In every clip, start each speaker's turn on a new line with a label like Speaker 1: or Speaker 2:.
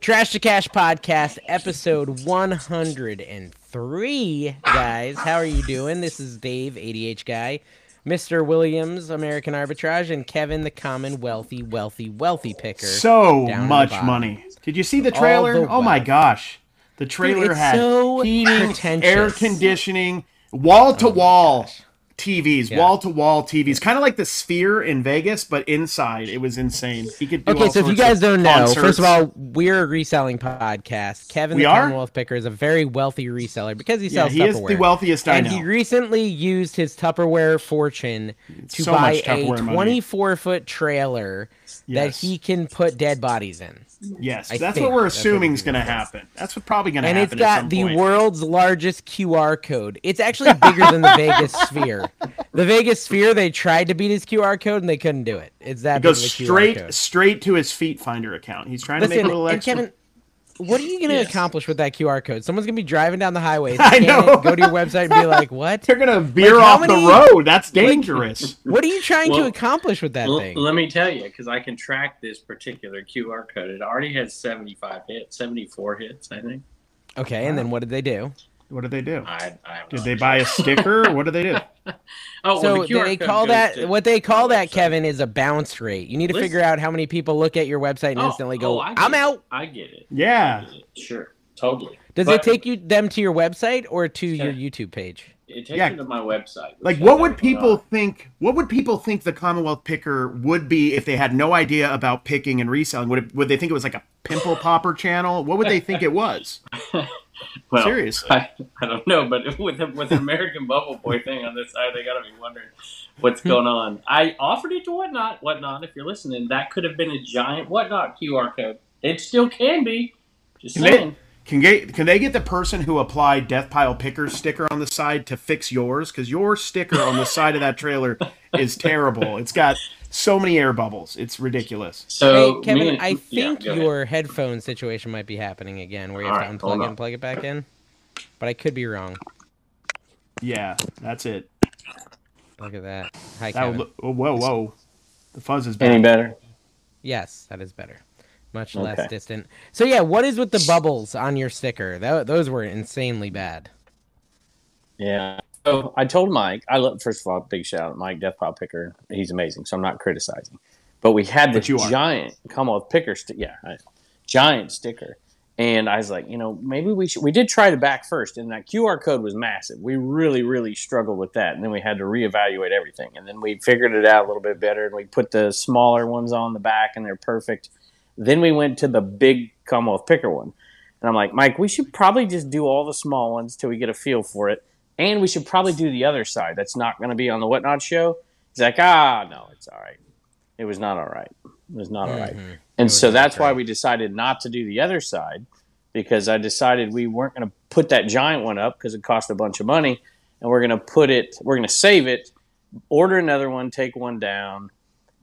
Speaker 1: Trash to Cash podcast, episode 103. Guys, how are you doing? This is Dave, ADH guy, Mr. Williams, American Arbitrage, and Kevin, the common wealthy, wealthy, wealthy picker.
Speaker 2: so
Speaker 1: down in the
Speaker 2: much
Speaker 1: bottom.
Speaker 2: money. Did you see the trailer?
Speaker 1: the
Speaker 2: oh my
Speaker 1: wealth.
Speaker 2: gosh. The trailer
Speaker 1: it's
Speaker 2: had
Speaker 1: so
Speaker 2: heating,
Speaker 1: pretentious. Oh
Speaker 2: air conditioning, wall to wall TVs, wall to wall TVs. Kind of like the Sphere in Vegas, but inside. It was insane. He could do
Speaker 1: Okay,
Speaker 2: all
Speaker 1: so if you
Speaker 2: sorts
Speaker 1: guys
Speaker 2: of
Speaker 1: don't know, first of all,
Speaker 2: concerts.
Speaker 1: we're a reselling podcast. Kevin,
Speaker 2: We
Speaker 1: the
Speaker 2: are?
Speaker 1: Commonwealth Picker, is a very wealthy reseller because he
Speaker 2: Yeah,
Speaker 1: sells
Speaker 2: he is
Speaker 1: Tupperware.
Speaker 2: the wealthiest I
Speaker 1: and
Speaker 2: know.
Speaker 1: he recently used his Tupperware fortune to
Speaker 2: So
Speaker 1: buy
Speaker 2: much
Speaker 1: a
Speaker 2: Tupperware money.
Speaker 1: 24 foot trailer
Speaker 2: Yes.
Speaker 1: that he can put dead bodies in.
Speaker 2: yes,
Speaker 1: I
Speaker 2: that's
Speaker 1: think
Speaker 2: what we're
Speaker 1: that's what
Speaker 2: assuming
Speaker 1: it
Speaker 2: is going to
Speaker 1: was.
Speaker 2: happen. That's what probably going to
Speaker 1: And
Speaker 2: happen.
Speaker 1: it's
Speaker 2: at some
Speaker 1: got the
Speaker 2: point.
Speaker 1: world's largest QR code. It's actually bigger than the Vegas Sphere. The Vegas Sphere, they tried to beat his QR code and they couldn't do it. It's that
Speaker 2: It goes
Speaker 1: big of a QR
Speaker 2: straight
Speaker 1: code.
Speaker 2: straight to his feet finder account. He's trying to
Speaker 1: Listen,
Speaker 2: make a little
Speaker 1: and
Speaker 2: extra.
Speaker 1: Kevin, what are you going to
Speaker 2: Yes.
Speaker 1: accomplish with that QR code? Someone's going to be driving down the highway,
Speaker 2: I
Speaker 1: scan
Speaker 2: know.
Speaker 1: it, go to your website, and be like, "What?
Speaker 2: They're going to veer
Speaker 1: how
Speaker 2: off
Speaker 1: many-
Speaker 2: the road. That's dangerous.
Speaker 1: What are you trying to
Speaker 3: Well-
Speaker 1: accomplish with that
Speaker 3: Well,
Speaker 1: thing?"
Speaker 3: let me tell you, because I can track this particular QR code. It already has 75 hits, 74 hits, I think.
Speaker 1: Okay, and then what did they do?
Speaker 2: what did they do?
Speaker 3: I, I have
Speaker 2: Did
Speaker 3: no
Speaker 2: they
Speaker 3: idea.
Speaker 2: buy a sticker? what did they do?
Speaker 3: Oh, well,
Speaker 1: so
Speaker 3: the QR
Speaker 1: they
Speaker 3: code
Speaker 1: call
Speaker 3: goes
Speaker 1: that
Speaker 3: to-
Speaker 1: what they call that,
Speaker 3: website.
Speaker 1: Kevin, is a bounce rate. You need to
Speaker 3: Listen.
Speaker 1: figure out how many people look at your website and
Speaker 3: Oh,
Speaker 1: instantly
Speaker 3: oh,
Speaker 1: go,
Speaker 3: I get
Speaker 1: "I'm
Speaker 3: it.
Speaker 1: out."
Speaker 3: I get it.
Speaker 2: Yeah.
Speaker 3: I get it. Sure. Totally.
Speaker 1: Does
Speaker 3: But
Speaker 1: it take you them to your website or to
Speaker 3: Yeah.
Speaker 1: your YouTube page?
Speaker 3: It takes
Speaker 2: Yeah.
Speaker 3: me to my website. which
Speaker 2: Like,
Speaker 3: is
Speaker 2: what would
Speaker 3: everything
Speaker 2: people
Speaker 3: on.
Speaker 2: think? What would people think the Commonwealth picker would be if they had no idea about picking and reselling? Would it, would they think it was like a pimple popper channel? What would they think it was?
Speaker 3: Well,
Speaker 2: Seriously.
Speaker 3: I, I don't know, but with the, with the American Bubble Boy thing on this side, they got to be wondering what's going on. I offered it to Whatnot. Whatnot, if you're listening, that could have been a giant Whatnot QR code. It still can be. Just
Speaker 2: Can
Speaker 3: saying.
Speaker 2: they, can, get, can they get the person who applied Death Pile Picker sticker on the side to fix yours? Because your sticker on the side of that trailer is terrible. It's got so many air bubbles. It's ridiculous.
Speaker 3: So
Speaker 1: hey, Kevin,
Speaker 3: me and-
Speaker 1: I
Speaker 3: yeah,
Speaker 1: think
Speaker 3: go ahead.
Speaker 1: your headphone situation might be happening again, where you have
Speaker 3: All
Speaker 1: to
Speaker 3: right,
Speaker 1: unplug
Speaker 3: hold
Speaker 1: it
Speaker 3: on.
Speaker 1: and plug it back in. But I could be wrong.
Speaker 2: Yeah, that's it.
Speaker 1: Look at that. Hi,
Speaker 2: That
Speaker 1: Kevin.
Speaker 2: would, oh, whoa, whoa. The fuzz is
Speaker 3: any
Speaker 2: back.
Speaker 3: better.
Speaker 1: Yes, that is better. Much
Speaker 3: Okay.
Speaker 1: less distant. So yeah, what is with the bubbles on your sticker? Tho- those were insanely bad.
Speaker 3: Yeah. So I told Mike, I love first of all, big shout out Mike Death Pile Picker. He's amazing, so I'm not criticizing. But we had
Speaker 2: But
Speaker 3: this
Speaker 2: you are.
Speaker 3: giant Commonwealth Picker sticker. Yeah, I- giant sticker. And I was like, you know, maybe we should. We did try the back first, and that QR code was massive. We really, really struggled with that, and then we had to reevaluate everything. And then we figured it out a little bit better, and we put the smaller ones on the back, and they're perfect. Then we went to the big Commonwealth Picker one, and I'm like, Mike, we should probably just do all the small ones till we get a feel for it. And we should probably do the other side. That's not going to be on the Whatnot show. He's like, ah, no, it's all right. It was not all right. It was not all right. And so that's why we decided not to do the other side because I decided we weren't going to put that giant one up because it cost a bunch of money. And we're going to put it, we're going to save it, order another one, take one down,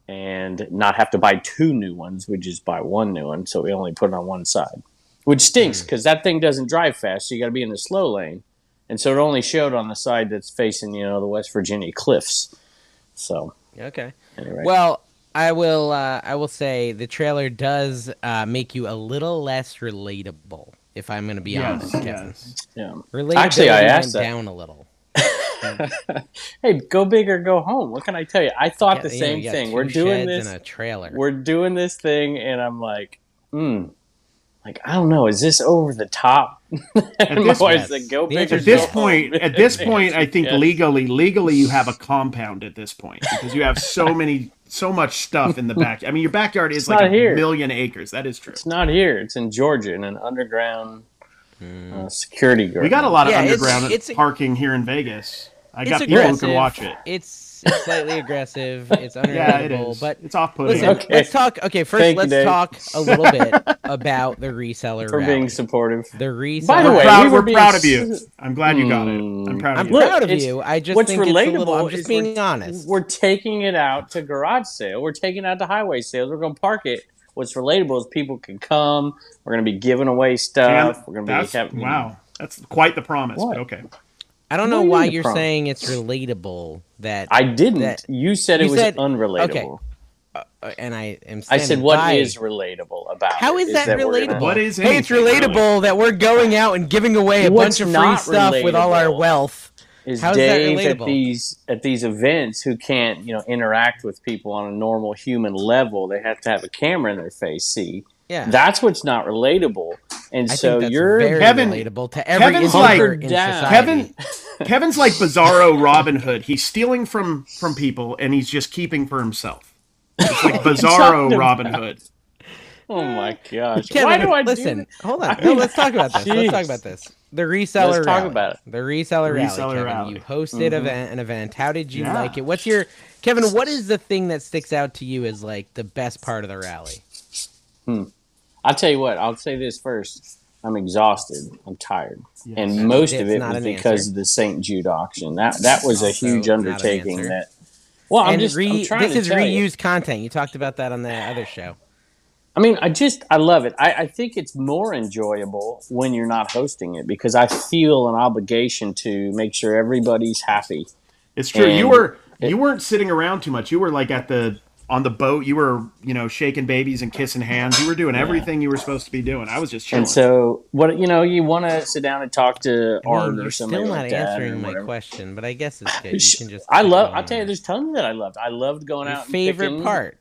Speaker 3: and not have to buy two new ones. We just buy one new one. So we only put it on one side, which stinks because that thing doesn't drive fast. So you got to be in the slow lane. And so it only showed on the side that's facing, you know, the West Virginia cliffs. So
Speaker 1: Okay.
Speaker 3: anyway,
Speaker 1: Well, I will. Uh, I will say the trailer does uh, make you a little less relatable. If I'm going to be
Speaker 2: Yes,
Speaker 1: honest, Kevin.
Speaker 2: yes.
Speaker 3: yeah.
Speaker 1: Relatability
Speaker 3: Actually, I
Speaker 1: went
Speaker 3: asked that.
Speaker 1: down a little.
Speaker 3: hey, go big or go home. What can I tell you? I thought
Speaker 1: Yeah,
Speaker 3: the
Speaker 1: you know,
Speaker 3: same
Speaker 1: you got
Speaker 3: thing.
Speaker 1: two
Speaker 3: We're
Speaker 1: sheds
Speaker 3: doing this.
Speaker 1: in a trailer.
Speaker 3: We're doing this thing, and I'm like, hmm. Like I don't know, is this over the top? and my
Speaker 2: this-
Speaker 1: Yes.
Speaker 3: wife's like, "Go
Speaker 1: The
Speaker 3: big."
Speaker 1: answer
Speaker 3: Or
Speaker 2: at this
Speaker 3: go home.
Speaker 2: point at this point i think
Speaker 3: Yes.
Speaker 2: legally legally you have a compound at this point because you have so many so much stuff in the back i mean your backyard is like
Speaker 3: not
Speaker 2: a
Speaker 3: here.
Speaker 2: million acres that is true
Speaker 3: it's not here. It's in Georgia in an underground
Speaker 1: Hmm.
Speaker 3: uh, security guard.
Speaker 2: we got a lot of
Speaker 1: Yeah, it's-
Speaker 2: underground
Speaker 1: it's a-
Speaker 2: parking here in vegas i got
Speaker 1: It's
Speaker 2: people who
Speaker 1: aggressive.
Speaker 2: can watch it
Speaker 1: It's It's, it's slightly aggressive. It's
Speaker 2: Yeah, it
Speaker 1: unrelatable,
Speaker 2: is.
Speaker 1: but
Speaker 2: it's off putting.
Speaker 1: listen,
Speaker 3: Okay.
Speaker 1: let's talk. Okay, first
Speaker 3: Thank you,
Speaker 1: let's
Speaker 3: Dave.
Speaker 1: talk a little bit about the reseller
Speaker 3: for
Speaker 1: rally.
Speaker 3: being supportive.
Speaker 1: the reseller.
Speaker 3: By the
Speaker 2: We're
Speaker 3: way,
Speaker 2: proud,
Speaker 3: we were
Speaker 2: we're
Speaker 3: being
Speaker 2: proud of you.
Speaker 3: s-
Speaker 2: I'm glad you got it. I'm proud of
Speaker 1: I'm
Speaker 2: you.
Speaker 3: Look,
Speaker 1: proud of
Speaker 3: it's-
Speaker 1: you. I just
Speaker 3: What's
Speaker 1: think
Speaker 3: relatable
Speaker 1: it's a little, I'm
Speaker 3: is
Speaker 1: just
Speaker 3: we're-
Speaker 1: being honest.
Speaker 3: We're taking it out to garage sale. We're taking it out to highway sales. We're going to park it. What's relatable is people can come. We're going to be giving away
Speaker 2: Damn,
Speaker 3: stuff. we're going to be
Speaker 2: that's-
Speaker 3: having.
Speaker 2: wow. That's quite the promise.
Speaker 3: What?
Speaker 2: Okay.
Speaker 1: I don't
Speaker 3: What
Speaker 1: know
Speaker 3: do you
Speaker 1: why
Speaker 3: mean the
Speaker 1: you're
Speaker 3: problem?
Speaker 1: saying it's relatable that
Speaker 3: I didn't.
Speaker 1: That-
Speaker 3: you said it
Speaker 1: you
Speaker 3: was
Speaker 1: said-
Speaker 3: unrelatable.
Speaker 1: okay. uh, and I am
Speaker 3: I said,
Speaker 1: standing
Speaker 3: what
Speaker 1: by.
Speaker 3: is relatable about?
Speaker 1: How
Speaker 3: it
Speaker 1: is that,
Speaker 3: we're
Speaker 1: relatable?
Speaker 3: gonna-
Speaker 2: What is
Speaker 1: Hey, it's
Speaker 2: anything,
Speaker 1: relatable that we're going out and giving away a bunch
Speaker 3: What's
Speaker 1: of free
Speaker 3: not
Speaker 1: stuff with all our
Speaker 3: relatable?
Speaker 1: wealth.
Speaker 3: is
Speaker 1: How is that
Speaker 3: Dave at
Speaker 1: relatable?
Speaker 3: these at these events who can't you know interact with people on a normal human level? They have to have a camera in their face. See,
Speaker 1: Yeah.
Speaker 3: that's what's not relatable. And
Speaker 1: I
Speaker 3: so
Speaker 1: think that's
Speaker 3: you're
Speaker 1: very
Speaker 2: Kevin-
Speaker 1: relatable to every
Speaker 2: Kevin's
Speaker 1: individual
Speaker 2: like-
Speaker 1: in
Speaker 3: down.
Speaker 1: society.
Speaker 2: Kevin Kevin's like Bizarro Robin Hood. He's stealing from from people and he's just keeping for himself. It's like Bizarro Robin Hood.
Speaker 3: oh my gosh.
Speaker 1: Kevin,
Speaker 3: Why do I do
Speaker 1: listen?
Speaker 3: that?
Speaker 1: hold on. No, let's talk about this. Let's talk
Speaker 3: Jeez.
Speaker 1: about this. The reseller.
Speaker 3: Let's talk
Speaker 1: rally.
Speaker 3: about it.
Speaker 1: The reseller, rally.
Speaker 2: Reseller
Speaker 1: Kevin,
Speaker 2: rally.
Speaker 1: you hosted
Speaker 3: Mm-hmm.
Speaker 1: event, an event. How did you
Speaker 2: Yeah.
Speaker 1: like it? What's your Kevin? What is the thing that sticks out to you as like the best part of the rally?
Speaker 3: I'll tell you what. I'll say this first. I'm exhausted. I'm tired, and most of
Speaker 1: It's
Speaker 3: it
Speaker 1: not
Speaker 3: was
Speaker 1: an
Speaker 3: because
Speaker 1: answer.
Speaker 3: of the St. Jude auction. That that was a
Speaker 1: Also
Speaker 3: huge
Speaker 1: not an
Speaker 3: undertaking.
Speaker 1: answer.
Speaker 3: that well, I'm
Speaker 1: and
Speaker 3: just
Speaker 1: re-
Speaker 3: I'm trying
Speaker 1: this
Speaker 3: to
Speaker 1: is
Speaker 3: tell you.
Speaker 1: reused content. You talked about that on the other show.
Speaker 3: I mean, I just I love it. I, I think it's more enjoyable when you're not hosting it because I feel an obligation to make sure everybody's happy.
Speaker 2: It's true. you
Speaker 3: And
Speaker 2: were you weren't sitting around too much. You were like at the on the boat. You were you know shaking babies and kissing hands. You were doing everything you were supposed to be doing. I was just chilling.
Speaker 3: And so, what you know, you want to sit down and talk
Speaker 1: I
Speaker 3: to
Speaker 1: mean,
Speaker 3: Art or
Speaker 1: you're still
Speaker 3: somebody
Speaker 1: not
Speaker 3: like that or
Speaker 1: answering my
Speaker 3: whatever.
Speaker 1: question, but I guess it's good. You can just.
Speaker 3: I
Speaker 1: keep
Speaker 3: love.
Speaker 1: going
Speaker 3: I tell you,
Speaker 1: on.
Speaker 3: there's tons that I loved. I loved going
Speaker 1: Your
Speaker 3: out. and
Speaker 1: favorite
Speaker 3: picking-
Speaker 1: part.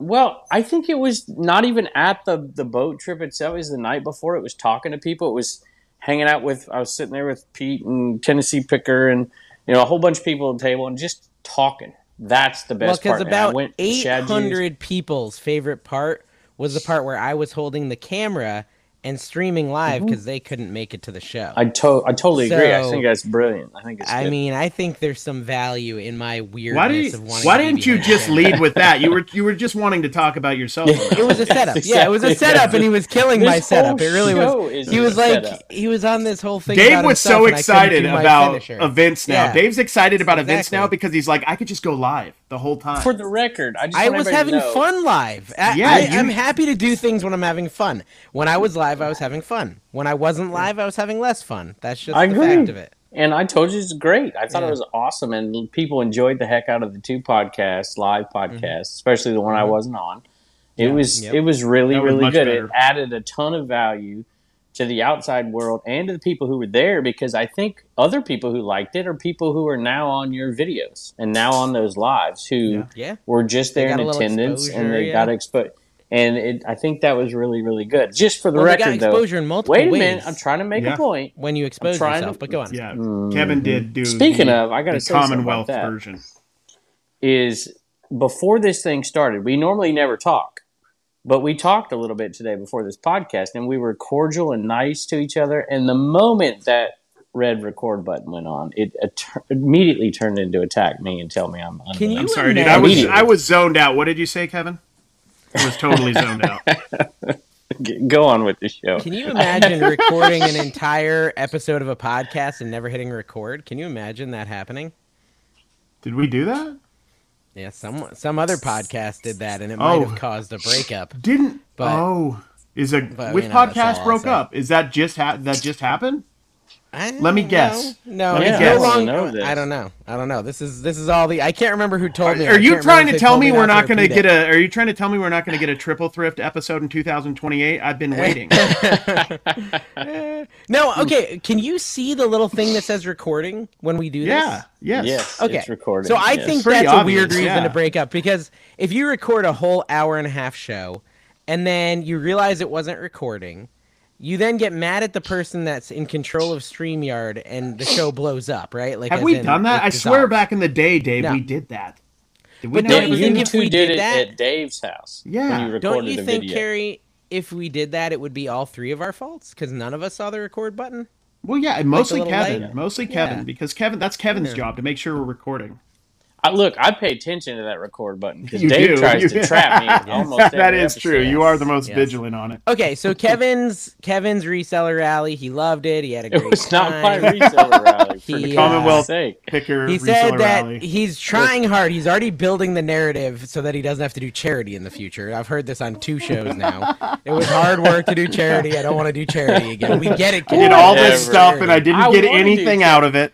Speaker 3: Well, I think it was not even at the the boat trip itself. It was the night before. It was talking to people. It was hanging out with. I was sitting there with Pete and Tennessee Picker and you know a whole bunch of people at the table and just talking. That's the
Speaker 1: Well,
Speaker 3: best
Speaker 1: because
Speaker 3: part. man. I
Speaker 1: about
Speaker 3: went to Shad Juice.
Speaker 1: 800 people's favorite part was the part where I was holding the camera and streaming live because they couldn't make it to the show.
Speaker 3: Mm-hmm. I, to- I totally agree. I
Speaker 1: So-
Speaker 3: think that's brilliant. I think it's.
Speaker 1: I
Speaker 3: good.
Speaker 1: mean, I think there's some value in my weirdness
Speaker 2: why did
Speaker 1: of wanting.
Speaker 2: why
Speaker 1: to be
Speaker 2: didn't you
Speaker 1: behind the
Speaker 2: just
Speaker 1: camera.
Speaker 2: lead with that? You were you were just wanting to talk about yourself.
Speaker 1: It was a setup. Yeah, it was a
Speaker 3: Exactly.
Speaker 1: setup, and he was killing
Speaker 3: This
Speaker 1: my setup.
Speaker 3: whole
Speaker 1: It really
Speaker 3: show
Speaker 1: was.
Speaker 3: is
Speaker 1: He
Speaker 3: a
Speaker 1: was like,
Speaker 3: setup.
Speaker 1: he was on this whole thing.
Speaker 2: Dave
Speaker 1: about
Speaker 2: was
Speaker 1: himself,
Speaker 2: so
Speaker 1: and I couldn't
Speaker 2: excited
Speaker 1: do my
Speaker 2: about
Speaker 1: finisher.
Speaker 2: events now.
Speaker 1: Yeah.
Speaker 2: Dave's excited about events now
Speaker 1: Exactly.
Speaker 2: because he's like, I could just go live the whole time.
Speaker 3: for the record, I just
Speaker 1: I
Speaker 3: want
Speaker 1: was
Speaker 3: everybody
Speaker 1: having
Speaker 3: to know-
Speaker 1: fun live. I,
Speaker 2: Yeah,
Speaker 1: I,
Speaker 2: you-
Speaker 1: I'm happy to do things when I'm having fun. When I was live, I was having fun. When I wasn't live, I was having less fun. That's just
Speaker 3: I
Speaker 1: the
Speaker 3: agree.
Speaker 1: fact of it.
Speaker 3: And I told you it's great. I thought
Speaker 1: Yeah.
Speaker 3: it was awesome, and people enjoyed the heck out of the two podcasts, live podcasts, especially the one I wasn't on. It was
Speaker 1: Mm-hmm. Yep.
Speaker 3: it was really
Speaker 2: That was
Speaker 3: really
Speaker 2: much
Speaker 3: good.
Speaker 2: better.
Speaker 3: It added a ton of value to the outside world and to the people who were there because I think other people who liked it are people who are now on your videos and now on those lives who
Speaker 1: Yeah.
Speaker 3: were just there
Speaker 1: got
Speaker 3: in
Speaker 1: a little
Speaker 3: attendance and they
Speaker 1: exposure,
Speaker 3: got
Speaker 1: yeah.
Speaker 3: exposed. And it, I think that was really really good. Just for the
Speaker 1: Well, they
Speaker 3: record,
Speaker 1: got exposure
Speaker 3: though.
Speaker 1: in multiple
Speaker 3: wait a
Speaker 1: ways.
Speaker 3: minute, I'm trying to make
Speaker 2: Yeah.
Speaker 3: a point.
Speaker 1: When you expose
Speaker 3: trying
Speaker 1: yourself,
Speaker 3: to-
Speaker 1: but go on.
Speaker 2: yeah, Kevin did do.
Speaker 3: Speaking
Speaker 2: the-
Speaker 3: of, I gotta
Speaker 2: the
Speaker 3: say something
Speaker 2: Commonwealth
Speaker 3: about that.
Speaker 2: version.
Speaker 3: is before this thing started, we normally never talk, but we talked a little bit today before this podcast, and we were cordial and nice to each other. And the moment that red record button went on, it at- immediately turned into attack me and tell me I'm. I'm
Speaker 1: Can you
Speaker 2: I'm sorry, dude. I was
Speaker 3: Immediately.
Speaker 2: I was zoned out. What did you say, Kevin? I was totally zoned out.
Speaker 3: G- go on with the show?
Speaker 1: Can you imagine recording an entire episode of a podcast and never hitting record? Can you imagine that happening?
Speaker 2: Did we do that?
Speaker 1: Yeah, some some other podcast did that, and it
Speaker 2: Oh.
Speaker 1: might have caused a breakup.
Speaker 2: Didn't.
Speaker 1: But-
Speaker 2: oh, is a
Speaker 1: but,
Speaker 2: which
Speaker 1: you know, that's all
Speaker 2: podcast
Speaker 1: I'll
Speaker 2: broke
Speaker 1: say.
Speaker 2: up? Is that just ha- that just happened?
Speaker 1: I
Speaker 2: Let me
Speaker 1: don't
Speaker 2: guess.
Speaker 1: know. No,
Speaker 3: Let me
Speaker 1: it's
Speaker 3: guess.
Speaker 1: no
Speaker 3: I don't
Speaker 1: long-
Speaker 3: know this.
Speaker 1: I don't know. I don't know. This is this is all the. I can't remember who told me. I
Speaker 2: Are you
Speaker 1: can't remember
Speaker 2: trying
Speaker 1: if
Speaker 2: to
Speaker 1: they
Speaker 2: tell
Speaker 1: told
Speaker 2: me we're not going to
Speaker 1: repeat
Speaker 2: get
Speaker 1: it.
Speaker 2: a? Are you trying to tell me we're not going to get a triple thrift episode in 2028? I've been waiting.
Speaker 1: No.
Speaker 2: Hmm.
Speaker 1: Okay. Can you see the little thing that says recording when we do this?
Speaker 2: yeah. Yes.
Speaker 3: Yes.
Speaker 1: Okay.
Speaker 3: It's recorded.
Speaker 1: So I
Speaker 3: yes.
Speaker 1: think
Speaker 2: Pretty
Speaker 1: that's a weird
Speaker 2: obvious,
Speaker 1: reason
Speaker 2: yeah.
Speaker 1: to break up because if you record a whole hour and a half show and then you realize it wasn't recording, you then get mad at the person that's in control of StreamYard and the show blows up, right? Like
Speaker 2: Have
Speaker 1: as
Speaker 2: we
Speaker 1: in,
Speaker 2: done that?
Speaker 1: it
Speaker 2: I swear,
Speaker 1: dissolves.
Speaker 2: back in the day, Dave,
Speaker 1: No.
Speaker 2: we did that. Did we
Speaker 1: But
Speaker 2: know
Speaker 1: don't
Speaker 2: it was
Speaker 1: you
Speaker 3: you
Speaker 2: in-
Speaker 1: think if
Speaker 3: two
Speaker 1: we
Speaker 3: did,
Speaker 1: did
Speaker 3: it
Speaker 1: that-
Speaker 3: at Dave's house.
Speaker 2: Yeah.
Speaker 3: When you recorded
Speaker 1: Don't you
Speaker 3: a
Speaker 1: think,
Speaker 3: video.
Speaker 1: Carrie, if we did that, it would be all three of our faults because none of us saw the record button?
Speaker 2: Well, yeah, and mostly
Speaker 1: little
Speaker 2: Kevin,
Speaker 1: light.
Speaker 2: mostly Kevin, because Kevin—that's Kevin's job to make sure we're recording.
Speaker 3: I, look, I pay attention to that record button because
Speaker 2: You
Speaker 3: Dave
Speaker 2: do.
Speaker 3: tries
Speaker 2: You-
Speaker 3: to trap me almost. Every
Speaker 2: that is true.
Speaker 3: episode.
Speaker 2: You are the most
Speaker 1: Yes.
Speaker 2: vigilant on it.
Speaker 1: Okay, so Kevin's Kevin's reseller rally, he loved it. He had a great
Speaker 3: It was not
Speaker 1: time.
Speaker 3: my reseller rally. For
Speaker 1: He,
Speaker 3: the
Speaker 1: uh,
Speaker 3: Commonwealth's sake.
Speaker 2: Picker
Speaker 1: he
Speaker 2: reseller
Speaker 1: said that
Speaker 2: rally.
Speaker 1: he's trying hard. He's already building the narrative so that he doesn't have to do charity in the future. I've heard this on two shows now. it was hard work to do charity. I don't want to do charity again. We get it.
Speaker 2: I did all this
Speaker 3: Whatever.
Speaker 2: stuff and I didn't
Speaker 3: I
Speaker 2: get
Speaker 3: wanna do
Speaker 2: anything
Speaker 3: something.
Speaker 2: out of it.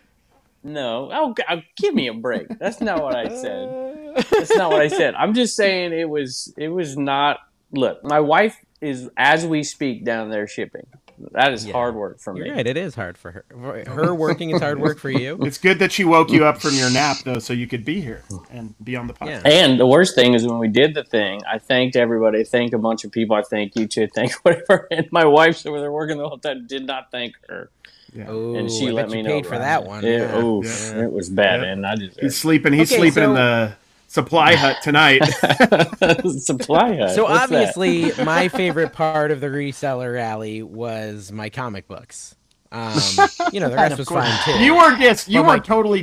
Speaker 3: No, oh, g- oh, give me a break. That's not what I said. That's not what I said. I'm just saying it was. It was not. Look, my wife is as we speak down there shipping. That is hard work for me.
Speaker 1: You're right. It is hard for her. For Her working is hard work for you.
Speaker 2: It's good that she woke you up from your nap though, so you could be here and be on the podcast.
Speaker 1: Yeah.
Speaker 3: And the worst thing is when we did the thing, I thanked everybody, thanked a bunch of people, I thanked you too, thank whatever. And my wife, so they're working the whole time, did not thank her,
Speaker 1: Oh,
Speaker 3: and she
Speaker 1: I
Speaker 3: let
Speaker 1: bet
Speaker 3: me
Speaker 1: you
Speaker 3: know.
Speaker 1: paid for
Speaker 3: right
Speaker 1: that
Speaker 3: now.
Speaker 1: one.
Speaker 3: Yeah,
Speaker 1: Yeah.
Speaker 3: oof,
Speaker 2: Yeah.
Speaker 3: it was bad,
Speaker 2: Yeah.
Speaker 3: and I
Speaker 2: He's
Speaker 3: just
Speaker 2: sleeping. He's
Speaker 1: Okay,
Speaker 2: sleeping
Speaker 1: so-
Speaker 2: in the supply hut tonight.
Speaker 3: supply hut.
Speaker 1: So
Speaker 3: What's that?
Speaker 1: obviously, my favorite part of the reseller rally was my comic books. Um, you know, the rest was fine too.
Speaker 2: you were dis- you
Speaker 1: But
Speaker 2: were
Speaker 1: my-
Speaker 2: totally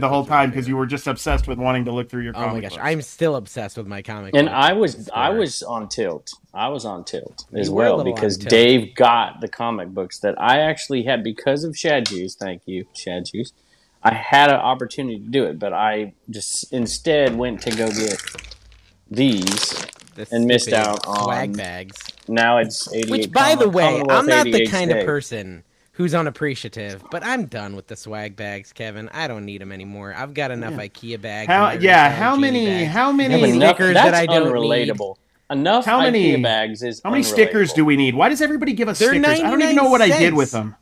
Speaker 1: comic
Speaker 2: the whole
Speaker 1: books are my
Speaker 2: time because you were just obsessed with wanting to look through your.
Speaker 1: Oh my
Speaker 2: comic
Speaker 1: gosh,
Speaker 2: books.
Speaker 1: I'm still obsessed with my comic.
Speaker 3: and
Speaker 1: book
Speaker 3: I was I
Speaker 1: store.
Speaker 3: was on tilt. I was on tilt as
Speaker 1: You were a
Speaker 3: well
Speaker 1: little
Speaker 3: because
Speaker 1: on tilt.
Speaker 3: Dave got the comic books that I actually had because of Shad Juice. Thank you, Shad Juice. I had an opportunity to do it, but I just instead went to go get these.
Speaker 1: The
Speaker 3: and missed
Speaker 1: stupid
Speaker 3: out on-
Speaker 1: swag bags.
Speaker 3: Now it's eighty.
Speaker 1: Which, by the way, I'm not the kind of person who's unappreciative, but I'm done with the swag bags, Kevin. I don't need them anymore. I've got enough IKEA bags.
Speaker 2: How?
Speaker 1: and
Speaker 2: Yeah.
Speaker 1: Marysville
Speaker 2: How
Speaker 1: Genie
Speaker 2: many?
Speaker 1: bags.
Speaker 2: How many?
Speaker 1: How many
Speaker 3: Enough,
Speaker 1: stickers
Speaker 3: that's
Speaker 1: that I don't need.
Speaker 3: unrelatable. Enough
Speaker 2: How many-
Speaker 3: IKEA bags is
Speaker 2: How many stickers
Speaker 3: unrelatable.
Speaker 2: do we need? Why does everybody give us
Speaker 1: They're
Speaker 2: stickers? I don't even know what I
Speaker 1: 99
Speaker 2: did with
Speaker 1: cents.
Speaker 2: them.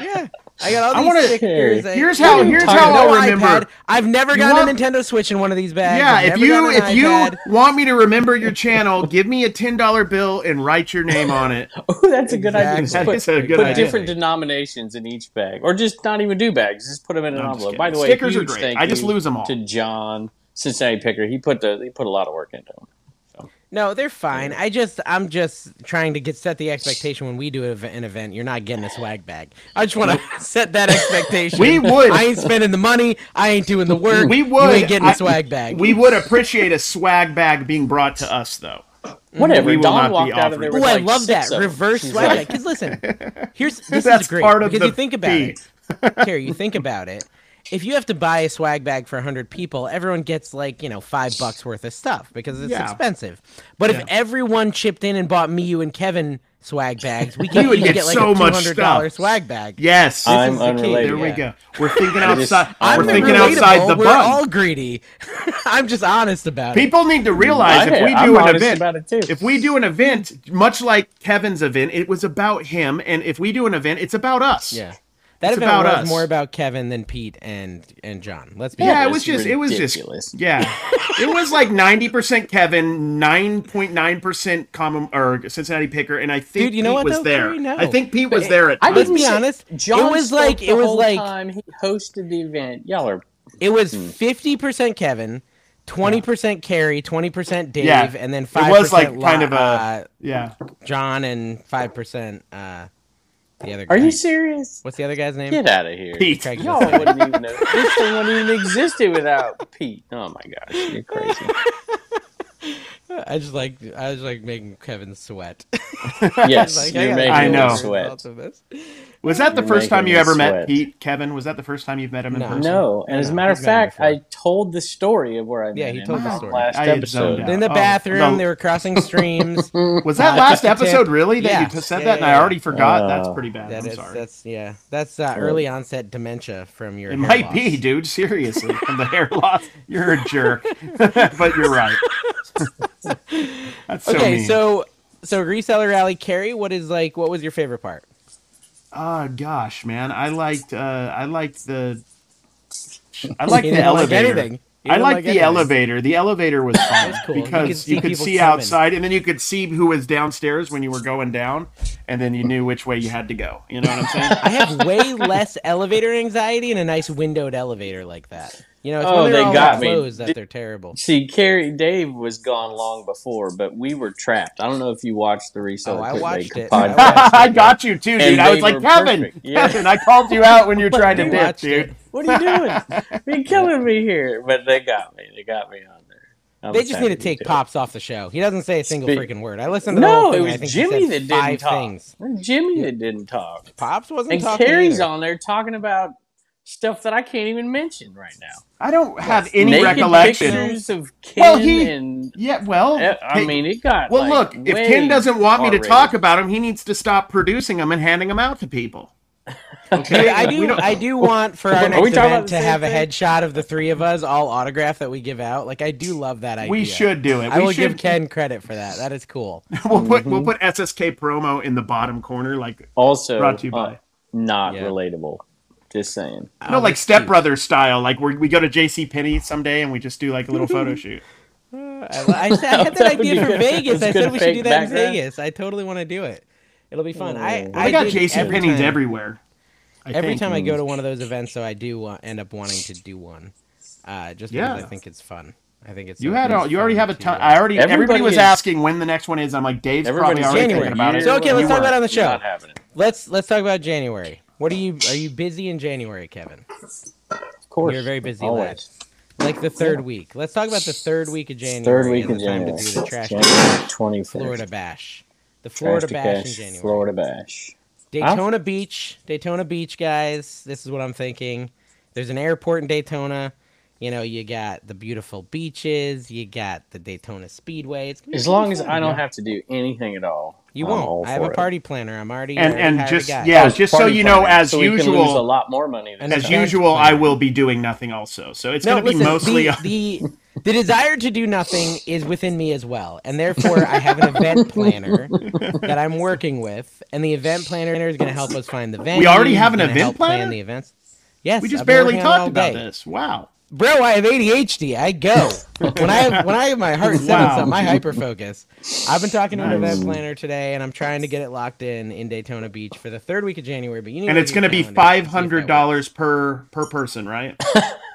Speaker 1: Yeah. I got all
Speaker 2: I
Speaker 1: these
Speaker 2: wanna-
Speaker 1: stickers. I-
Speaker 2: Here's how-
Speaker 1: You
Speaker 2: here's
Speaker 1: talk-
Speaker 2: how
Speaker 1: no
Speaker 2: I'll remember.
Speaker 1: iPad. I've never
Speaker 2: You
Speaker 1: gotten
Speaker 2: want-
Speaker 1: a Nintendo Switch in one of these bags.
Speaker 2: Yeah,
Speaker 1: I've
Speaker 2: if
Speaker 1: never
Speaker 2: you
Speaker 1: gotten an
Speaker 2: if
Speaker 1: iPad.
Speaker 2: you want me to remember your channel, give me a ten dollar bill and write your name on it.
Speaker 3: Oh, that's a good idea.
Speaker 1: Exactly.
Speaker 3: Put-
Speaker 2: That's a good
Speaker 3: put
Speaker 2: idea.
Speaker 3: different denominations in each bag, or just not even do bags. Just put them in an
Speaker 2: I'm just
Speaker 3: envelope.
Speaker 2: kidding.
Speaker 3: By the way,
Speaker 2: Stickers are
Speaker 3: huge
Speaker 2: great.
Speaker 3: thank
Speaker 2: I just
Speaker 3: you
Speaker 2: lose 'em all.
Speaker 3: To John Cincinnati Picker, he put the he put a lot of work into them.
Speaker 1: No, they're fine. I just I'm just trying to get set the expectation when we do ev- an event. You're not getting a swag bag. I just want to set that expectation.
Speaker 2: We would.
Speaker 1: I ain't spending the money. I ain't doing the work.
Speaker 2: We
Speaker 1: You
Speaker 2: would
Speaker 1: ain't getting
Speaker 2: I-
Speaker 1: a swag bag.
Speaker 2: We would appreciate a swag bag being brought to us though.
Speaker 3: Whatever.
Speaker 2: We Mm-hmm. will not
Speaker 3: Don
Speaker 2: be
Speaker 3: walked out of there.
Speaker 2: offering-
Speaker 3: With
Speaker 1: Ooh, I
Speaker 3: like
Speaker 1: love
Speaker 3: six
Speaker 1: that
Speaker 3: of 'em.
Speaker 1: reverse
Speaker 3: She's
Speaker 1: swag
Speaker 3: like,
Speaker 1: bag. Because listen, here's this
Speaker 2: That's
Speaker 1: is great
Speaker 2: part of
Speaker 1: because
Speaker 2: the
Speaker 1: you think about
Speaker 2: fee.
Speaker 1: it, Terry. You think about it. If you have to buy a swag bag for 100 people, everyone gets like, you know, five bucks worth of stuff because it's
Speaker 2: Yeah.
Speaker 1: expensive. But if everyone chipped in and bought me, you, and Kevin swag bags, we could
Speaker 2: would
Speaker 1: each
Speaker 2: get
Speaker 1: get like
Speaker 2: so
Speaker 1: a
Speaker 2: much
Speaker 1: $200
Speaker 2: stuff.
Speaker 1: swag bag.
Speaker 2: Yes.
Speaker 3: I'm
Speaker 1: is the key.
Speaker 3: unrelated.
Speaker 2: there we
Speaker 1: yeah.
Speaker 2: go. We're thinking
Speaker 3: just-
Speaker 2: outside.
Speaker 3: I'm
Speaker 2: we're
Speaker 1: the
Speaker 2: thinking
Speaker 1: relatable,
Speaker 2: outside the
Speaker 1: We're
Speaker 2: bun.
Speaker 1: all greedy. I'm just honest about it.
Speaker 2: People need to realize
Speaker 3: I-
Speaker 2: if we
Speaker 3: I'm
Speaker 2: do an
Speaker 3: honest
Speaker 2: event,
Speaker 3: about it, too.
Speaker 2: if we do an event, much like Kevin's event, it was about him, and if we do an event, it's about us.
Speaker 1: Yeah. That
Speaker 2: It's
Speaker 1: event
Speaker 2: about
Speaker 1: was
Speaker 2: us.
Speaker 1: more about Kevin than Pete and and John. Let's be honest.
Speaker 2: Yeah, it was
Speaker 3: It's
Speaker 2: just, it was
Speaker 3: ridiculous.
Speaker 2: just, yeah, it was like ninety percent Kevin, nine point nine percent common or Cincinnati Picker, and I think
Speaker 1: Dude, you know
Speaker 2: Pete
Speaker 1: what,
Speaker 2: was
Speaker 1: though?
Speaker 2: there.
Speaker 1: Terry, no.
Speaker 2: I think Pete was there at.
Speaker 3: I
Speaker 1: Let's
Speaker 3: didn't
Speaker 1: be
Speaker 3: sit-
Speaker 1: honest.
Speaker 3: John
Speaker 1: it was
Speaker 3: spoke
Speaker 1: like
Speaker 3: the
Speaker 1: it was
Speaker 3: whole
Speaker 1: like
Speaker 3: time he hosted the event. Y'all are
Speaker 1: it was
Speaker 2: Hmm.
Speaker 1: fifty percent Kevin, twenty percent Carrie, twenty percent Dave,
Speaker 2: Yeah.
Speaker 1: and then
Speaker 2: It
Speaker 1: five
Speaker 2: was like
Speaker 1: percent
Speaker 2: kind of a-
Speaker 1: uh,
Speaker 2: yeah,
Speaker 1: John and five percent uh, the other. Guy.
Speaker 3: Are you serious?
Speaker 1: What's the other guy's name?
Speaker 3: Get out of here.
Speaker 2: Pete.
Speaker 1: Craig
Speaker 3: Y'all
Speaker 1: Mason.
Speaker 3: wouldn't even know. This thing wouldn't even existed without Pete. Oh my gosh, you're crazy.
Speaker 1: Uh, I just like I was like making Kevin sweat.
Speaker 3: Yes,
Speaker 1: like,
Speaker 3: you're
Speaker 1: gotta
Speaker 3: making
Speaker 1: deal
Speaker 2: I
Speaker 3: me
Speaker 1: with
Speaker 2: know.
Speaker 1: the
Speaker 3: sweat.
Speaker 1: results of this.
Speaker 2: was that the
Speaker 3: You're
Speaker 2: first time
Speaker 3: making
Speaker 2: you
Speaker 3: me
Speaker 2: ever met
Speaker 3: sweat.
Speaker 2: Pete? Kevin, was that the first time you've met him in
Speaker 1: No.
Speaker 2: person?
Speaker 3: No, and as a matter of
Speaker 1: he's been
Speaker 3: fact,
Speaker 1: before.
Speaker 3: I told the story of where I met
Speaker 1: Yeah, he
Speaker 3: him
Speaker 1: told the
Speaker 3: on
Speaker 1: story.
Speaker 3: last
Speaker 2: I had zoned
Speaker 3: episode.
Speaker 2: out.
Speaker 1: In the
Speaker 2: Oh,
Speaker 1: bathroom,
Speaker 2: no.
Speaker 1: they were crossing streams.
Speaker 2: Was that last episode really that
Speaker 1: Yeah.
Speaker 2: you said
Speaker 1: Yeah,
Speaker 2: that, and
Speaker 1: yeah,
Speaker 2: I
Speaker 1: yeah.
Speaker 2: already forgot?
Speaker 3: Uh,
Speaker 2: that's pretty bad.
Speaker 1: That
Speaker 2: I'm
Speaker 1: is-
Speaker 2: sorry.
Speaker 1: that's yeah, that's uh, early onset dementia from your.
Speaker 2: It
Speaker 1: hair
Speaker 2: might
Speaker 1: loss.
Speaker 2: be, dude. Seriously, from the hair loss, you're a jerk. but you're right. That's so
Speaker 1: okay,
Speaker 2: mean.
Speaker 1: so so reseller rally, Carrie, what is like? What was your favorite part?
Speaker 2: oh gosh, man, I liked uh, I liked the I liked
Speaker 1: He
Speaker 2: the
Speaker 1: didn't like
Speaker 2: elevator.
Speaker 1: anything. He
Speaker 2: I
Speaker 1: didn't
Speaker 2: liked
Speaker 1: like
Speaker 2: the
Speaker 1: anything.
Speaker 2: elevator. The elevator was fun
Speaker 1: cool. You could
Speaker 2: because
Speaker 1: see
Speaker 2: you could
Speaker 1: people
Speaker 2: see
Speaker 1: coming.
Speaker 2: outside, and then you could see who was downstairs when you were going down, and then you knew which way you had to go.
Speaker 1: Oh,
Speaker 2: You know what I'm saying?
Speaker 1: I have way less elevator anxiety in a nice windowed elevator like that. You know, it's
Speaker 3: Oh,
Speaker 1: when they're
Speaker 3: they
Speaker 1: all
Speaker 3: got
Speaker 1: in
Speaker 3: me.
Speaker 1: clothes that
Speaker 3: Did-
Speaker 1: they're terrible.
Speaker 3: See, Carrie Dave was gone long before, but we were trapped. I don't know if you watched the
Speaker 1: Oh,
Speaker 3: reseller
Speaker 1: I
Speaker 3: Clickbait
Speaker 1: watched it.
Speaker 3: podcast.
Speaker 2: I got you too, dude.
Speaker 3: And
Speaker 2: I
Speaker 3: they
Speaker 2: was like,
Speaker 3: were
Speaker 2: Kevin,
Speaker 3: perfect. Yeah.
Speaker 2: Kevin, I called you out when you were trying to
Speaker 1: I
Speaker 2: dip,
Speaker 1: watched
Speaker 2: dude.
Speaker 1: it.
Speaker 3: What are you doing? You're killing me here. But they got me. They got me on there. I'm
Speaker 1: They just
Speaker 3: happy
Speaker 1: need to take
Speaker 3: do it.
Speaker 1: pops off the show. He doesn't say a single
Speaker 3: Speak-
Speaker 1: freaking word. I listened to the whole
Speaker 3: No,
Speaker 1: thing.
Speaker 3: it
Speaker 1: I
Speaker 3: was
Speaker 1: think he
Speaker 3: Jimmy
Speaker 1: said
Speaker 3: that didn't
Speaker 1: five
Speaker 3: talk.
Speaker 1: things.
Speaker 3: Jimmy that didn't talk.
Speaker 1: Pops wasn't
Speaker 3: And
Speaker 1: talking.
Speaker 3: Carrie's
Speaker 1: either.
Speaker 3: on there talking about stuff that I can't even mention right now.
Speaker 2: I don't have any
Speaker 3: Naked
Speaker 2: recollection.
Speaker 3: pictures of Ken
Speaker 2: Well, he-
Speaker 3: and
Speaker 2: Yeah, well,
Speaker 3: Eh, I
Speaker 2: hey,
Speaker 3: mean, it got
Speaker 2: well,
Speaker 3: like,
Speaker 2: look, if
Speaker 3: way
Speaker 2: Ken doesn't want me to
Speaker 3: R-rated.
Speaker 2: talk about him, he needs to stop producing them and handing them out to people. Okay,
Speaker 1: Hey, I
Speaker 2: We
Speaker 1: do.
Speaker 2: don't-
Speaker 1: I do want for
Speaker 3: Are
Speaker 1: our
Speaker 3: we
Speaker 1: next
Speaker 3: talking about
Speaker 1: event
Speaker 3: the
Speaker 1: to
Speaker 3: same
Speaker 1: have a
Speaker 3: thing?
Speaker 1: headshot of the three of us, all autograph that we give out. Like I do love that idea.
Speaker 2: we should do it.
Speaker 1: I
Speaker 2: we
Speaker 1: will
Speaker 2: should
Speaker 1: give Ken Mhm. credit for that. That is cool.
Speaker 2: We'll put we'll put SSK promo in the bottom corner, like
Speaker 3: also
Speaker 2: Brought to you
Speaker 3: uh,
Speaker 2: by-
Speaker 3: not
Speaker 1: Yeah.
Speaker 3: relatable. Just saying.
Speaker 2: you
Speaker 1: Oh,
Speaker 2: know, like Step Brothers style, like where we go to JC Penney someday and we just do like a little photo shoot.
Speaker 1: I, Uh, I, said- I had that
Speaker 3: That would be
Speaker 1: idea for
Speaker 3: good.
Speaker 1: Vegas.
Speaker 3: That's
Speaker 1: I
Speaker 3: good
Speaker 1: said we should do
Speaker 3: fake
Speaker 1: that in
Speaker 3: background.
Speaker 1: Vegas. I totally want to do it. It'll be fun. I,
Speaker 3: Oh.
Speaker 1: I
Speaker 2: I got
Speaker 1: did
Speaker 2: JC
Speaker 1: every
Speaker 2: Penney's
Speaker 1: time-
Speaker 2: everywhere. I
Speaker 1: Every
Speaker 2: think.
Speaker 1: time I go to one of those events, so I do wa- end up wanting to do one, uh, just because
Speaker 2: Yeah.
Speaker 1: I think it's fun. I think it's
Speaker 2: you
Speaker 1: so
Speaker 2: had
Speaker 1: much
Speaker 2: all, you already
Speaker 1: fun
Speaker 2: have a
Speaker 1: to,
Speaker 2: ton.
Speaker 1: uh,
Speaker 2: I already everybody
Speaker 3: Everybody
Speaker 2: was
Speaker 3: is-
Speaker 2: asking when the next one is. I'm like Dave's probably
Speaker 3: Everybody's
Speaker 2: already
Speaker 1: January.
Speaker 2: thinking about it.
Speaker 1: So, okay, let's
Speaker 2: You
Speaker 1: talk about
Speaker 2: weren't.
Speaker 1: it on the show.
Speaker 3: Not having it.
Speaker 1: Let's let's talk about January. What are you are you busy in January, Kevin?
Speaker 3: Of course,
Speaker 1: You're a very busy
Speaker 3: Always.
Speaker 1: lad. Like the third week. Let's talk about the third week of January.
Speaker 3: Third week
Speaker 1: and
Speaker 3: in
Speaker 1: the time
Speaker 3: January.
Speaker 1: to do the trash
Speaker 3: January twenty fifth.
Speaker 1: Florida Bash. The Florida Bash in January.
Speaker 3: Florida Bash.
Speaker 1: Daytona Beach, Daytona Beach, guys. This is what I'm thinking. There's an airport in Daytona. You know, you got the beautiful beaches. You got the Daytona Speedway. It's gonna be
Speaker 3: As
Speaker 1: really
Speaker 3: long as
Speaker 1: fun.
Speaker 3: I don't have to do anything at all,
Speaker 1: you
Speaker 3: I'm all
Speaker 1: won't. I have
Speaker 3: for
Speaker 1: a
Speaker 3: it.
Speaker 1: party planner. I'm already
Speaker 2: And-
Speaker 1: I
Speaker 2: and
Speaker 1: hired a
Speaker 2: just-
Speaker 1: guy.
Speaker 2: yeah,
Speaker 3: It's
Speaker 2: just so
Speaker 3: party
Speaker 2: you know,
Speaker 3: planning,
Speaker 2: as
Speaker 3: so we can
Speaker 2: usual-
Speaker 3: lose a lot more money.
Speaker 1: And
Speaker 3: this
Speaker 2: As
Speaker 3: time.
Speaker 2: usual, I will be doing nothing also. So it's going to be
Speaker 1: listen,
Speaker 2: mostly. uh,
Speaker 1: the, the the desire to do nothing is within me as well, and therefore I have an event planner that I'm working with, and the event planner is going to help us find the venue.
Speaker 2: already have an
Speaker 1: gonna
Speaker 2: event
Speaker 1: help plan
Speaker 2: planner?
Speaker 1: the events. Yes,
Speaker 2: we just
Speaker 1: I've been
Speaker 2: barely
Speaker 1: working on it all
Speaker 2: talked about
Speaker 1: day.
Speaker 2: this. Wow.
Speaker 1: bro. I have ADHD. I go when I have, when I have my heart set on
Speaker 2: Wow.
Speaker 1: something. I hyperfocus. I've been talking to an
Speaker 2: Nice.
Speaker 1: event planner today, and I'm trying to get it locked in in Daytona Beach for the third week of January. But you need
Speaker 2: And
Speaker 1: to
Speaker 2: it's
Speaker 1: look
Speaker 2: going to
Speaker 1: at
Speaker 2: be
Speaker 1: your calendar
Speaker 2: five
Speaker 1: and see if that
Speaker 2: hundred
Speaker 1: works.
Speaker 2: dollars per per person, right?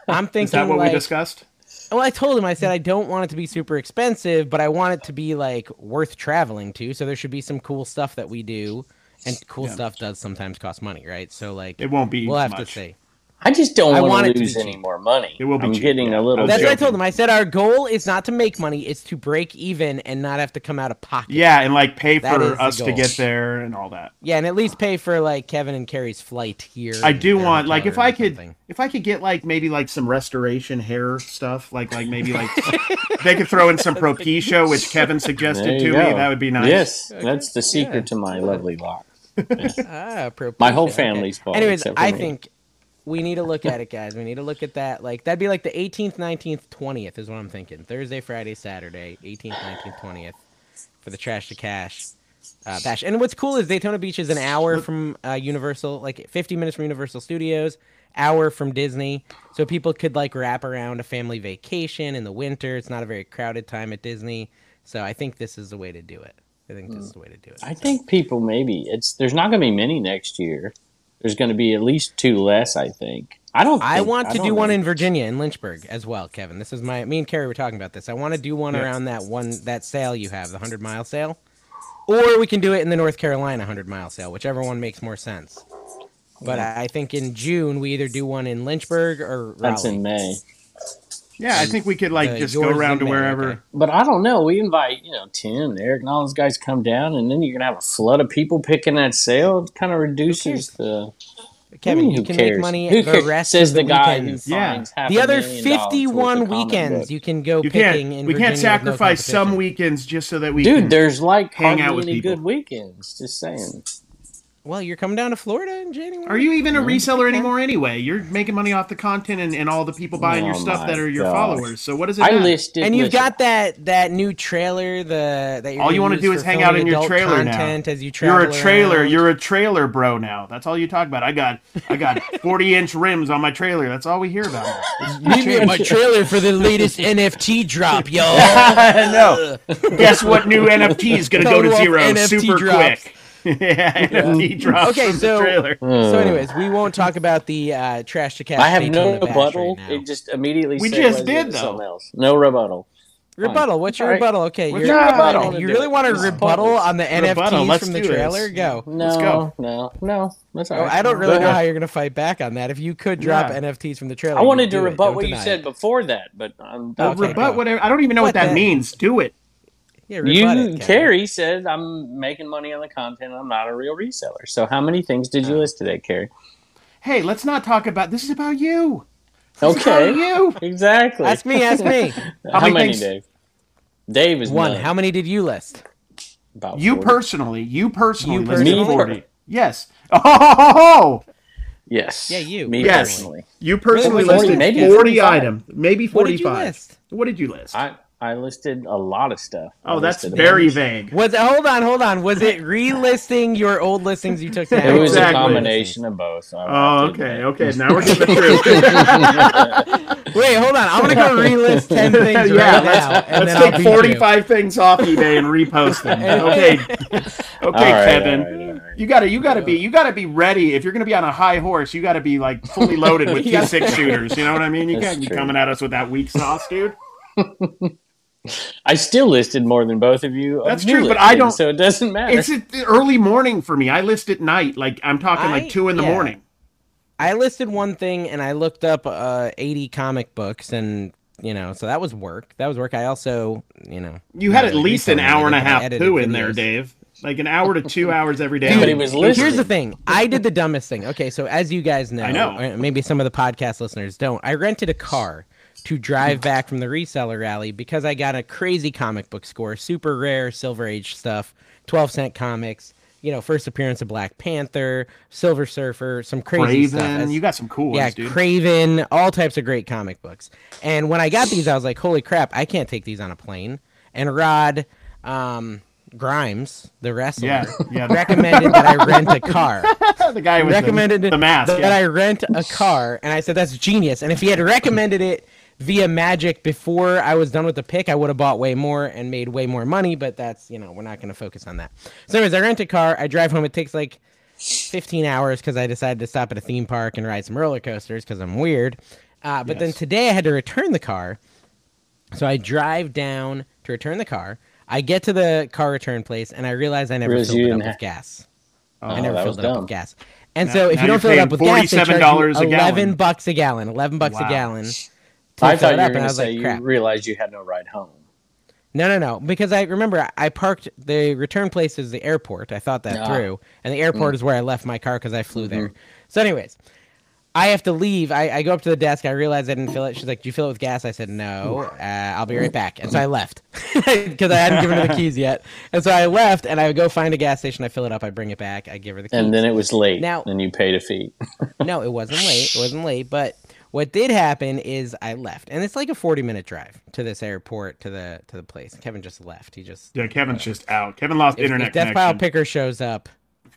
Speaker 1: I'm thinking
Speaker 2: Is that what
Speaker 1: like,
Speaker 2: we discussed?
Speaker 1: Well, I told him, I said, I don't want it to be super expensive, but I want it to be like worth traveling to. So there should be some cool stuff that we do. And cool
Speaker 2: Yeah.
Speaker 1: stuff does sometimes cost money, right? So, like,
Speaker 2: It won't be
Speaker 1: we'll have
Speaker 2: much.
Speaker 1: to see.
Speaker 3: I just don't
Speaker 1: I want
Speaker 3: want
Speaker 1: it to
Speaker 3: to
Speaker 1: be
Speaker 3: lose any
Speaker 1: cheap.
Speaker 3: more money.
Speaker 2: It will be
Speaker 3: I'm
Speaker 2: cheap,
Speaker 3: getting
Speaker 2: yeah.
Speaker 3: a little.
Speaker 2: I'm
Speaker 1: That's what I
Speaker 3: joking.
Speaker 1: told him. I said, our goal is not to make money, it's to break even and not have to come out of pocket.
Speaker 2: Yeah, and like pay
Speaker 1: That is
Speaker 2: for
Speaker 1: the
Speaker 2: us to
Speaker 1: goal.
Speaker 2: get there and all that.
Speaker 1: Yeah, and at least pay for, like, Kevin and Carrie's flight here.
Speaker 2: I
Speaker 1: and
Speaker 2: do
Speaker 1: their
Speaker 2: want like
Speaker 1: hotel
Speaker 2: if
Speaker 1: room
Speaker 2: I
Speaker 1: or
Speaker 2: could
Speaker 1: something.
Speaker 2: if I could get like maybe like some restoration hair stuff, like like maybe like they could throw in some Propecia, which Kevin
Speaker 3: There
Speaker 2: suggested to
Speaker 3: you
Speaker 2: me.
Speaker 3: go.
Speaker 2: That would be nice.
Speaker 3: Yes, that's the secret to my lovely lock.
Speaker 1: Ah, appropriate.
Speaker 3: My whole
Speaker 1: Okay.
Speaker 3: family's bald,
Speaker 1: Anyways,
Speaker 3: except for
Speaker 1: I
Speaker 3: me.
Speaker 1: think we need to look at it, guys. We need to look at that. Like that'd be like the 18th, 19th, 20th is what I'm thinking. Thursday, Friday, Saturday, 18th, 19th, 20th for the trash to cash. Uh, bash. And what's cool is Daytona Beach is an hour from uh, Universal, like 50 minutes from Universal Studios, hour from Disney. So people could like wrap around a family vacation in the winter. It's not a very crowded time at Disney. So I think this is the way to do it. I think this is the way to do it.
Speaker 3: I think people maybe it's there's not going to be many next year. There's going to be at least two less. I think. I don't.
Speaker 1: I
Speaker 3: think-
Speaker 1: want to
Speaker 3: don't
Speaker 1: do one
Speaker 3: know.
Speaker 1: in Virginia in Lynchburg as well, Kevin. This is my me and Carrie were talking about this. I want to do one
Speaker 2: Yeah.
Speaker 1: around that one that sale you have, the hundred mile sale, or we can do it in the North Carolina hundred mile sale, whichever one makes more sense. But I I think in June we either do one in Lynchburg or
Speaker 3: That's
Speaker 1: Raleigh.
Speaker 3: in May.
Speaker 2: Yeah, I think we could like
Speaker 1: Uh,
Speaker 2: just go
Speaker 1: yours
Speaker 2: around
Speaker 1: in
Speaker 2: to
Speaker 1: May,
Speaker 2: wherever.
Speaker 1: okay.
Speaker 3: But I don't know. We invite you know Tim, and Eric, and all those guys come down, and then you're going to have a flood of people picking that sale. It kind of reduces the.
Speaker 1: Kevin,
Speaker 3: Who
Speaker 1: you can
Speaker 3: cares?
Speaker 1: make money
Speaker 3: Who
Speaker 1: the
Speaker 3: cares?
Speaker 1: rest
Speaker 3: Says
Speaker 1: of the,
Speaker 3: the, guy who
Speaker 1: weekends.
Speaker 2: Yeah.
Speaker 3: finds half
Speaker 1: The
Speaker 3: a
Speaker 1: other
Speaker 3: million dollars worth of
Speaker 1: fifty-one
Speaker 3: comic
Speaker 1: weekends
Speaker 3: book.
Speaker 1: you can go
Speaker 2: You
Speaker 1: picking
Speaker 2: can't
Speaker 1: in
Speaker 2: you
Speaker 1: Virginia
Speaker 2: can't
Speaker 1: with no
Speaker 2: sacrifice some
Speaker 1: competition.
Speaker 2: weekends just so that we
Speaker 3: Dude,
Speaker 2: can-
Speaker 3: there's like
Speaker 2: hang
Speaker 3: hardly
Speaker 2: out with
Speaker 3: any
Speaker 2: people.
Speaker 3: good weekends. Just saying.
Speaker 1: Well, you're coming down to Florida in January.
Speaker 2: Are you
Speaker 1: Mm-hmm.
Speaker 2: even a reseller anymore anyway? You're making money off the content and, and all the people buying your
Speaker 3: Oh
Speaker 2: stuff
Speaker 3: my
Speaker 2: that are your
Speaker 3: gosh.
Speaker 2: followers. So what does it
Speaker 3: I
Speaker 2: matter?
Speaker 3: listed.
Speaker 1: and you've
Speaker 3: listen,
Speaker 1: got that that new trailer. The that you're
Speaker 2: All
Speaker 1: gonna
Speaker 2: you wanna
Speaker 1: use
Speaker 2: do is
Speaker 1: for
Speaker 2: hang out
Speaker 1: filming
Speaker 2: in your
Speaker 1: adult
Speaker 2: trailer now.
Speaker 1: content As you travel
Speaker 2: You're a trailer.
Speaker 1: around.
Speaker 2: You're a trailer bro now. That's all you talk about. I got I got 40 inch rims on my trailer. That's all we hear about.
Speaker 1: Meet me at my trailer for the latest NFT drop, y'all.
Speaker 2: no. Guess what new NFT is going to go to
Speaker 1: Total
Speaker 2: zero
Speaker 1: NFT
Speaker 2: super
Speaker 1: drops.
Speaker 2: quick? yeah, NFT drops
Speaker 1: Okay,
Speaker 2: from
Speaker 1: so-
Speaker 2: the trailer.
Speaker 1: So, anyways, we won't talk about the uh, trash to cash.
Speaker 3: I have
Speaker 1: Daytona
Speaker 3: no
Speaker 1: Bash
Speaker 3: rebuttal.
Speaker 1: right now.
Speaker 3: it just immediately.
Speaker 2: We
Speaker 3: segues
Speaker 2: just did,
Speaker 3: into
Speaker 2: though.
Speaker 3: Something else. No rebuttal.
Speaker 1: rebuttal. What's your
Speaker 3: All right.
Speaker 1: rebuttal? Okay,
Speaker 2: What's
Speaker 1: you're-
Speaker 2: your rebuttal?
Speaker 1: You really want to
Speaker 3: Just
Speaker 1: rebuttal
Speaker 3: focus.
Speaker 1: on the
Speaker 2: Rebuttal,
Speaker 1: NFTs
Speaker 2: let's
Speaker 1: from the
Speaker 2: do this.
Speaker 1: trailer? Go.
Speaker 3: No,
Speaker 2: Let's go.
Speaker 3: no, no. That's all
Speaker 1: Oh,
Speaker 3: right.
Speaker 1: I don't really
Speaker 3: Go
Speaker 1: know
Speaker 3: ahead.
Speaker 1: how you're going to fight back on that. If you could drop
Speaker 2: Yeah.
Speaker 1: NFTs from the trailer,
Speaker 3: I
Speaker 1: you
Speaker 3: wanted
Speaker 1: do
Speaker 3: to
Speaker 1: it.
Speaker 3: rebut
Speaker 1: Don't
Speaker 3: what you
Speaker 1: deny
Speaker 3: said
Speaker 1: it.
Speaker 3: before that, but I'm,
Speaker 2: Well,
Speaker 3: I'm
Speaker 1: Okay, go.
Speaker 2: rebut whatever. I don't even know
Speaker 1: What
Speaker 2: what that
Speaker 1: the-
Speaker 2: means. Do it.
Speaker 1: Yeah,
Speaker 3: you,
Speaker 1: rebut it, Kevin.
Speaker 3: Carrie said I'm making money on the content. I'm not a real reseller. So how many things did
Speaker 1: Oh.
Speaker 3: you list today, Carrie?
Speaker 2: Hey, let's not talk about this. Is about you. This is about
Speaker 3: Okay,
Speaker 2: you.
Speaker 3: exactly.
Speaker 1: Oh, Ask me. Ask me.
Speaker 3: How,
Speaker 2: many
Speaker 3: many,
Speaker 2: things-
Speaker 3: Dave? Dave is
Speaker 1: One.
Speaker 3: none.
Speaker 1: How many did you list?
Speaker 3: About
Speaker 2: You
Speaker 3: 40.
Speaker 2: personally. You personally.
Speaker 1: You
Speaker 2: listened to
Speaker 1: personally?
Speaker 2: 40. Yes. Oh,
Speaker 3: Yes.
Speaker 1: Yeah, you.
Speaker 3: Me
Speaker 2: Yes.
Speaker 3: personally.
Speaker 2: you personally
Speaker 3: Really? 40,
Speaker 2: listed
Speaker 3: maybe
Speaker 2: 40
Speaker 3: 45.
Speaker 2: items, maybe
Speaker 1: What did you
Speaker 2: 45.
Speaker 1: list?
Speaker 2: What did you list?
Speaker 3: I I listed a lot of stuff. I
Speaker 2: oh, that's
Speaker 3: listed a
Speaker 2: very
Speaker 3: bunch.
Speaker 2: vague.
Speaker 1: Was hold on, hold on. Was it relisting your old listings you took down?
Speaker 3: It was
Speaker 2: Exactly.
Speaker 3: a combination of both. I
Speaker 2: Oh,
Speaker 3: liked it.
Speaker 2: okay, okay. Now we're getting the truth.
Speaker 1: Wait, hold on. I'm gonna go relist ten things right
Speaker 2: yeah,
Speaker 1: now. and
Speaker 2: let's
Speaker 1: then I'll
Speaker 2: take
Speaker 1: beat you.
Speaker 2: 45 things off eBay and repost them. Okay, okay,
Speaker 3: All right,
Speaker 2: Kevin.
Speaker 3: all right, all right.
Speaker 2: You gotta, you gotta be, you gotta be ready. If you're gonna be on a high horse, you gotta be like fully loaded with two six shooters. You know what I mean? You
Speaker 3: That's
Speaker 2: can't be
Speaker 3: true.
Speaker 2: coming at us with that weak sauce, dude.
Speaker 3: I still listed more than both of you. of
Speaker 2: That's
Speaker 3: new
Speaker 2: true, but I
Speaker 3: listings,
Speaker 2: don't-
Speaker 3: So it doesn't matter.
Speaker 2: It's at the early morning for me. I list at night. Like I'm talking
Speaker 1: I-
Speaker 2: like two in the
Speaker 1: yeah.
Speaker 2: morning.
Speaker 1: I listed one thing and I looked up uh, 80 comic books and you know, so that was work. That was work. I also, you know,
Speaker 2: You had
Speaker 1: not
Speaker 2: at
Speaker 1: really
Speaker 2: least an
Speaker 1: reselling
Speaker 2: hour and a
Speaker 1: anything. I
Speaker 2: half
Speaker 1: edited
Speaker 2: poo in there,
Speaker 1: videos.
Speaker 2: Dave. Like an hour to two hours every day.
Speaker 3: But he was listening.
Speaker 1: Here's the thing. I did the dumbest thing. Okay, so as you guys know,
Speaker 2: I know.
Speaker 1: or maybe some of the podcast listeners don't. I rented a car to drive back from the reseller rally because I got a crazy comic book score, super rare silver age stuff, 12 cent comics, you know, first appearance of Black Panther, Silver Surfer, some crazy stuff.
Speaker 2: Raven,
Speaker 1: As-
Speaker 2: you got some cool
Speaker 1: yeah,
Speaker 2: ones, dude.
Speaker 1: Craven, all types of great comic books. And when I got these, I was like, holy crap, I can't take these on a plane. And Rod um, Grimes, the wrestler,
Speaker 2: yeah, yeah.
Speaker 1: recommended that I rent a car.
Speaker 2: the guy with
Speaker 1: recommended
Speaker 2: the, the mask.
Speaker 1: that
Speaker 2: yeah.
Speaker 1: I rent a car. And I said, that's genius. And if he had recommended it via magic before I was done with the pick, I would have bought way more and made way more money. But that's, you know, we're not going to focus on that. So, anyways, I rent a car. I drive home. It takes like 15 hours because I decided to stop at a theme park and ride some roller coasters because I'm weird. Uh, but then
Speaker 2: Yes.
Speaker 1: today I had to return the car. So I drive down to return the car. I get to the car return place and I realize I never
Speaker 3: Realize
Speaker 1: filled
Speaker 3: you
Speaker 1: it up
Speaker 3: didn't
Speaker 1: with
Speaker 3: ha-
Speaker 1: gas.
Speaker 3: Oh,
Speaker 1: I never
Speaker 3: that
Speaker 1: filled
Speaker 3: was
Speaker 1: it up
Speaker 3: dumb.
Speaker 1: with gas. And so if
Speaker 2: now
Speaker 1: you
Speaker 2: you're
Speaker 1: don't fill it
Speaker 2: paying
Speaker 1: up with gas, they
Speaker 2: $47
Speaker 1: charge
Speaker 2: a
Speaker 1: you
Speaker 2: gallon.
Speaker 1: eleven bucks a gallon. Eleven bucks a
Speaker 2: Wow.
Speaker 1: gallon. to
Speaker 3: I
Speaker 1: fill
Speaker 3: thought
Speaker 1: it up,
Speaker 3: you
Speaker 1: and
Speaker 3: were
Speaker 1: I
Speaker 3: going to
Speaker 1: was
Speaker 3: say
Speaker 1: like,
Speaker 3: you
Speaker 1: crap.
Speaker 3: realized you had no ride home.
Speaker 1: No, no, no. Because I remember I parked the return place is the airport. I thought that
Speaker 3: Ah. Mm.
Speaker 1: through, and the airport is where I left my car because I flew there.
Speaker 3: Mm-hmm.
Speaker 1: So, anyways, I have to leave. I, I go up to the desk. I realize I didn't fill it. She's like, "Do you fill it with gas?" I said, "No." Uh, I'll be right back. And so I left because I hadn't given her the keys yet. And so I left, and I go find a gas station. I fill it up. I bring it back. I give her the keys.
Speaker 3: And then it was late,
Speaker 1: Now-
Speaker 3: and you paid a fee.
Speaker 1: no, it wasn't late. It wasn't late. But what did happen is I left, and it's like a forty-minute drive to this airport to the to the place. Kevin just left. He just
Speaker 2: Yeah, Kevin's just out. Kevin lost
Speaker 1: if,
Speaker 2: internet
Speaker 1: if Death Pile
Speaker 2: connection.
Speaker 1: Picker shows up,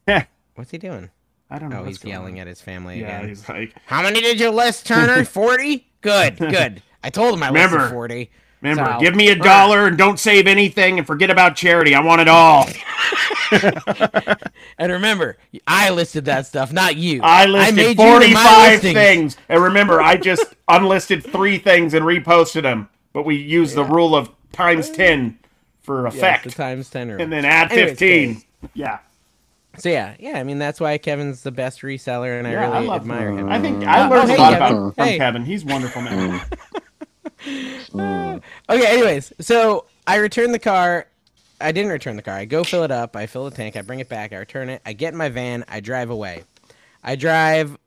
Speaker 2: Heh.
Speaker 1: what's he doing?
Speaker 2: I don't know.
Speaker 1: Oh,
Speaker 2: what's
Speaker 1: he's
Speaker 2: going
Speaker 1: yelling
Speaker 2: on.
Speaker 1: at his family
Speaker 2: Yeah,
Speaker 1: again.
Speaker 2: he's like,
Speaker 1: How many did you list, Turner? Forty. Good, good. I told him I listed
Speaker 2: Remember-
Speaker 1: forty.
Speaker 2: remember,
Speaker 1: So-
Speaker 2: give me a dollar and don't save anything and forget about charity. I want it all.
Speaker 1: And remember, I listed that stuff, not you.
Speaker 2: I listed
Speaker 1: made you in my
Speaker 2: 45
Speaker 1: listings.
Speaker 2: things. And remember, I just unlisted three things and reposted them. But we used the rule of times 10 for
Speaker 1: Yes,
Speaker 2: effect.
Speaker 1: Uh, the times ten rule.
Speaker 2: and then add
Speaker 1: Anyways,
Speaker 2: 15. yeah.
Speaker 1: So yeah, yeah. I mean, that's why Kevin's the best reseller, and I
Speaker 2: Yeah,
Speaker 1: really
Speaker 2: love
Speaker 1: admire him.
Speaker 2: I think I
Speaker 1: Oh,
Speaker 2: learned
Speaker 1: hey,
Speaker 2: a lot
Speaker 1: Kevin.
Speaker 2: about from
Speaker 1: Hey. Mm.
Speaker 2: Kevin. He's wonderful man.
Speaker 1: Okay, anyways, so I return the car. I didn't return the car. I go fill it up. I fill the tank. I bring it back. I return it. I get in my van. I drive away. I drive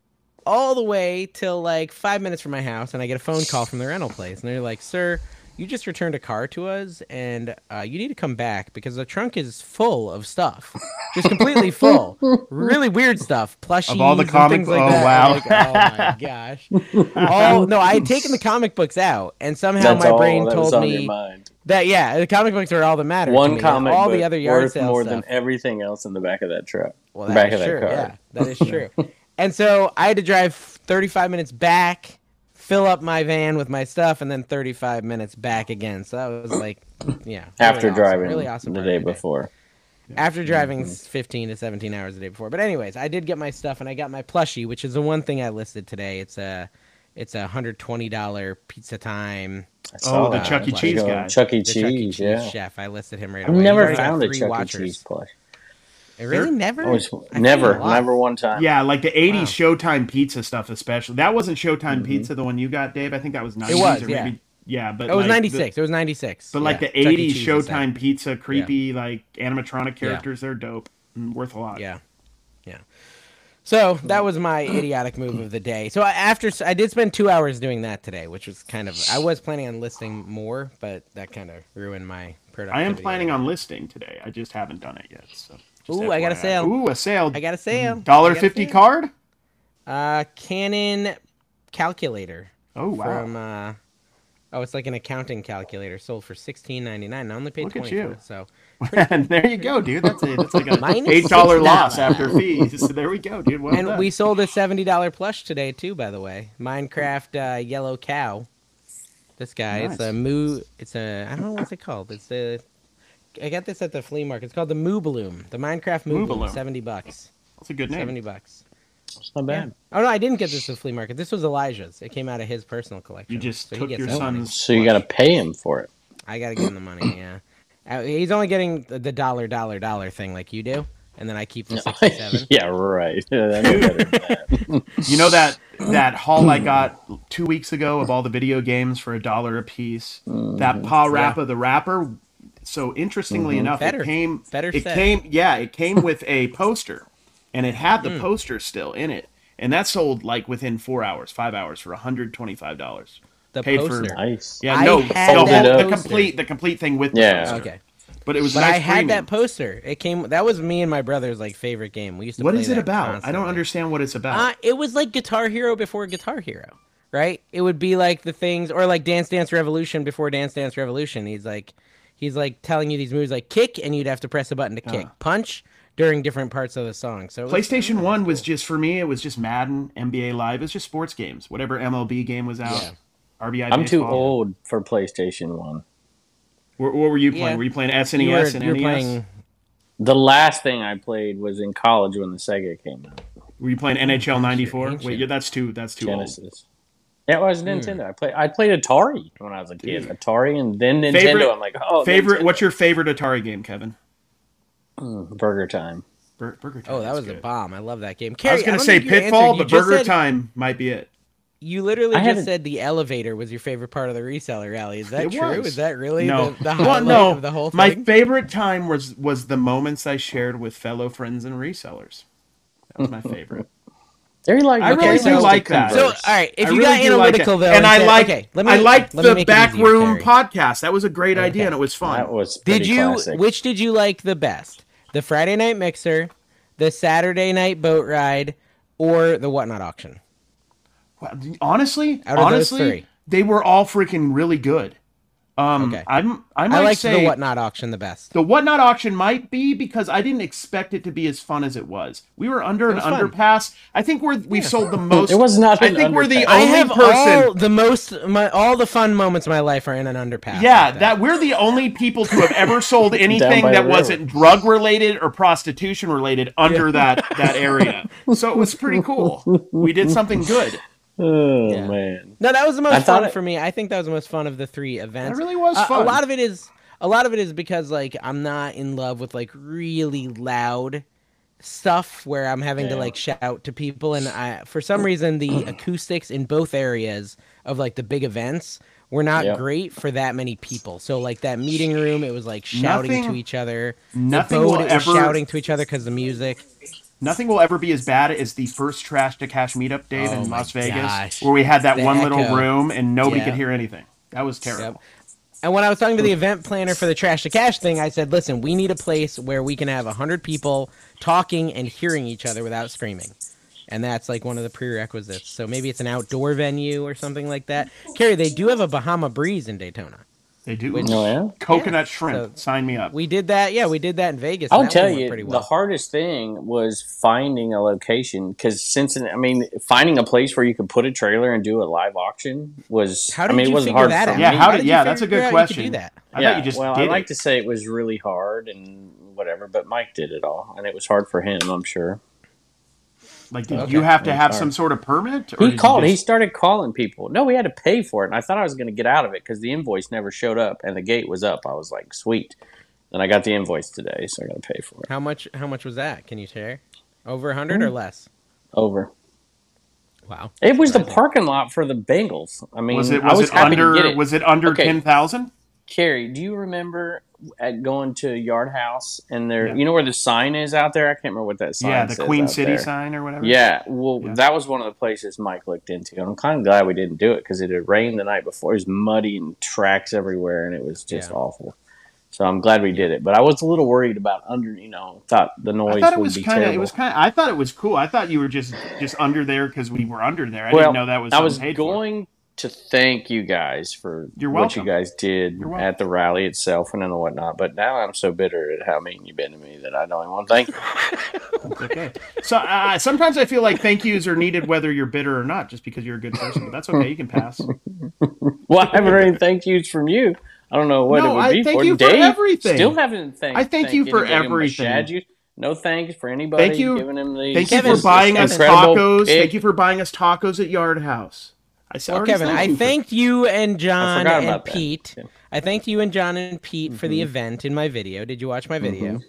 Speaker 1: all the way till like five minutes from my house, and I get a phone call from the rental place, and they're like, "Sir, you just returned a car to us, and uh, you need to come back because the trunk is full of stuff, just completely full, really weird stuff, plushies,
Speaker 2: Of all the
Speaker 1: and
Speaker 2: comic-
Speaker 1: things like
Speaker 2: oh,
Speaker 1: that."
Speaker 2: wow.
Speaker 1: I'm like, oh my gosh! Oh no, I had taken the comic books out, and somehow
Speaker 3: That's
Speaker 1: my
Speaker 3: all
Speaker 1: brain
Speaker 3: that was
Speaker 1: told
Speaker 3: on
Speaker 1: me.
Speaker 3: your mind.
Speaker 1: That yeah, the comic books are all that matter. to
Speaker 3: One
Speaker 1: me.
Speaker 3: comic
Speaker 1: all
Speaker 3: book
Speaker 1: the other yard
Speaker 3: worth
Speaker 1: sale
Speaker 3: more
Speaker 1: stuff.
Speaker 3: than everything else in the back of that truck.
Speaker 1: well,
Speaker 3: the
Speaker 1: that
Speaker 3: back
Speaker 1: is
Speaker 3: of that
Speaker 1: true.
Speaker 3: car.
Speaker 1: Yeah, that is true. and so I had to drive 35 minutes back, fill up my van with my stuff, and then 35 minutes back again. So that was like, yeah, really
Speaker 3: After
Speaker 1: awesome,
Speaker 3: driving
Speaker 1: really awesome
Speaker 3: the
Speaker 1: part of
Speaker 3: day
Speaker 1: my
Speaker 3: before. Mm-hmm.
Speaker 1: after driving 15 to 17 hours the day before. But anyways, I did get my stuff and I got my plushie, which is the one thing I listed today. It's a it's a hundred twenty dollar pizza time.
Speaker 3: I
Speaker 2: Oh,
Speaker 3: saw
Speaker 2: the
Speaker 3: that.
Speaker 2: Chuck E.
Speaker 3: Like,
Speaker 2: Cheese
Speaker 3: uh,
Speaker 2: guy.
Speaker 3: Chuck E.
Speaker 1: The Chuck E.
Speaker 3: Cheese,
Speaker 1: Cheese
Speaker 3: yeah.
Speaker 1: chef. I listed him right
Speaker 3: I've
Speaker 1: away. He's
Speaker 3: never
Speaker 1: already got
Speaker 3: found a
Speaker 1: three
Speaker 3: Chuck
Speaker 1: watchers.
Speaker 3: E. Cheese plush.
Speaker 1: Really? Never?
Speaker 3: Always,
Speaker 1: I've seen
Speaker 3: never,
Speaker 1: a lot.
Speaker 3: never one time.
Speaker 2: Yeah, like the '80s
Speaker 1: Wow.
Speaker 2: Showtime pizza stuff, especially. That wasn't Showtime pizza, the one you got, Dave. I think that was '90s
Speaker 1: Mm-hmm. was,
Speaker 2: or
Speaker 1: yeah.
Speaker 2: maybe yeah, but
Speaker 1: It was
Speaker 2: like,
Speaker 1: ninety
Speaker 2: the-
Speaker 1: six. It was ninety six.
Speaker 2: But like the
Speaker 1: Chuck E.
Speaker 2: '80s
Speaker 1: Cheese was that.
Speaker 2: Showtime pizza, creepy like animatronic characters, they're dope, and worth a lot.
Speaker 1: Yeah, yeah. So that was my idiotic move of the day. So I, after I did spend two hours doing that today, which was kind of I was planning on listing more, but that kind of ruined my productivity.
Speaker 2: I am planning on listing today. I just haven't done it yet. So. just
Speaker 1: Ooh, I got a
Speaker 2: FYI.
Speaker 1: sale.
Speaker 2: Ooh, a sale.
Speaker 1: I got a sale.
Speaker 2: dollar
Speaker 1: I got a
Speaker 2: fifty
Speaker 1: sale.
Speaker 2: card.
Speaker 1: Uh, Canon calculator
Speaker 2: Oh wow!
Speaker 1: from uh, oh, it's like an accounting calculator. Sold for sixteen ninety nine. I only paid
Speaker 2: Look at
Speaker 1: twenty.
Speaker 2: you.
Speaker 1: For it, so
Speaker 2: and there you go, dude. That's a, that's like a
Speaker 1: Minus
Speaker 2: eight dollar loss
Speaker 1: $6.
Speaker 2: after fees. So there we go, dude. Well
Speaker 1: and
Speaker 2: done.
Speaker 1: we sold a seventy dollar plush today too. By the way, Minecraft uh, yellow cow. This guy, it's a
Speaker 2: Nice.
Speaker 1: moo. It's a I don't know what's it called. It's a I got this at the flea market. It's called the Moo Bloom. The Minecraft Moo,
Speaker 2: Moo
Speaker 1: Bloom.
Speaker 2: Bloom.
Speaker 1: Seventy bucks.
Speaker 2: that's a good
Speaker 1: Seventy
Speaker 2: name.
Speaker 1: bucks.
Speaker 3: It's not bad.
Speaker 1: Oh no, I didn't get this at the flea market. This was Elijah's. It came out of his personal collection.
Speaker 2: You just
Speaker 1: So he
Speaker 2: took
Speaker 1: gets
Speaker 2: your
Speaker 1: that money.
Speaker 2: son's.
Speaker 3: So you got to pay him for it.
Speaker 1: I gotta give him the money. Yeah, Uh, he's only getting the the dollar, dollar, dollar thing like you do, and then I keep the sixty-seven.
Speaker 3: yeah, right. I know better than that.
Speaker 2: You know that that haul I got two weeks ago of all the video games for a dollar a piece. That Pa Rappa the Rapper. So interestingly enough,
Speaker 1: Better.
Speaker 2: it came.
Speaker 1: Better
Speaker 2: it
Speaker 1: set.
Speaker 2: came. Yeah, it came with a poster, and it had
Speaker 1: Mm.
Speaker 2: the poster still in it, and that sold like within four hours, five hours for hundred twenty five dollars.
Speaker 1: The
Speaker 2: Paid for-
Speaker 1: poster.
Speaker 3: Nice.
Speaker 2: Yeah,
Speaker 1: I
Speaker 2: no,
Speaker 1: had
Speaker 2: the,
Speaker 3: that
Speaker 2: whole, the
Speaker 3: poster.
Speaker 2: complete the complete thing with
Speaker 3: Yeah.
Speaker 2: the poster.
Speaker 1: Okay.
Speaker 2: But it was
Speaker 1: But
Speaker 2: nice
Speaker 1: I had
Speaker 2: premium.
Speaker 1: that poster. It came. That was me and my brother's like favorite game. We used to.
Speaker 2: What
Speaker 1: play
Speaker 2: is it
Speaker 1: that
Speaker 2: about? I don't
Speaker 1: constantly.
Speaker 2: understand what it's about.
Speaker 1: Uh, it was like Guitar Hero before Guitar Hero, right? It would be like the things, or like Dance Dance Revolution before Dance Dance Revolution. He's like, he's like telling you these moves like kick, and you'd have to press a button to kick, punch during different parts of the song. So it was-
Speaker 2: PlayStation One was just for me. It was just Madden, NBA Live. It was just sports games. Whatever MLB game was out. RBI.
Speaker 3: I'm too
Speaker 2: baseball.
Speaker 3: old for PlayStation 1.
Speaker 2: Wh- What, were you playing?
Speaker 1: Yeah.
Speaker 2: Were you playing SNES
Speaker 1: you were,
Speaker 2: E and
Speaker 1: you were
Speaker 2: NES?
Speaker 1: playing.
Speaker 3: The last thing I played was in college when the Sega came out.
Speaker 2: Were you playing NHL '94? Wait,
Speaker 1: ancient.
Speaker 2: yeah, that's too. That's too old. Hmm.
Speaker 3: Genesis. Yeah, it was Nintendo. I played I played Atari when I was a kid. Atari and then Nintendo.
Speaker 2: Favorite-
Speaker 3: I'm like, oh,
Speaker 2: favorite.
Speaker 3: Nintendo.
Speaker 2: What's your favorite Atari game, Kevin?
Speaker 3: Burger Time?
Speaker 2: Bur- Burger Time.
Speaker 1: Oh, that
Speaker 2: is
Speaker 1: was a
Speaker 2: good.
Speaker 1: bomb! I love that game.
Speaker 2: I was
Speaker 1: Carrie,
Speaker 2: gonna
Speaker 1: don't
Speaker 2: say
Speaker 1: think you answered.
Speaker 2: Pitfall,
Speaker 1: You
Speaker 2: but
Speaker 1: just
Speaker 2: Burger
Speaker 1: said-
Speaker 2: Time might be it.
Speaker 1: You literally
Speaker 3: I
Speaker 1: just
Speaker 3: haven't-
Speaker 1: said the elevator was your favorite part of the reseller rally. Is that
Speaker 2: It
Speaker 1: true?
Speaker 2: was.
Speaker 1: Is that really
Speaker 2: no,
Speaker 1: the, the
Speaker 2: Well,
Speaker 1: highlight
Speaker 2: no.
Speaker 1: of the whole thing?
Speaker 2: My favorite time was was the moments I shared with fellow friends and resellers. That was my favorite.
Speaker 3: They like.
Speaker 2: I really do
Speaker 3: Atari likes to
Speaker 2: like that.
Speaker 1: So, all
Speaker 3: converse.
Speaker 1: right, if
Speaker 2: I
Speaker 1: you
Speaker 2: really
Speaker 1: got
Speaker 2: do like
Speaker 1: analytical
Speaker 2: it.
Speaker 1: though,
Speaker 2: and I
Speaker 1: said,
Speaker 2: like,
Speaker 1: okay, let me,
Speaker 2: I liked
Speaker 1: let me
Speaker 2: the
Speaker 1: make it
Speaker 2: back
Speaker 1: easier,
Speaker 2: room
Speaker 1: Carrie.
Speaker 2: podcast. That was a great idea, and it was fun.
Speaker 3: that was.
Speaker 1: Did
Speaker 3: pretty
Speaker 1: you?
Speaker 3: Classic.
Speaker 1: Which did you like the best? The Friday night mixer, the Saturday night boat ride, or the whatnot auction?
Speaker 2: Well, honestly,
Speaker 1: Out of those
Speaker 2: honestly,
Speaker 1: three.
Speaker 2: they were all freaking really good. Um,
Speaker 1: Okay.
Speaker 2: I'm I might
Speaker 1: I liked
Speaker 2: say
Speaker 1: the whatnot auction the best.
Speaker 2: the whatnot auction might be because I didn't expect it to be as fun as it was. We were under an
Speaker 1: was fun.
Speaker 2: underpass. I think we're we've sold the most.
Speaker 3: It was not
Speaker 2: I
Speaker 3: an
Speaker 2: think we're the
Speaker 3: underpass. I
Speaker 1: I
Speaker 2: only
Speaker 1: have
Speaker 2: person.
Speaker 1: all the most my, all the fun moments of my life are in an underpass.
Speaker 2: Yeah,
Speaker 1: like that.
Speaker 2: that we're the only people to have ever sold anything
Speaker 3: by the
Speaker 2: that
Speaker 3: river.
Speaker 2: wasn't drug related or prostitution related under that that area. So it was pretty cool. We did something good.
Speaker 3: Oh
Speaker 1: Yeah.
Speaker 3: man.
Speaker 1: No, that was the
Speaker 3: I
Speaker 1: most
Speaker 3: thought
Speaker 1: fun
Speaker 3: it-
Speaker 1: for me. I think that was the most fun of the three events.
Speaker 2: That really was
Speaker 1: A- A
Speaker 2: fun.
Speaker 1: lot of it is a lot of it is because like I'm not in love with like really loud stuff where I'm having to
Speaker 3: Yeah.
Speaker 1: like shout to people and I for some reason the acoustics in both areas of like the big events were not
Speaker 3: Yep.
Speaker 1: great for that many people. So like that meeting room it was like shouting
Speaker 2: Nothing-
Speaker 1: to each other. The
Speaker 2: nothing
Speaker 1: boat,
Speaker 2: will
Speaker 1: it was
Speaker 2: ever-
Speaker 1: shouting to each other cuz the music.
Speaker 2: Nothing will ever be as bad as the first trash to cash meetup Dave
Speaker 1: Oh
Speaker 2: in
Speaker 1: my
Speaker 2: Las Vegas,
Speaker 1: gosh.
Speaker 2: where we had that
Speaker 1: The
Speaker 2: one little
Speaker 1: echo.
Speaker 2: room and nobody
Speaker 1: Yeah.
Speaker 2: could hear anything. That was terrible.
Speaker 1: Yep. And when I was talking to the event planner for the Trash to Cash thing, I said, listen, we need a place where we can have 100 people talking and hearing each other without screaming. And that's like one of the prerequisites. So maybe it's an outdoor venue or something like that. Carrie, they do have a Bahama Breeze in Daytona.
Speaker 2: They do
Speaker 3: Oh yeah.
Speaker 2: coconut shrimp.
Speaker 1: So-
Speaker 2: Sign me up.
Speaker 1: We did that. Yeah, we did that in Vegas. and
Speaker 3: I'll
Speaker 1: that
Speaker 3: tell
Speaker 1: one went
Speaker 3: you,
Speaker 1: pretty
Speaker 3: the
Speaker 1: well.
Speaker 3: hardest thing was finding a location because Cincinnati. I mean, finding a place where you could put a trailer and do a live auction was.
Speaker 1: how did
Speaker 3: I mean,
Speaker 1: you
Speaker 3: it wasn't
Speaker 1: figure
Speaker 3: hard
Speaker 1: that
Speaker 3: for
Speaker 1: out?
Speaker 3: me.
Speaker 2: Yeah, how did-
Speaker 1: you
Speaker 2: yeah, that's a
Speaker 1: figure
Speaker 2: good
Speaker 1: out you could
Speaker 2: question.
Speaker 1: do that?
Speaker 2: I
Speaker 3: yeah,
Speaker 2: thought you just
Speaker 3: well,
Speaker 2: did
Speaker 3: I like
Speaker 2: it.
Speaker 3: to say it was really hard and whatever, but Mike did it all, and it was hard for him, I'm sure.
Speaker 2: Like, did
Speaker 1: Okay.
Speaker 2: you have to
Speaker 1: I'm
Speaker 2: have
Speaker 1: sorry.
Speaker 2: some sort of permit?
Speaker 3: He
Speaker 2: did you
Speaker 3: called. He
Speaker 2: just-
Speaker 3: started calling people. No, we had to pay for it, and I thought I was going to get out of it because the invoice never showed up, and the gate was up. I was like, sweet. And I got the invoice today, so I got to pay for it.
Speaker 1: How much? How much was that? Can you share? Over a hundred
Speaker 3: Mm.
Speaker 1: or less?
Speaker 3: Over.
Speaker 1: Wow.
Speaker 3: It was the parking lot for the Bengals. I mean,
Speaker 2: was it
Speaker 3: I
Speaker 2: was,
Speaker 3: was
Speaker 2: it
Speaker 3: happy
Speaker 2: under
Speaker 3: to get it.
Speaker 2: was it under
Speaker 3: Okay.
Speaker 2: ten thousand?
Speaker 3: Carrie, do you remember at going to Yard House and there?
Speaker 2: Yeah.
Speaker 3: You know where the sign is out there? I can't remember what that sign.
Speaker 2: Yeah, the
Speaker 3: says
Speaker 2: Queen
Speaker 3: out
Speaker 2: City
Speaker 3: there.
Speaker 2: sign or whatever.
Speaker 3: Yeah, well,
Speaker 2: Yeah.
Speaker 3: that was one of the places Mike looked into, and I'm kind of glad we didn't do it because it had rained the night before. It was muddy and tracks everywhere, and it was just
Speaker 1: Yeah.
Speaker 3: awful. So I'm glad we did it, but I was a little worried about under. You know, thought the noise
Speaker 2: I thought it
Speaker 3: would
Speaker 2: was
Speaker 3: be
Speaker 2: kind of it
Speaker 3: terrible.
Speaker 2: was kind of I thought it was cool. I thought you were just just under there because we were under there. I
Speaker 3: well,
Speaker 2: didn't know that was.
Speaker 3: I was
Speaker 2: unpaid for.
Speaker 3: going to thank you guys for
Speaker 2: You're
Speaker 3: what you
Speaker 2: welcome.
Speaker 3: guys did
Speaker 2: You're welcome.
Speaker 3: at the rally itself and then whatnot. But now I'm so bitter at how mean you've been to me that I don't even want to thank you.
Speaker 2: Okay. So uh, sometimes I feel like thank yous are needed whether you're bitter or not, just because you're a good person. But that's okay. You can pass.
Speaker 3: Well, I haven't heard any thank yous from you. I don't know what
Speaker 2: No,
Speaker 3: it would
Speaker 2: I
Speaker 3: be
Speaker 2: thank
Speaker 3: for.
Speaker 2: you for
Speaker 3: Dave,
Speaker 2: everything.
Speaker 3: Still haven't thanked.
Speaker 2: I thank you for
Speaker 3: anybody but
Speaker 2: everything.
Speaker 3: Shad, you- No thanks for anybody.
Speaker 2: Thank you-
Speaker 3: Giving him these,
Speaker 2: Thank you
Speaker 1: Kevin,
Speaker 2: for buying us
Speaker 3: incredible
Speaker 2: tacos.
Speaker 3: pig-
Speaker 2: Thank you for buying us tacos at Yard House. I said,
Speaker 1: Well, Kevin, I thanked you and John
Speaker 3: forgot
Speaker 1: and
Speaker 3: about that.
Speaker 1: Pete.
Speaker 3: Yeah. Mm-hmm.
Speaker 1: I thanked you and John and Pete for the event in my video. Did you watch my video?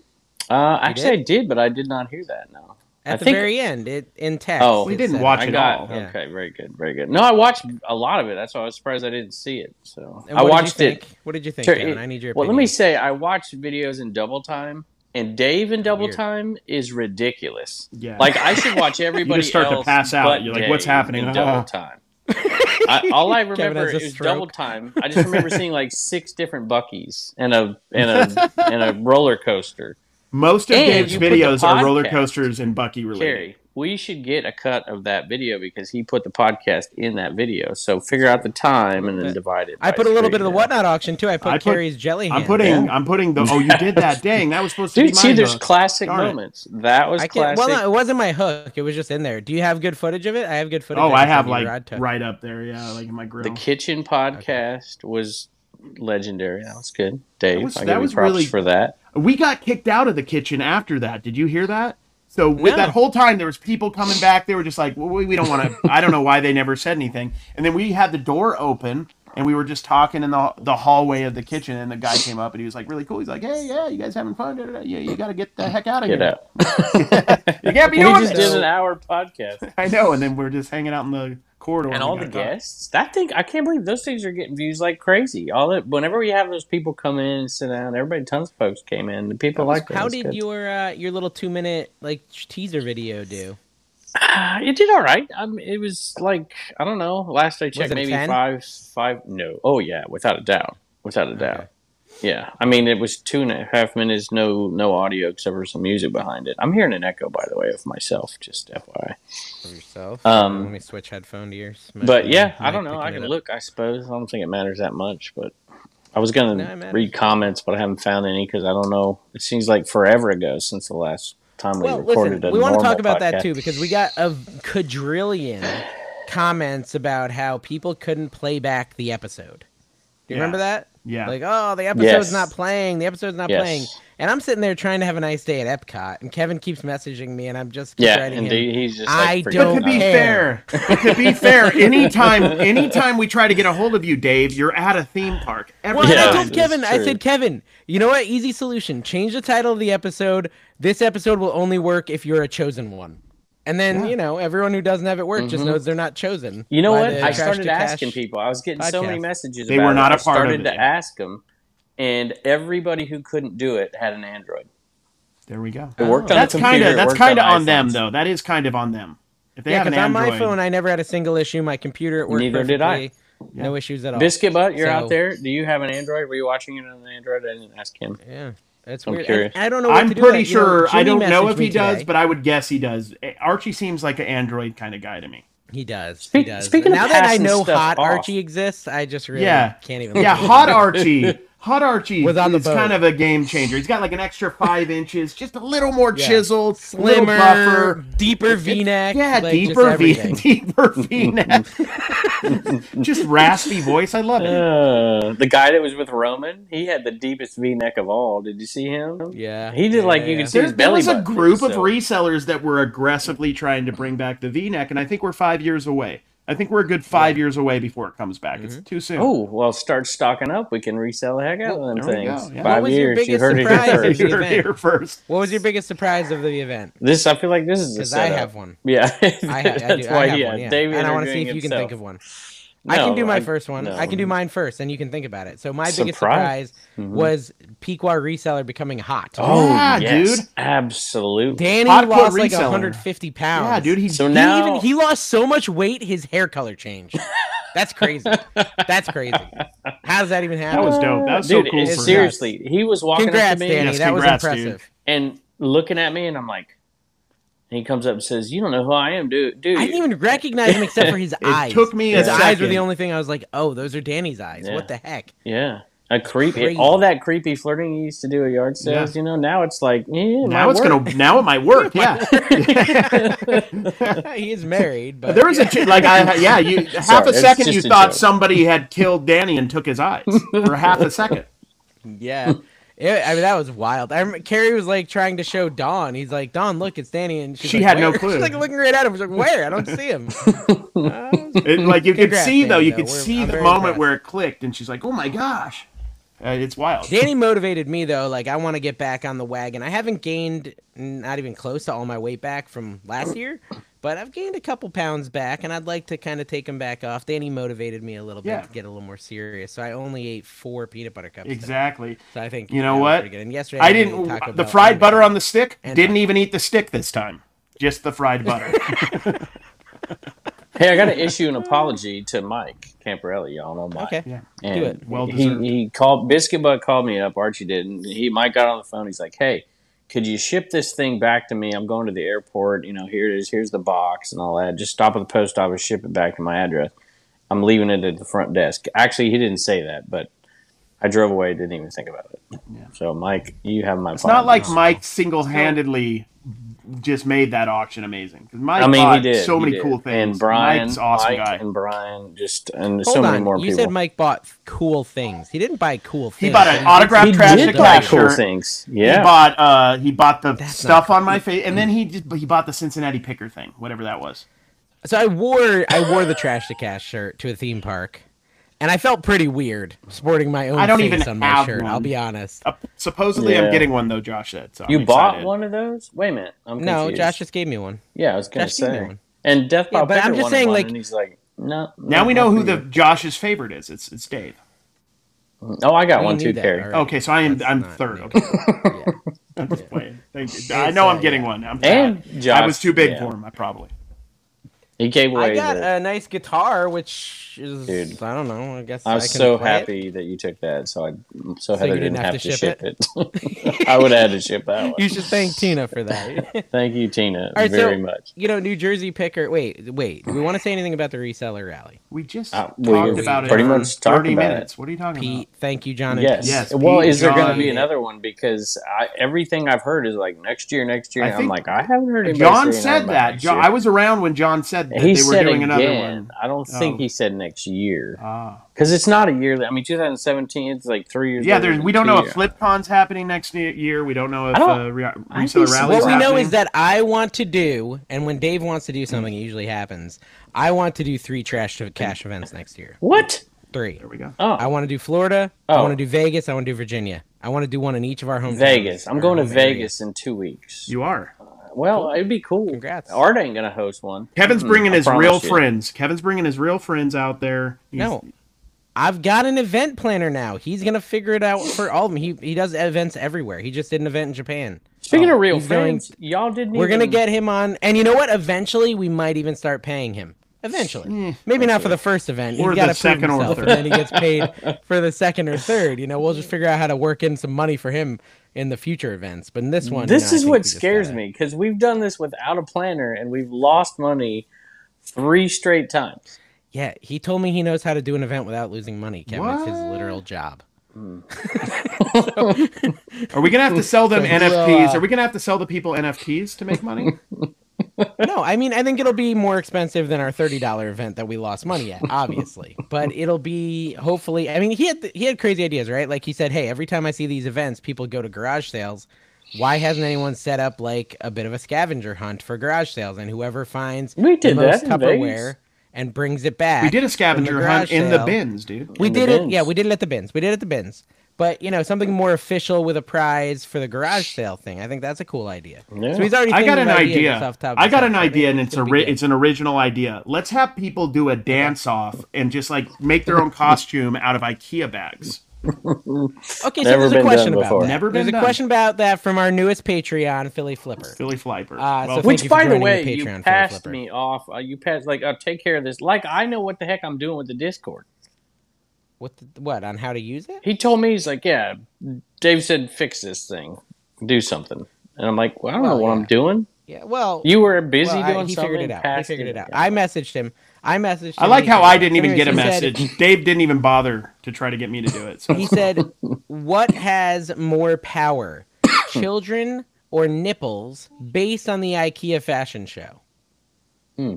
Speaker 3: Uh, actually, I did, but I did not hear that. No.
Speaker 1: At
Speaker 3: I
Speaker 1: the
Speaker 3: think-
Speaker 1: very end, it in text.
Speaker 3: Oh.
Speaker 2: We
Speaker 1: it
Speaker 2: didn't
Speaker 1: said-
Speaker 2: watch
Speaker 3: I
Speaker 2: it
Speaker 3: got
Speaker 2: all.
Speaker 1: Yeah.
Speaker 3: okay, very good, very good. No, I watched a lot of it. That's why I was surprised I didn't see it. So
Speaker 1: And
Speaker 3: I
Speaker 1: what did you
Speaker 3: watched it.
Speaker 1: think? What did you think,
Speaker 3: Sure,
Speaker 1: Kevin?
Speaker 3: it-
Speaker 1: I need your
Speaker 3: Well,
Speaker 1: opinion.
Speaker 3: let me say, I watched videos in double time, and Dave in double
Speaker 1: Weird.
Speaker 3: time is ridiculous.
Speaker 2: Yeah.
Speaker 3: like I should watch everybody.
Speaker 2: start to
Speaker 3: else
Speaker 2: pass out.
Speaker 3: but
Speaker 2: You're like, "What's
Speaker 3: Dave
Speaker 2: happening?" Uh-huh.
Speaker 3: In double time. I, all I
Speaker 1: Kevin
Speaker 3: remember
Speaker 1: has a
Speaker 3: is
Speaker 1: stroke.
Speaker 3: double time. I just remember seeing like six different Buckies and a and a and a roller coaster.
Speaker 2: Most of
Speaker 3: And
Speaker 2: Dave's
Speaker 3: you put the
Speaker 2: videos are roller
Speaker 3: podcast-
Speaker 2: coasters and Bucky related.
Speaker 3: Carrie, we should get a cut of that video because he put the podcast in that video. So figure out the time and then divide it.
Speaker 1: I
Speaker 3: by
Speaker 1: put a little bit of
Speaker 3: three
Speaker 1: the
Speaker 3: now.
Speaker 1: whatnot auction too. I put,
Speaker 2: I put-
Speaker 1: Carrie's jelly.
Speaker 2: I'm
Speaker 1: hand.
Speaker 2: putting. I'm putting the. Oh, you did that. Dang, that was supposed to be
Speaker 3: Dude, see,
Speaker 2: mine,
Speaker 3: there's
Speaker 2: though.
Speaker 3: classic
Speaker 2: Darn it.
Speaker 3: moments. That was
Speaker 1: I can't.
Speaker 3: classic.
Speaker 1: Well, no, it wasn't my hook. It was just in there. Do you have good footage of it? I have good footage.
Speaker 2: Oh, I
Speaker 1: just
Speaker 2: have
Speaker 1: sent you Rod
Speaker 2: like
Speaker 1: took.
Speaker 2: right up there. Yeah, like in my grill.
Speaker 3: The Kitchen Podcast was legendary. That was good, Dave.
Speaker 2: was- that
Speaker 3: I give you
Speaker 2: was
Speaker 3: props
Speaker 2: really-
Speaker 3: for that.
Speaker 2: we got kicked out of the kitchen after that. Did you hear that? So with
Speaker 1: No.
Speaker 2: that whole time, there was people coming back. They were just like, well, we, we don't want to. I don't know why they never said anything. And then we had the door open, and we were just talking in the the hallway of the kitchen. And the guy came up, and he was like, really cool. He's like, hey, yeah, you guys having fun? Da, da, da. Yeah, you got to get the heck out of
Speaker 3: Get
Speaker 2: here.
Speaker 3: out.
Speaker 2: You can't be
Speaker 3: We
Speaker 2: doing
Speaker 3: just
Speaker 2: this.
Speaker 3: did an hour podcast,
Speaker 2: I know. And then we are just hanging out in the corridor,
Speaker 3: and
Speaker 2: we
Speaker 3: all the
Speaker 2: got caught.
Speaker 3: guests. That thing, I can't believe those things are getting views like crazy. All that. Whenever we have those people come in and sit down, everybody, tons of folks came in. The people like
Speaker 1: How did your uh, your little two minute like teaser video do?
Speaker 3: Uh, it did all right. Um, it was like I don't know. Last I
Speaker 1: it
Speaker 3: checked,
Speaker 1: a
Speaker 3: maybe
Speaker 1: 10?
Speaker 3: five, five. No. Oh yeah, without a doubt, without a doubt. Yeah, I mean it was two and a half minutes, no no audio except for some music behind it. I'm hearing an echo, by the way, of myself. Just FYI.
Speaker 1: Of yourself.
Speaker 3: Um,
Speaker 1: Let me switch headphone to yours.
Speaker 3: But
Speaker 1: My-
Speaker 3: yeah, I
Speaker 1: my
Speaker 3: don't know. I
Speaker 1: picking
Speaker 3: can
Speaker 1: it up.
Speaker 3: look. I suppose I don't think it matters that much. But I was
Speaker 1: No, it
Speaker 3: gonna
Speaker 1: matters.
Speaker 3: read comments, but I haven't found any because I don't know. It seems like forever ago since the last time we
Speaker 1: Well,
Speaker 3: recorded
Speaker 1: listen,
Speaker 3: a
Speaker 1: we want to
Speaker 3: normal
Speaker 1: talk about that
Speaker 3: podcast.
Speaker 1: too because we got a quadrillion comments about how people couldn't play back the episode. Do you
Speaker 2: Yeah.
Speaker 1: remember that?
Speaker 2: Yeah.
Speaker 1: Like, oh, the episode's
Speaker 3: Yes.
Speaker 1: not playing. The episode's not
Speaker 3: Yes.
Speaker 1: playing. And I'm sitting there trying to have a nice day at Epcot, and Kevin keeps messaging me, and I'm just keep
Speaker 3: Yeah,
Speaker 1: writing him,
Speaker 3: indeed. He's just.
Speaker 1: I
Speaker 3: Like, forget
Speaker 2: But
Speaker 1: don't
Speaker 3: about
Speaker 2: to
Speaker 3: it.
Speaker 2: be
Speaker 1: care.
Speaker 2: fair, but to be fair, anytime anytime we try to get a hold of you, Dave, you're at a theme park. Every
Speaker 1: Well,
Speaker 3: Yeah,
Speaker 1: I
Speaker 2: time.
Speaker 1: told
Speaker 3: that's
Speaker 1: Kevin, I
Speaker 3: true.
Speaker 1: said, Kevin, you know what? Easy solution. Change the title of the episode. This episode will only work if you're a chosen one. And then, you know, everyone who doesn't have it work just knows they're not chosen.
Speaker 3: Mm-hmm. You know
Speaker 1: by
Speaker 3: what?
Speaker 1: the
Speaker 3: I
Speaker 1: Trash
Speaker 3: started
Speaker 1: to Cash.
Speaker 3: asking people. I was getting so many
Speaker 1: podcast.
Speaker 3: messages.
Speaker 2: They
Speaker 3: about
Speaker 2: were
Speaker 3: it.
Speaker 2: not a part
Speaker 3: I
Speaker 2: of
Speaker 3: started
Speaker 2: it
Speaker 3: to
Speaker 2: yet.
Speaker 3: ask them, and everybody who couldn't do it had an Android.
Speaker 2: There we go.
Speaker 3: It
Speaker 1: Oh.
Speaker 3: worked on
Speaker 2: That's
Speaker 3: the
Speaker 2: kind
Speaker 3: computer.
Speaker 2: of
Speaker 3: it
Speaker 2: that's
Speaker 3: worked on
Speaker 2: kind of on
Speaker 3: iPhones.
Speaker 2: them though. That is kind of on them. If they
Speaker 1: Yeah,
Speaker 2: have an
Speaker 1: because on
Speaker 2: Android,
Speaker 1: my phone, I never had a single issue. My computer it worked
Speaker 3: Neither did I.
Speaker 1: perfectly. No issues at all.
Speaker 3: Biscuit Butt, you're out
Speaker 1: So-
Speaker 3: there. Do you have an Android? Were you watching it on an Android? I didn't ask him.
Speaker 1: yeah, that's
Speaker 3: I'm
Speaker 1: weird.
Speaker 3: curious.
Speaker 1: I, I don't know. What
Speaker 2: I'm
Speaker 1: to do
Speaker 2: pretty
Speaker 1: with that. You know,
Speaker 2: sure I don't
Speaker 1: Jimmy
Speaker 2: know
Speaker 1: messaged
Speaker 2: if
Speaker 1: me
Speaker 2: he does,
Speaker 1: today.
Speaker 2: but I would guess he does. Eh, Archie seems like an Android kind of guy to me.
Speaker 1: he does.
Speaker 3: Speak-
Speaker 1: he does.
Speaker 3: speaking of
Speaker 1: now that I
Speaker 3: passing
Speaker 1: know
Speaker 3: stuff
Speaker 1: Hot
Speaker 3: off-
Speaker 1: Archie exists, I just really
Speaker 2: Yeah.
Speaker 1: can't even.
Speaker 2: Yeah,
Speaker 1: look at it.
Speaker 2: hot Archie. Hot Archie
Speaker 1: Was on the
Speaker 2: is
Speaker 1: boat.
Speaker 2: kind of a game changer. He's got like an extra five inches, just a little more chiseled, little
Speaker 1: slimmer,
Speaker 2: buffer.
Speaker 1: deeper V neck.
Speaker 2: Yeah,
Speaker 1: like, just
Speaker 2: deeper V,
Speaker 1: everything.
Speaker 2: deeper V neck. Just raspy voice. I love it.
Speaker 3: Uh, the guy that was with Roman, he had the deepest V neck of all. Did you see him?
Speaker 1: Yeah,
Speaker 3: He did
Speaker 1: yeah,
Speaker 3: like you
Speaker 1: yeah.
Speaker 3: can see
Speaker 2: There's,
Speaker 3: his
Speaker 2: there
Speaker 3: belly
Speaker 2: was a
Speaker 3: button,
Speaker 2: group of
Speaker 3: so-
Speaker 2: resellers that were aggressively trying to bring back the V neck, and I think we're five years away. I think we're a good five years away before it comes back. It's too soon.
Speaker 3: Oh well, start stocking up. We can resell the heck out of them
Speaker 2: there we go,
Speaker 3: things.
Speaker 2: yeah.
Speaker 1: What
Speaker 3: Five
Speaker 1: was your
Speaker 3: years, you
Speaker 1: biggest
Speaker 3: heard it
Speaker 1: surprise?
Speaker 3: here
Speaker 2: You're
Speaker 3: first.
Speaker 1: Event.
Speaker 2: here first.
Speaker 1: What was your biggest surprise of the event?
Speaker 3: This I feel like this is a
Speaker 1: Because I
Speaker 3: setup.
Speaker 1: have one.
Speaker 3: Yeah,
Speaker 1: I, ha- I,
Speaker 3: that's
Speaker 1: do,
Speaker 3: why.
Speaker 1: I have
Speaker 3: yeah,
Speaker 1: one. Yeah.
Speaker 3: David
Speaker 1: and I
Speaker 3: are
Speaker 1: want to see
Speaker 3: doing
Speaker 1: if you can
Speaker 3: himself.
Speaker 1: think of one. I can do my
Speaker 3: I-
Speaker 1: first one. I
Speaker 3: no.
Speaker 1: can do mine first, and you can think about it. So my biggest
Speaker 3: Surprise.
Speaker 1: surprise
Speaker 2: Mm.
Speaker 3: Mm-hmm.
Speaker 1: was Pequot reseller becoming hot.
Speaker 3: Oh
Speaker 2: Yeah,
Speaker 1: Ah,
Speaker 3: yes,
Speaker 2: dude.
Speaker 3: absolutely.
Speaker 1: Danny
Speaker 2: Hot Quote
Speaker 1: lost like
Speaker 2: reseller.
Speaker 1: 150 pounds.
Speaker 2: Yeah, dude. He,
Speaker 3: So
Speaker 1: He,
Speaker 3: now
Speaker 1: even, he lost so much weight, his hair color changed. That's crazy. That's crazy. How does that even happen?
Speaker 2: that was dope. That was
Speaker 3: dude,
Speaker 2: so cool.
Speaker 3: it-
Speaker 2: for him.
Speaker 3: seriously, he was walking up
Speaker 1: congrats,
Speaker 3: to me
Speaker 1: Danny.
Speaker 2: Yes,
Speaker 1: that
Speaker 2: congrats,
Speaker 1: was
Speaker 2: dude.
Speaker 1: impressive.
Speaker 3: and looking at me, and I'm like, and he comes up and says, "You don't know who I am, dude." Dude,
Speaker 1: I didn't even recognize him except for his
Speaker 2: It
Speaker 1: eyes.
Speaker 2: took me a
Speaker 1: his
Speaker 2: second.
Speaker 1: eyes were the only thing I was like, oh, those are Danny's eyes.
Speaker 3: Yeah.
Speaker 1: What the heck?
Speaker 3: yeah, a creepy,
Speaker 1: Crazy.
Speaker 3: all that creepy flirting he used to do at yard sales. You know, now it's like, eh, it
Speaker 2: now
Speaker 3: might
Speaker 2: it's
Speaker 3: work.
Speaker 2: gonna. Now it might work. Yeah.
Speaker 1: he is married, but
Speaker 2: There was a ch- like I yeah you half a
Speaker 3: it's
Speaker 2: second
Speaker 3: just
Speaker 2: you
Speaker 3: a
Speaker 2: thought
Speaker 3: joke.
Speaker 2: somebody had killed Danny and took his eyes for half a second.
Speaker 1: yeah. It- I mean, that was wild. I remember Carrie was like trying to show Dawn. He's like, Dawn, look, it's Danny. And she's
Speaker 2: She
Speaker 1: like,
Speaker 2: had no
Speaker 1: "Where?"
Speaker 2: clue.
Speaker 1: She's like looking right at him. She's like, where? I don't see him. Uh,
Speaker 2: It, like you could
Speaker 1: Congrats,
Speaker 2: see though,
Speaker 1: Danny,
Speaker 2: you
Speaker 1: though.
Speaker 2: could
Speaker 1: We're-
Speaker 2: see
Speaker 1: I'm
Speaker 2: the
Speaker 1: very
Speaker 2: moment
Speaker 1: impressed.
Speaker 2: where it clicked, and she's like, "Oh my gosh, uh, it's wild."
Speaker 1: Danny motivated me though. Like I want to get back on the wagon. I haven't gained not even close to all my weight back from last year, but I've gained a couple pounds back, and I'd like to kind of take them back off. Danny motivated me a little bit
Speaker 2: Yeah.
Speaker 1: to get a little more serious. So I only ate four peanut butter cups. today.
Speaker 2: Exactly.
Speaker 1: So I think
Speaker 2: You know
Speaker 1: that was
Speaker 2: what?
Speaker 1: pretty good. And yesterday
Speaker 2: I
Speaker 1: ate
Speaker 2: didn't.
Speaker 1: Taco Bell
Speaker 2: The fried
Speaker 1: and-
Speaker 2: butter on the stick.
Speaker 1: And-
Speaker 2: Didn't even eat the stick this time. Just the fried butter.
Speaker 3: Hey, I got to issue an apology to Mike Camparelli. Y'all know Mike.
Speaker 1: Okay.
Speaker 2: Yeah.
Speaker 3: And
Speaker 1: Do it.
Speaker 2: Well
Speaker 3: he,
Speaker 2: deserved.
Speaker 3: he called Biscuit Butt called me up. Archie did, and he Mike got on the phone. He's like, "Hey, could you ship this thing back to me? I'm going to the airport. You know, here it is. Here's the box and all that. Just stop at the post office, ship it back to my address. I'm leaving it at the front desk." Actually, he didn't say that, but I drove away. Didn't even think about it. So, Mike, you have my.
Speaker 2: It's not like Mike single-handedly just made that auction amazing. 'Cause Mike
Speaker 3: I mean, he
Speaker 2: bought
Speaker 3: did
Speaker 2: so
Speaker 3: he
Speaker 2: many
Speaker 3: did.
Speaker 2: cool things.
Speaker 3: And Brian,
Speaker 2: Mike's awesome
Speaker 3: Mike
Speaker 2: guy.
Speaker 3: and Brian, just and
Speaker 1: Hold
Speaker 3: so
Speaker 1: on.
Speaker 3: many more
Speaker 1: you
Speaker 3: people.
Speaker 1: said Mike bought f- cool things. He didn't buy cool
Speaker 2: he
Speaker 1: things.
Speaker 2: bought an autographed
Speaker 3: he
Speaker 2: trash
Speaker 3: did
Speaker 2: to
Speaker 3: buy
Speaker 2: Collect
Speaker 3: cool
Speaker 2: shirt.
Speaker 3: things. Yeah.
Speaker 2: He bought uh he bought the
Speaker 1: That's
Speaker 2: stuff
Speaker 1: not
Speaker 2: on my face, and then he just he bought the Cincinnati picker thing, whatever that was.
Speaker 1: So I wore I wore the trash to cash shirt to a theme park, and I felt pretty weird sporting my own
Speaker 2: I don't
Speaker 1: face
Speaker 2: even
Speaker 1: on my
Speaker 2: have
Speaker 1: shirt.
Speaker 2: one.
Speaker 1: I'll be honest.
Speaker 2: Uh, supposedly,
Speaker 3: Yeah.
Speaker 2: I'm getting one though. Josh said so. I'm
Speaker 3: You bought
Speaker 2: excited.
Speaker 3: one of those? Wait a minute. I'm
Speaker 1: No,
Speaker 3: confused.
Speaker 1: Josh just gave me one.
Speaker 3: Yeah, I was gonna
Speaker 1: Josh gave me
Speaker 3: say.
Speaker 1: one.
Speaker 3: And Death
Speaker 1: Yeah,
Speaker 3: Pop
Speaker 1: but I'm just saying, like-
Speaker 3: and he's like, no.
Speaker 2: Now
Speaker 3: no,
Speaker 2: we know
Speaker 3: not
Speaker 2: who
Speaker 3: for
Speaker 2: the
Speaker 3: you.
Speaker 2: Josh's favorite is. It's it's Dave.
Speaker 3: Oh, I got
Speaker 1: We
Speaker 3: one
Speaker 1: knew
Speaker 3: too,
Speaker 1: that
Speaker 3: Carrie.
Speaker 1: already.
Speaker 2: Okay, so I am I'm
Speaker 1: not
Speaker 2: third.
Speaker 1: me.
Speaker 2: Okay,
Speaker 1: Yeah.
Speaker 2: I'm just playing. Thank you. I know I'm
Speaker 1: uh,
Speaker 2: getting one. I'm
Speaker 3: And
Speaker 2: bad.
Speaker 3: Josh-
Speaker 2: I was too big
Speaker 3: yeah.
Speaker 2: for him. I probably.
Speaker 3: He gave away.
Speaker 1: I got
Speaker 3: the-
Speaker 1: a nice guitar, which is
Speaker 3: Dude.
Speaker 1: I don't know. I guess
Speaker 3: I
Speaker 1: I
Speaker 3: was
Speaker 1: can
Speaker 3: so
Speaker 1: play it.
Speaker 3: happy that you took that. So I, so, Heather
Speaker 1: you
Speaker 3: didn't, have, to ship it. I would have had to ship that
Speaker 1: You
Speaker 3: one.
Speaker 1: should thank Tina for that.
Speaker 3: Thank you, Tina,
Speaker 1: All right, so-
Speaker 3: very much.
Speaker 1: you know, New Jersey picker. Wait, wait. Do we want to say anything about the reseller rally?
Speaker 2: We just
Speaker 3: Uh, we-
Speaker 2: talked
Speaker 3: we
Speaker 2: about it.
Speaker 3: pretty
Speaker 2: for
Speaker 3: much talked
Speaker 2: thirty
Speaker 3: about it.
Speaker 2: minutes. What are you talking
Speaker 1: Pete, thank you, John. And
Speaker 3: Yes.
Speaker 1: Pete.
Speaker 2: Yes,
Speaker 3: Well,
Speaker 2: Pete,
Speaker 3: is there going
Speaker 2: John-
Speaker 3: to be another one? Because I, everything I've heard is like next year, next year.
Speaker 2: I
Speaker 3: and I'm
Speaker 2: think-
Speaker 3: like, I haven't heard
Speaker 2: about?
Speaker 3: anybody
Speaker 2: John
Speaker 3: say anything
Speaker 2: said
Speaker 3: about
Speaker 2: that.
Speaker 3: next
Speaker 2: John,
Speaker 3: year.
Speaker 2: I was around when John said that
Speaker 3: he
Speaker 2: they were
Speaker 3: said
Speaker 2: doing another
Speaker 3: again.
Speaker 2: one.
Speaker 3: I don't think
Speaker 2: Oh.
Speaker 3: he said next year.
Speaker 2: Ah.
Speaker 3: Because it's not a yearly. I mean, 2017. It's like three years.
Speaker 2: Yeah,
Speaker 3: later
Speaker 2: there's,
Speaker 3: than
Speaker 2: we don't know
Speaker 3: two
Speaker 2: if FlipCon's happening next ne- year. We don't know if
Speaker 3: I don't-
Speaker 2: uh, re-
Speaker 3: I'd be
Speaker 2: reseller
Speaker 3: surprised.
Speaker 2: rallies.
Speaker 1: What we know
Speaker 2: happening.
Speaker 1: is that I want to do, and when Dave wants to do something, it usually happens. I want to do three trash to cash events next year.
Speaker 3: What?
Speaker 1: Three.
Speaker 2: There we go.
Speaker 3: Oh,
Speaker 1: I want to do Florida. I
Speaker 3: Oh.
Speaker 1: want to do Vegas. I want to do Virginia. I want to do one in each of our home.
Speaker 3: Vegas. I'm going to Vegas in two weeks.
Speaker 2: You are.
Speaker 3: Well, it'd be cool.
Speaker 1: Congrats.
Speaker 3: Art ain't gonna host one.
Speaker 2: Kevin's
Speaker 3: Mm,
Speaker 2: bringing
Speaker 3: I
Speaker 2: his
Speaker 3: promise
Speaker 2: real
Speaker 3: you.
Speaker 2: friends. Kevin's bringing his real friends out there. He's-
Speaker 1: No, I've got an event planner now. He's gonna figure it out for all of them. He he does events everywhere. He just did an event in Japan.
Speaker 3: Speaking of real
Speaker 1: Oh, he's going-
Speaker 3: friends, y'all didn't.
Speaker 1: We're gonna
Speaker 3: even-
Speaker 1: get him on, and you know what? Eventually, we might even start paying him. Eventually, maybe not for the first event. He's
Speaker 2: Or
Speaker 1: got to
Speaker 2: the second or
Speaker 1: himself,
Speaker 2: third.
Speaker 1: and then he gets paid for the second or third. You know, we'll just figure out how to work in some money for him in the future events. But in this one, you know,
Speaker 3: This
Speaker 1: I
Speaker 3: is
Speaker 1: think
Speaker 3: what
Speaker 1: we just
Speaker 3: scares
Speaker 1: gotta-
Speaker 3: me because we've done this without a planner and we've lost money three straight times.
Speaker 1: Yeah, he told me he knows how to do an event without losing money. Kevin, it's his literal job.
Speaker 2: Are we gonna have to sell them
Speaker 1: So,
Speaker 2: NFTs?
Speaker 1: uh,
Speaker 3: uh,
Speaker 2: Are we gonna have to sell the people NFTs to make money?
Speaker 1: no, I mean I think it'll be more expensive than our thirty dollar event that we lost money at, obviously. but it'll be hopefully. I mean, he had he had crazy ideas, right? Like he said, hey, every time I see these events, people go to garage sales. Why hasn't anyone set up like a bit of a scavenger hunt for garage sales? And whoever finds
Speaker 3: We did
Speaker 1: the most
Speaker 3: that in
Speaker 1: Tupperware
Speaker 3: Vegas.
Speaker 1: and brings it back,
Speaker 2: We did a scavenger hunt
Speaker 1: garage
Speaker 2: in the
Speaker 1: sale.
Speaker 2: bins, dude.
Speaker 1: we
Speaker 3: in the
Speaker 1: did it.
Speaker 3: bins.
Speaker 1: Yeah, we did it at the bins. We did it at the bins. But you know, something more official with a prize for the garage sale thing. I think that's a cool idea.
Speaker 3: Yeah.
Speaker 1: So he's already.
Speaker 2: I got
Speaker 1: thinking
Speaker 2: an
Speaker 1: of ideas
Speaker 2: idea.
Speaker 1: off the top of
Speaker 2: I
Speaker 1: his
Speaker 2: got
Speaker 1: head.
Speaker 2: an idea, and it's a
Speaker 1: gonna be
Speaker 2: ri-
Speaker 1: good.
Speaker 2: it's an original idea. Let's have people do a dance off and just like make their own costume out of IKEA bags.
Speaker 1: Okay, so
Speaker 3: Never
Speaker 1: there's a
Speaker 3: been
Speaker 1: question
Speaker 3: done
Speaker 1: about
Speaker 3: before.
Speaker 1: that.
Speaker 2: Never been
Speaker 1: There's a
Speaker 2: done.
Speaker 1: question about that from our newest Patreon, Philly Flipper.
Speaker 2: Philly Flyper.
Speaker 1: Uh, so
Speaker 2: Well,
Speaker 1: thank
Speaker 3: Which,
Speaker 1: you for
Speaker 3: by the
Speaker 1: joining the
Speaker 3: way, you
Speaker 1: Patreon, Philip
Speaker 3: passed
Speaker 1: Flipper.
Speaker 3: me off. Uh, you passed like, oh, take care of this. Like, I know what the heck I'm doing with the Discord.
Speaker 1: What? The, what on how to use it?
Speaker 3: He told me he's like, yeah, Dave said fix this thing, do something, and I'm like, well, I don't
Speaker 1: Well,
Speaker 3: know what
Speaker 1: yeah.
Speaker 3: I'm doing.
Speaker 1: Yeah. Well,
Speaker 3: You were busy
Speaker 1: well, I-
Speaker 3: doing
Speaker 1: he
Speaker 3: something.
Speaker 1: figured it out. He
Speaker 3: passed
Speaker 1: figured it out.
Speaker 3: Yeah.
Speaker 1: I messaged him. I messaged.
Speaker 2: I
Speaker 1: him,
Speaker 2: like
Speaker 1: he
Speaker 2: how
Speaker 1: figured it
Speaker 2: I
Speaker 1: out.
Speaker 2: didn't even
Speaker 1: Anyways,
Speaker 2: get a
Speaker 1: he said-
Speaker 2: message. Dave didn't even bother to try to get me to do it. So
Speaker 1: He said, "What has more power, children or nipples?" Based on the IKEA fashion show.
Speaker 3: Hmm.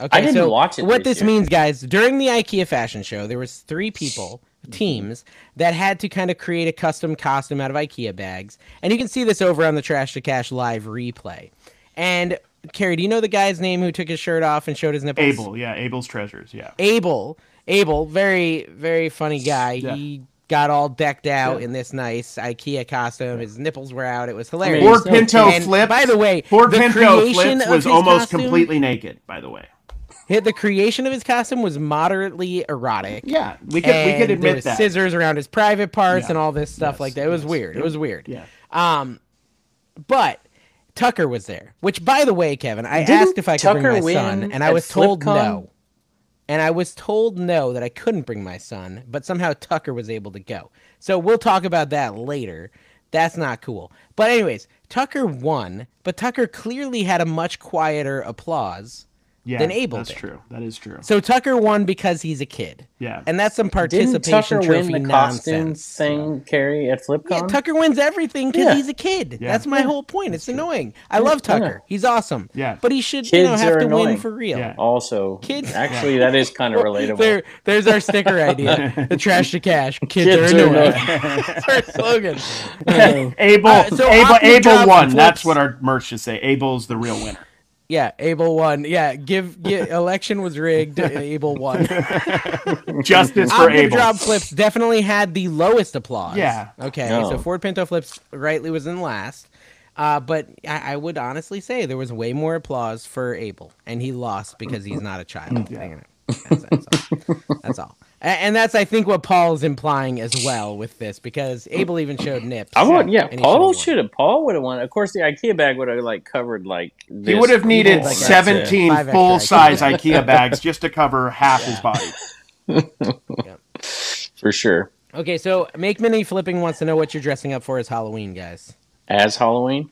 Speaker 1: Okay,
Speaker 3: I didn't
Speaker 1: so
Speaker 3: watch it
Speaker 1: What
Speaker 3: this
Speaker 1: this
Speaker 3: year.
Speaker 1: means, guys, during the IKEA fashion show, there was three people, teams, that had to kind of create a custom costume out of IKEA bags, and you can see this over on the Trash to Cash live replay. And Carrie, do you know the guy's name who took his shirt off and showed his nipples?
Speaker 2: Abel, yeah, Abel's treasures, yeah.
Speaker 1: Abel, Abel, very very funny guy.
Speaker 2: Yeah.
Speaker 1: He got all decked out in this nice IKEA costume. His nipples were out. It was hilarious.
Speaker 2: Ford Pinto
Speaker 1: And
Speaker 2: flips.
Speaker 1: By the way,
Speaker 2: Ford
Speaker 1: the
Speaker 2: Pinto
Speaker 1: creation
Speaker 2: flips
Speaker 1: of
Speaker 2: was
Speaker 1: his
Speaker 2: almost
Speaker 1: costume-
Speaker 2: completely naked. By the way,
Speaker 1: hi- The creation of his costume was moderately erotic.
Speaker 2: yeah, we could we
Speaker 1: And
Speaker 2: could
Speaker 1: there
Speaker 2: admit
Speaker 1: was
Speaker 2: that.
Speaker 1: scissors around his private parts
Speaker 2: Yeah.
Speaker 1: and all this stuff
Speaker 2: Yes,
Speaker 1: like that. It was
Speaker 2: yes.
Speaker 1: weird. It was weird.
Speaker 2: Yeah,
Speaker 1: Um, but Tucker was there. Which, by the way, Kevin, I
Speaker 3: Didn't
Speaker 1: asked if I could
Speaker 3: Tucker
Speaker 1: bring my
Speaker 3: win
Speaker 1: son, and I
Speaker 3: at
Speaker 1: was told
Speaker 3: FlipCon?
Speaker 1: no. And I was told no that I couldn't bring my son, but somehow Tucker was able to go. So we'll talk about that later. That's not cool. But anyways, Tucker won, but Tucker clearly had a much quieter applause.
Speaker 2: yeah.
Speaker 1: Then Abel
Speaker 2: That's
Speaker 1: did.
Speaker 2: true. That is true.
Speaker 1: So Tucker won because he's a kid.
Speaker 2: Yeah.
Speaker 1: And that's some
Speaker 3: Didn't
Speaker 1: participation
Speaker 3: Tucker
Speaker 1: trophy
Speaker 3: win the costume
Speaker 1: nonsense.
Speaker 3: thing, Carrie, at FlipCon?
Speaker 1: Yeah, Tucker wins everything because
Speaker 3: Yeah.
Speaker 1: he's a kid.
Speaker 2: Yeah.
Speaker 1: That's my whole point. It's annoying. I love Tucker. He's awesome.
Speaker 2: Yeah.
Speaker 1: But he should you know,
Speaker 3: Kids
Speaker 1: have
Speaker 3: are
Speaker 1: to win
Speaker 3: annoying.
Speaker 1: for real.
Speaker 2: Yeah.
Speaker 3: Also,
Speaker 1: Kids-
Speaker 3: actually, that is kind of relatable.
Speaker 1: There, there's our sticker idea. the trash to cash. Kids,
Speaker 3: Kids
Speaker 1: are
Speaker 3: are
Speaker 1: annoying.
Speaker 3: annoying.
Speaker 1: That's our slogan.
Speaker 2: Abel,
Speaker 1: Uh, so
Speaker 2: Abel,
Speaker 1: Ahmed
Speaker 2: Abel
Speaker 1: Jobs
Speaker 2: won.
Speaker 1: flips-
Speaker 2: That's what our merch should say. Abel's the real winner.
Speaker 1: Yeah, Abel won. Yeah, give, give election was rigged. Abel won.
Speaker 2: Justice for
Speaker 1: Omnium
Speaker 2: Abel.
Speaker 1: Drop Flips definitely had the lowest applause.
Speaker 2: Yeah.
Speaker 1: Okay.
Speaker 3: No.
Speaker 1: So Ford Pinto Flips rightly was in last. Uh, but I, I would honestly say there was way more applause for Abel, and he lost because he's not a child. You know, That's, that's all. That's all. A- And, that's, I think, what Paul's implying as well with this, because Abel even showed nips.
Speaker 3: I want, yeah.
Speaker 1: and he
Speaker 3: Paul
Speaker 1: should've won.
Speaker 3: should have. Paul would have won. Of course, the IKEA bag would have like covered like.
Speaker 2: He
Speaker 3: This
Speaker 2: would have needed
Speaker 3: wall. That's it.
Speaker 2: 17
Speaker 1: Five extra
Speaker 2: full size IKEA bags just to cover half his body.
Speaker 3: for sure.
Speaker 1: Okay, so Make Mini Flipping wants to know what you're dressing up for as Halloween, guys.
Speaker 3: As Halloween,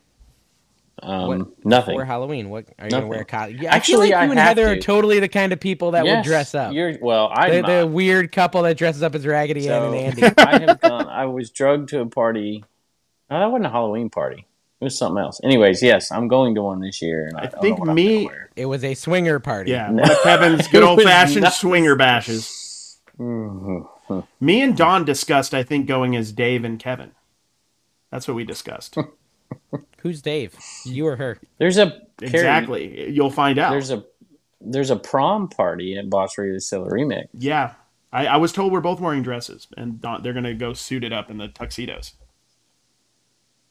Speaker 1: What-
Speaker 3: um, nothing.
Speaker 1: For Halloween, what are you gonna wear? A co- yeah,
Speaker 3: Actually,
Speaker 1: I feel like
Speaker 3: I
Speaker 1: you and
Speaker 3: have
Speaker 1: Heather are
Speaker 3: to.
Speaker 1: totally the kind of people that would
Speaker 3: Yes,
Speaker 1: dress up.
Speaker 3: You're, well, I'm
Speaker 1: the, the
Speaker 3: not.
Speaker 1: weird couple that dresses up as Raggedy Ann and
Speaker 3: So,
Speaker 1: Andy.
Speaker 3: I have gone. I was drugged to a party. No, that wasn't a Halloween party. It was something else. Anyways, yes, I'm going to one this year. And I,
Speaker 2: I
Speaker 3: don't
Speaker 2: think
Speaker 3: know what I'm
Speaker 2: me-
Speaker 3: gonna wear.
Speaker 1: It was a swinger party.
Speaker 2: Yeah. One of Kevin's good
Speaker 3: It was
Speaker 2: old fashioned
Speaker 3: nuts.
Speaker 2: swinger bashes.
Speaker 1: Mm-hmm.
Speaker 2: Me and Don discussed, I think, going as Dave and Kevin. That's what we discussed.
Speaker 1: Who's Dave? You or her?
Speaker 3: There's a Carrie,
Speaker 2: exactly. You'll find out.
Speaker 3: There's a there's a prom party at Boss Ready to Sell a Remix.
Speaker 2: yeah. I, I was told we're both wearing dresses, and Don, they're going to go suited up in the tuxedos.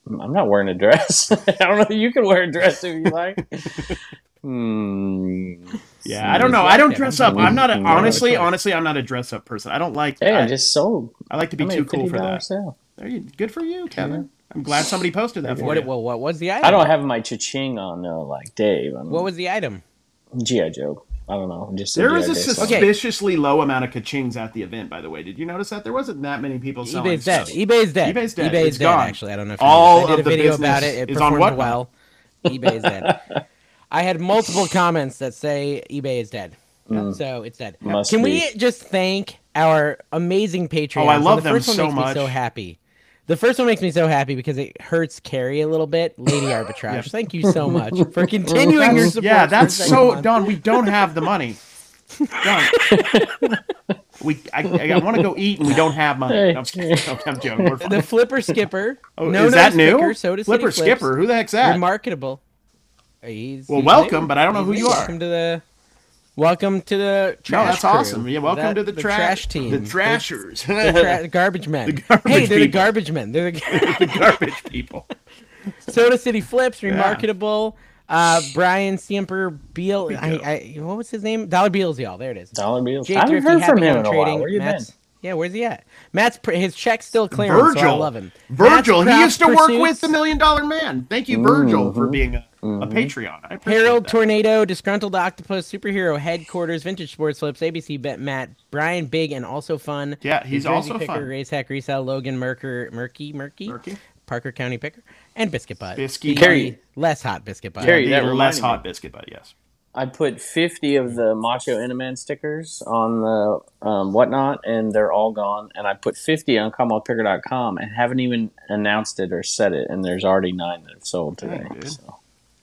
Speaker 3: I'm not wearing a dress. I don't know. You can wear a dress if you like. Hmm.
Speaker 2: Yeah, I don't know. I don't dress up. I'm not a,
Speaker 3: Mm,
Speaker 2: honestly,
Speaker 1: choice.
Speaker 2: honestly, I'm not a dress up person. I don't like.
Speaker 3: Yeah,
Speaker 2: I,
Speaker 3: just sold.
Speaker 2: I like to be
Speaker 3: I made
Speaker 2: too cool for
Speaker 3: $50
Speaker 2: that.
Speaker 3: sale.
Speaker 2: There you, good for you, Kevin. I'm glad somebody posted that for
Speaker 1: What?
Speaker 2: you.
Speaker 1: Well, what was the item?
Speaker 3: I don't have my cha-ching on though, like Dave. I'm
Speaker 1: What was the item?
Speaker 3: GI Joe? I don't know. Just said
Speaker 2: There was
Speaker 3: G.I.
Speaker 2: a
Speaker 3: Joe song.
Speaker 1: Okay.
Speaker 2: suspiciously low amount of kachings at the event, by the way. Did you notice that? There wasn't that many people selling
Speaker 1: eBay's dead.
Speaker 2: stuff.
Speaker 1: eBay's dead.
Speaker 2: eBay's dead.
Speaker 1: eBay's
Speaker 2: It's gone.
Speaker 1: Actually, I don't know if
Speaker 2: All
Speaker 1: you noticed. I did
Speaker 2: of
Speaker 1: a
Speaker 2: the
Speaker 1: video about
Speaker 2: business
Speaker 1: it. It
Speaker 2: is on
Speaker 1: performed
Speaker 2: Whatnot.
Speaker 1: well. eBay's dead. I had multiple comments that say eBay is dead. So it's dead.
Speaker 3: Must
Speaker 1: Can
Speaker 3: be.
Speaker 1: we just thank our amazing Patreons?
Speaker 2: Oh, I
Speaker 1: And
Speaker 2: love
Speaker 1: the
Speaker 2: them
Speaker 1: first one
Speaker 2: so
Speaker 1: makes me so
Speaker 2: much.
Speaker 1: happy. The first one makes me so happy because it hurts Carrie a little bit. Lady Arbitrage, thank you so much for continuing your support.
Speaker 2: yeah,
Speaker 1: for the
Speaker 2: that's
Speaker 1: second
Speaker 2: so
Speaker 1: month.
Speaker 2: Don. We don't have the money. Don, we I, I, want to go eat and we don't have money. No, I'm, just kidding. No, I'm joking. We're
Speaker 1: The
Speaker 2: fine.
Speaker 1: Flipper Skipper.
Speaker 2: Oh,
Speaker 1: no
Speaker 2: is that
Speaker 1: notice
Speaker 2: new?
Speaker 1: picker, soda city
Speaker 2: Flipper
Speaker 1: flips,
Speaker 2: Skipper. Who the heck's that?
Speaker 1: Remarkable. He's-
Speaker 2: Well,
Speaker 1: he's
Speaker 2: welcome,
Speaker 1: new.
Speaker 2: but I don't know
Speaker 1: He's
Speaker 2: who you
Speaker 1: new.
Speaker 2: are.
Speaker 1: Welcome to the. Welcome to the trash.
Speaker 2: no, that's
Speaker 1: crew.
Speaker 2: awesome. Yeah, welcome
Speaker 1: That-
Speaker 2: to the,
Speaker 1: trash,
Speaker 2: trash
Speaker 1: team.
Speaker 2: the
Speaker 1: They're-
Speaker 2: trashers,
Speaker 1: the tra- the garbage men.
Speaker 2: garbage
Speaker 1: hey, they're the
Speaker 2: people.
Speaker 1: garbage men. They're the
Speaker 2: the garbage people.
Speaker 1: Soda City Flips, remarkable. Uh, Brian Semper Beal. I, I, what was his name? Dollar Beals, y'all. There it is.
Speaker 3: Dollar bills.
Speaker 1: Jay
Speaker 3: I haven't
Speaker 1: Thrifty,
Speaker 3: heard from
Speaker 1: Happy
Speaker 3: him
Speaker 1: Hour
Speaker 3: in a while.
Speaker 1: Trading,
Speaker 3: Where you
Speaker 1: Matt's-
Speaker 3: been?
Speaker 1: Yeah, where's he at? Matt's pr- his check's still clearing,
Speaker 2: Virgil,
Speaker 1: so I love him.
Speaker 2: Virgil,
Speaker 1: Matt's
Speaker 2: he used to
Speaker 1: Craft
Speaker 2: work with
Speaker 1: Pursuits, Mm-hmm.
Speaker 2: the Million Dollar Man. Thank you, Virgil, for being a, a Patreon. I appreciate
Speaker 1: Harold
Speaker 2: that.
Speaker 1: Tornado, Disgruntled Octopus, Superhero Headquarters, Vintage Sports Flips, ABC Bet Matt, Brian Big, and also fun.
Speaker 2: Yeah, he's
Speaker 1: New Jersey
Speaker 2: also
Speaker 1: picker,
Speaker 2: fun.
Speaker 1: Race Hack Resell, Logan Merker, Murky, Murky,
Speaker 2: Murky.
Speaker 1: Parker County Picker, and Biscuit Butt.
Speaker 2: Biscuit
Speaker 1: The
Speaker 3: Carrie.
Speaker 1: less hot Biscuit Butt.
Speaker 3: Carrie.
Speaker 2: The
Speaker 3: That reminded
Speaker 2: less
Speaker 3: me.
Speaker 2: hot biscuit, but yes.
Speaker 3: I put 50 of the Macho Enaman stickers on the um, whatnot, and they're all gone. And I put 50 on CommonWealthPicker.com and haven't even announced it or said it. And there's already nine that have sold today.
Speaker 2: dude.
Speaker 3: so.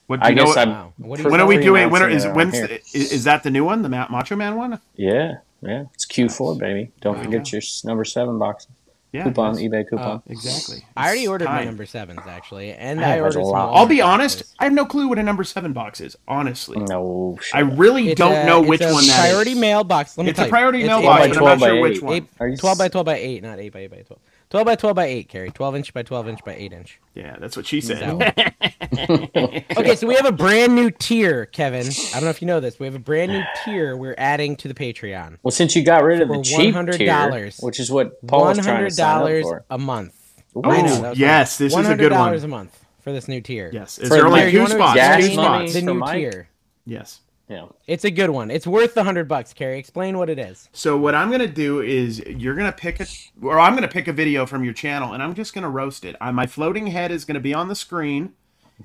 Speaker 2: What do
Speaker 3: I
Speaker 2: you know
Speaker 3: guess
Speaker 2: what-
Speaker 3: I'm.
Speaker 1: Wow. What do you-
Speaker 2: when are we doing? When are,
Speaker 3: announcing
Speaker 2: is
Speaker 3: it on
Speaker 2: when's
Speaker 3: here.
Speaker 2: the, is, is that the new one? The Ma- Macho Man one?
Speaker 3: Yeah, yeah. It's Q4, baby. Don't forget your s- number seven box
Speaker 2: Yeah,
Speaker 3: coupon,
Speaker 1: Oh,
Speaker 3: eBay coupon.
Speaker 2: exactly.
Speaker 1: I already ordered my
Speaker 2: time.
Speaker 1: number sevens actually, and
Speaker 3: I
Speaker 1: I,
Speaker 3: have a
Speaker 1: ordered. Some
Speaker 3: lot.
Speaker 1: Walmart
Speaker 2: I'll be honest.
Speaker 1: boxes.
Speaker 2: I have no clue what a number seven box is. Honestly,
Speaker 3: no, shit.
Speaker 2: I really
Speaker 1: Mm, It's
Speaker 2: don't
Speaker 1: a-
Speaker 2: know
Speaker 1: it's
Speaker 2: which
Speaker 1: a
Speaker 2: one that is.
Speaker 1: priority mailbox. Let me
Speaker 2: It's
Speaker 1: tell
Speaker 2: a
Speaker 1: you.
Speaker 2: priority
Speaker 1: It's
Speaker 2: mailbox,
Speaker 1: eight
Speaker 2: but
Speaker 3: by
Speaker 2: I'm
Speaker 3: 12
Speaker 2: not
Speaker 3: by
Speaker 2: sure which
Speaker 3: eight.
Speaker 2: one.
Speaker 1: Eight,
Speaker 3: Are you
Speaker 1: 12 by
Speaker 3: s-
Speaker 1: 12 by 8, not 8 by 8 by 12. 12 by 12 by 8, Carrie. 12 inch by 12 inch by 8 inch.
Speaker 2: Yeah, that's what she said.
Speaker 1: So- okay, so we have a brand new tier, Kevin. I don't know if you know this. We have a brand new tier we're adding to the Patreon.
Speaker 3: Well, since you got rid of the
Speaker 1: For
Speaker 3: cheap tier,
Speaker 1: $100.
Speaker 3: which is what Paul was trying to sign up
Speaker 1: $100
Speaker 3: for.
Speaker 1: a month.
Speaker 2: Oh,
Speaker 1: I know, that was
Speaker 2: yes, this is a good one.
Speaker 1: $100 a month for this new tier.
Speaker 2: yes, is
Speaker 3: For
Speaker 2: there
Speaker 3: Mary,
Speaker 2: only
Speaker 1: you
Speaker 2: two
Speaker 1: wanna
Speaker 2: spots?
Speaker 3: gas
Speaker 2: Two
Speaker 1: explain
Speaker 3: money?
Speaker 2: spots.
Speaker 1: The
Speaker 3: for
Speaker 1: new
Speaker 3: Mike?
Speaker 1: tier.
Speaker 2: Yes.
Speaker 3: Yeah.
Speaker 1: It's a good one. It's worth the 100 bucks, Carrie. Explain what it is.
Speaker 2: So what I'm gonna do is you're gonna pick a, or I'm gonna pick a video from your channel, and I'm just gonna roast it. I, my floating head is gonna be on the screen,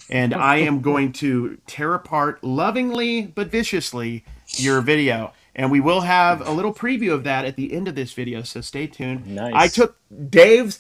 Speaker 2: and I am going to tear apart lovingly but viciously your video. And we will have a little preview of that at the end of this video, so stay tuned.
Speaker 3: Nice.
Speaker 2: I took Dave's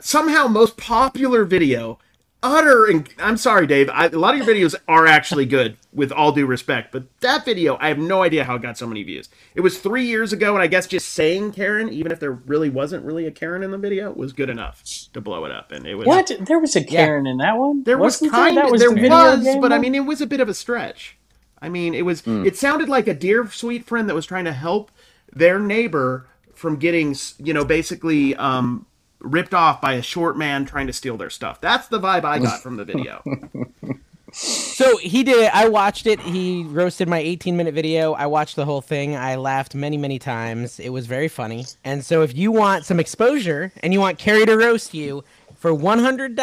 Speaker 2: somehow most popular video. Utter and I'm sorry, Dave. I, a lot of your videos are actually good, with all due respect, but that video, I have no idea how it got so many views. It was three years ago, and I guess just saying Karen, even if there really wasn't really a Karen in the video, was good enough to blow it up. And it was
Speaker 3: What? There was a Karen in that one?
Speaker 2: there was
Speaker 3: Wasn't
Speaker 2: kind
Speaker 3: That was
Speaker 2: there
Speaker 3: the video
Speaker 2: was,
Speaker 3: game
Speaker 2: but I
Speaker 3: one?
Speaker 2: mean, it was a bit of a stretch. I mean, it was. It sounded like a dear sweet friend that was trying to help their neighbor from getting, s- you know, basically um, ripped off by a short man trying to steal their stuff. That's the vibe I got from the video.
Speaker 1: So he did it. I watched it. He roasted my 18 minute video. I watched the whole thing. I laughed many, many times. It was very funny. And so if you want some exposure and you want Carrie to roast you for $100,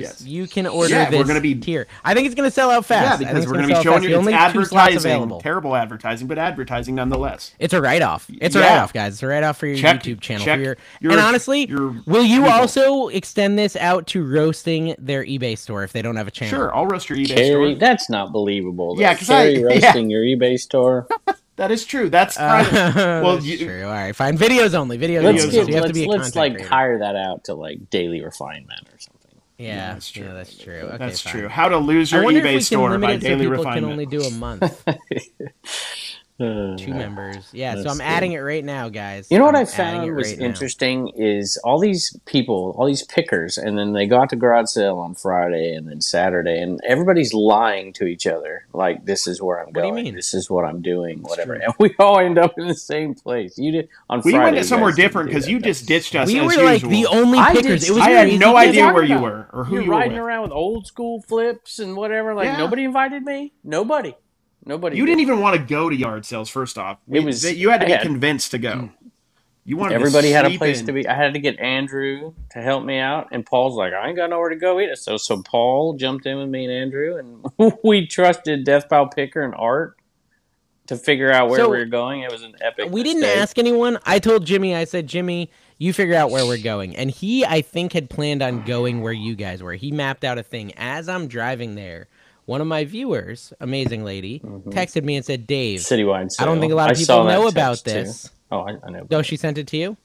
Speaker 2: Yes.
Speaker 1: you can order
Speaker 2: Yeah,
Speaker 1: this
Speaker 2: we're gonna be-
Speaker 1: here. I think it's going to sell out fast.
Speaker 2: yeah,
Speaker 1: I think
Speaker 2: because
Speaker 1: it's
Speaker 2: we're
Speaker 1: gonna
Speaker 2: going
Speaker 1: sell
Speaker 2: to be
Speaker 1: out
Speaker 2: showing
Speaker 1: fast.
Speaker 2: you
Speaker 1: Only two
Speaker 2: it's
Speaker 1: slots
Speaker 2: advertising,
Speaker 1: available.
Speaker 2: terrible advertising, but advertising nonetheless.
Speaker 1: It's a write off. It's a
Speaker 2: Yeah.
Speaker 1: write off, guys. It's a write off for your
Speaker 2: Check-
Speaker 1: YouTube channel.
Speaker 2: check
Speaker 1: for your,
Speaker 2: your-
Speaker 1: and honestly,
Speaker 2: your
Speaker 1: will you
Speaker 2: people.
Speaker 1: also extend this out to roasting their eBay store if they don't have a channel?
Speaker 2: Sure, I'll roast your eBay
Speaker 3: Carrie,
Speaker 2: store.
Speaker 3: that's not believable.
Speaker 2: Yeah,
Speaker 3: Yeah,
Speaker 2: 'cause I-
Speaker 3: Carrie
Speaker 2: yeah.
Speaker 3: roasting your eBay store.
Speaker 2: That is true. That's private.
Speaker 1: well,
Speaker 2: well, you,
Speaker 1: Uh, true. All right, fine. Videos only. Videos.
Speaker 3: Let's
Speaker 1: only.
Speaker 3: get,
Speaker 1: you have to
Speaker 3: let's,
Speaker 1: be a
Speaker 3: let's
Speaker 1: content
Speaker 3: like
Speaker 1: creator.
Speaker 3: hire that out to like Daily Refinement or something.
Speaker 1: Yeah,
Speaker 2: that's true.
Speaker 1: Yeah, that's true. Okay,
Speaker 2: that's
Speaker 1: fine.
Speaker 2: true. How to lose
Speaker 1: I
Speaker 2: your
Speaker 1: wonder if we
Speaker 2: eBay
Speaker 1: can
Speaker 2: store
Speaker 1: limit
Speaker 2: by
Speaker 1: it so
Speaker 2: daily
Speaker 1: people
Speaker 2: refinement.
Speaker 1: can only do a month.
Speaker 3: Uh,
Speaker 1: Two members. Yeah, so I'm
Speaker 3: That's
Speaker 1: adding it right now, guys.
Speaker 3: You know what
Speaker 1: I'm
Speaker 3: I
Speaker 1: adding it
Speaker 3: found was
Speaker 1: right now.
Speaker 3: interesting is all these people, all these pickers, and then they got to garage sale on Friday and then Saturday, and everybody's lying to each other. Like this is where I'm
Speaker 1: do you
Speaker 3: going.
Speaker 1: mean?
Speaker 3: This is what I'm doing. whatever. And we all end up in the same place. You did on
Speaker 2: We
Speaker 3: Friday.
Speaker 2: went to
Speaker 3: you
Speaker 2: somewhere
Speaker 3: guys didn't
Speaker 2: different
Speaker 3: do
Speaker 2: because
Speaker 3: that,
Speaker 2: you
Speaker 3: though.
Speaker 2: just ditched us.
Speaker 1: We
Speaker 2: as
Speaker 1: were like
Speaker 2: usual.
Speaker 1: the only
Speaker 3: I
Speaker 1: pickers.
Speaker 3: did-
Speaker 1: it was
Speaker 2: I
Speaker 1: we
Speaker 2: had
Speaker 1: were
Speaker 2: no
Speaker 1: easy to
Speaker 2: idea
Speaker 1: talk
Speaker 2: where you
Speaker 1: about.
Speaker 2: were or who
Speaker 3: You're
Speaker 2: you were.
Speaker 3: riding
Speaker 2: With.
Speaker 3: around with old school flips and whatever. Like
Speaker 2: Yeah.
Speaker 3: nobody invited me. Nobody. Nobody.
Speaker 2: You
Speaker 3: did.
Speaker 2: didn't even want to go to yard sales. First off, We-
Speaker 3: was-
Speaker 2: that you had to
Speaker 3: I
Speaker 2: be
Speaker 3: had-
Speaker 2: convinced to go. You wanted to
Speaker 3: Everybody had a
Speaker 2: sleep
Speaker 3: place
Speaker 2: in.
Speaker 3: to be. I had to get Andrew to help me out, and Paul's like, I ain't got nowhere to go either. So, so Paul jumped in with me and Andrew, and we trusted Death Pile Picker and Art to figure out where
Speaker 1: So-
Speaker 3: we were going. It was an epic.
Speaker 1: We didn't
Speaker 3: mistake.
Speaker 1: ask anyone. I told Jimmy. I said, Jimmy, you figure out where we're going. And he, I think, had planned on going where you guys were. He mapped out a thing. As I'm driving there, one of my viewers, amazing lady, texted me and said, Dave,
Speaker 3: citywide.
Speaker 1: I don't
Speaker 3: sale.
Speaker 1: think a lot of
Speaker 3: Mm-hmm. I
Speaker 1: people
Speaker 3: saw that
Speaker 1: know
Speaker 3: text,
Speaker 1: about
Speaker 3: too.
Speaker 1: this.
Speaker 3: Oh, I, I know.
Speaker 1: Oh, she sent it to you?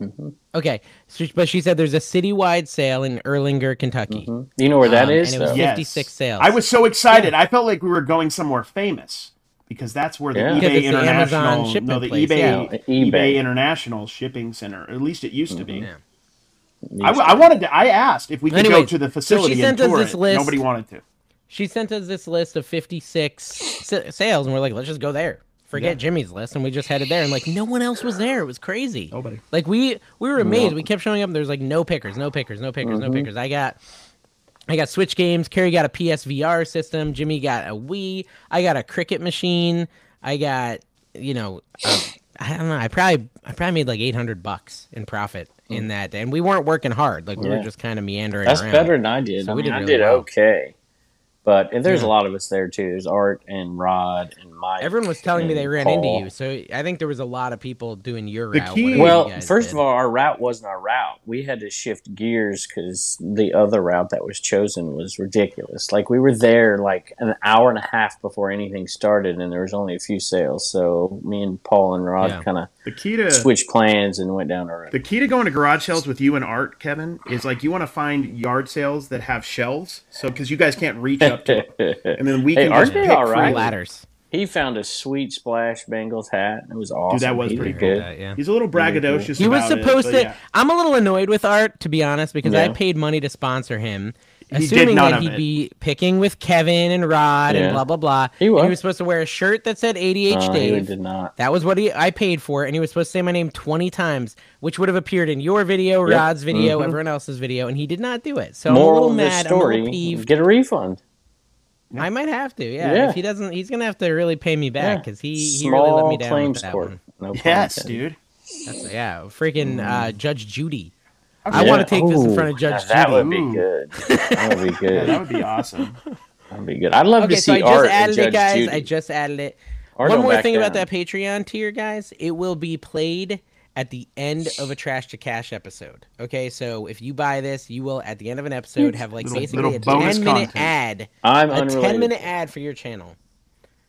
Speaker 3: Mm-hmm,
Speaker 1: Okay, so, but she said there's a citywide sale in Erlanger, Kentucky.
Speaker 3: You know where that
Speaker 1: Um,
Speaker 3: is?
Speaker 1: and it was
Speaker 3: though?
Speaker 2: Yes.
Speaker 1: 56 sales.
Speaker 2: I was so excited. I felt like we were going somewhere famous because that's where the
Speaker 3: Yeah.
Speaker 1: Because
Speaker 2: eBay
Speaker 1: it's the Amazon
Speaker 2: International, no,
Speaker 1: shipment
Speaker 2: the
Speaker 1: place,
Speaker 2: eBay,
Speaker 3: yeah.
Speaker 2: eBay,
Speaker 3: eBay.
Speaker 2: International Shipping Center. At least it used to
Speaker 3: Mm-hmm.
Speaker 2: be.
Speaker 1: Yeah.
Speaker 2: I, w- I wanted to. I asked if we could go
Speaker 1: Anyways,
Speaker 2: to the
Speaker 1: so she
Speaker 2: facility and
Speaker 1: sent us
Speaker 2: tour
Speaker 1: this
Speaker 2: it.
Speaker 1: list.
Speaker 2: Nobody wanted to.
Speaker 1: She sent us this list of 56 s- sales, and we're like, let's just go there. Forget Jimmy's list, and we just headed there, and like no one else was there. It was crazy.
Speaker 3: Oh,
Speaker 2: Nobody.
Speaker 1: Like we we were amazed. We kept showing up. and There's like no pickers, no pickers, no pickers, no
Speaker 3: Mm-hmm.
Speaker 1: pickers. I got I got Switch games. Carrie got a PSVR system. Jimmy got a Wii. I got a cricket machine. I got you know uh, I don't know. I probably I probably made like 800 bucks in profit in that day, and we weren't working hard. Like we were
Speaker 3: Mm. Yeah.
Speaker 1: just kind of meandering.
Speaker 3: That's
Speaker 1: around.
Speaker 3: better than I did.
Speaker 1: So
Speaker 3: I
Speaker 1: we
Speaker 3: mean,
Speaker 1: did
Speaker 3: I
Speaker 1: really
Speaker 3: did
Speaker 1: well.
Speaker 3: okay, but and there's
Speaker 1: Yeah.
Speaker 3: a lot of us there too. There's Art and Rod and Mike.
Speaker 1: Everyone was telling me
Speaker 3: and
Speaker 1: they ran
Speaker 3: Paul.
Speaker 1: into you, so I think there was a lot of people doing your
Speaker 2: The
Speaker 1: route.
Speaker 2: key-
Speaker 1: whatever you
Speaker 3: Well,
Speaker 1: guys
Speaker 3: first
Speaker 1: did.
Speaker 3: of all, our route wasn't our route. We had to shift gears because the other route that was chosen was ridiculous. Like we were there like an hour and a half before anything started, and there was only a few sales. So me and Paul and Rod
Speaker 1: Yeah.
Speaker 3: kind of
Speaker 2: The key to
Speaker 3: switched plans and went down our road.
Speaker 2: The key to going to garage sales with you and Art, Kevin, is like you want to find yard sales that have shelves, so because you guys can't reach up to it, and then we
Speaker 3: Hey,
Speaker 2: can
Speaker 3: Art
Speaker 2: just
Speaker 3: did
Speaker 2: pick
Speaker 3: all
Speaker 2: free
Speaker 3: right.
Speaker 1: ladders.
Speaker 3: He found a sweet splash Bengals hat. It was awesome.
Speaker 2: that was
Speaker 3: He
Speaker 2: pretty
Speaker 3: did
Speaker 2: cool.
Speaker 3: good.
Speaker 1: yeah.
Speaker 2: He's a little braggadocious.
Speaker 1: He was
Speaker 2: about it,
Speaker 1: supposed
Speaker 2: but
Speaker 1: to.
Speaker 2: yeah.
Speaker 1: I'm a little annoyed with Art, to be honest, because I
Speaker 3: Yeah.
Speaker 1: paid money to sponsor him,
Speaker 2: did
Speaker 1: assuming
Speaker 2: none
Speaker 1: that
Speaker 2: of
Speaker 1: he'd
Speaker 2: it.
Speaker 1: be picking with Kevin and Rod
Speaker 3: Yeah.
Speaker 1: and blah blah blah.
Speaker 3: He
Speaker 1: And
Speaker 3: was.
Speaker 1: he was supposed to wear a shirt that said ADH
Speaker 3: Uh, he
Speaker 1: Dave.
Speaker 3: did not.
Speaker 1: That was what he I paid for, and he was supposed to say my name 20 times, which would have appeared in your video,
Speaker 3: Yep.
Speaker 1: Rod's video,
Speaker 3: Mhm.
Speaker 1: everyone else's video, and he did not do it. So I'm
Speaker 3: Moral of
Speaker 1: a little
Speaker 3: the
Speaker 1: mad. I'm a little
Speaker 3: story:
Speaker 1: peeved.
Speaker 3: get a refund.
Speaker 1: I might have to, yeah.
Speaker 3: Yeah.
Speaker 1: If he doesn't, he's gonna have to really pay me back because he, he
Speaker 3: Small
Speaker 1: really let me down. with
Speaker 3: claims
Speaker 1: that
Speaker 3: court.
Speaker 1: one.
Speaker 3: No
Speaker 2: Yes,
Speaker 3: content.
Speaker 2: dude.
Speaker 1: That's, yeah, freaking uh, Judge Judy. I
Speaker 3: Yeah.
Speaker 1: want to take this in
Speaker 3: Ooh,
Speaker 1: front of
Speaker 3: now
Speaker 1: Judge
Speaker 3: That
Speaker 1: Judy.
Speaker 3: would be
Speaker 2: Ooh.
Speaker 3: good. That would be
Speaker 2: Yeah, that
Speaker 3: good.
Speaker 2: would be awesome.
Speaker 3: That would be good. I'd love
Speaker 1: Okay,
Speaker 3: to
Speaker 1: so I
Speaker 3: see
Speaker 1: just
Speaker 3: Art and
Speaker 1: added
Speaker 3: Judge
Speaker 1: it, guys.
Speaker 3: Judy.
Speaker 1: I just added it.
Speaker 3: Art
Speaker 1: One
Speaker 3: don't
Speaker 1: more
Speaker 3: back
Speaker 1: thing about
Speaker 3: down.
Speaker 1: that Patreon tier, guys. It will be played at the end of a Trash to Cash episode. Okay, so if you buy this, you will at the end of an episode have like
Speaker 2: Little-
Speaker 1: basically
Speaker 2: little
Speaker 1: a
Speaker 2: bonus
Speaker 1: ten minute
Speaker 2: content.
Speaker 1: ad,
Speaker 3: I'm
Speaker 1: a ten
Speaker 3: unrelated. Hmm.
Speaker 1: minute ad for your channel.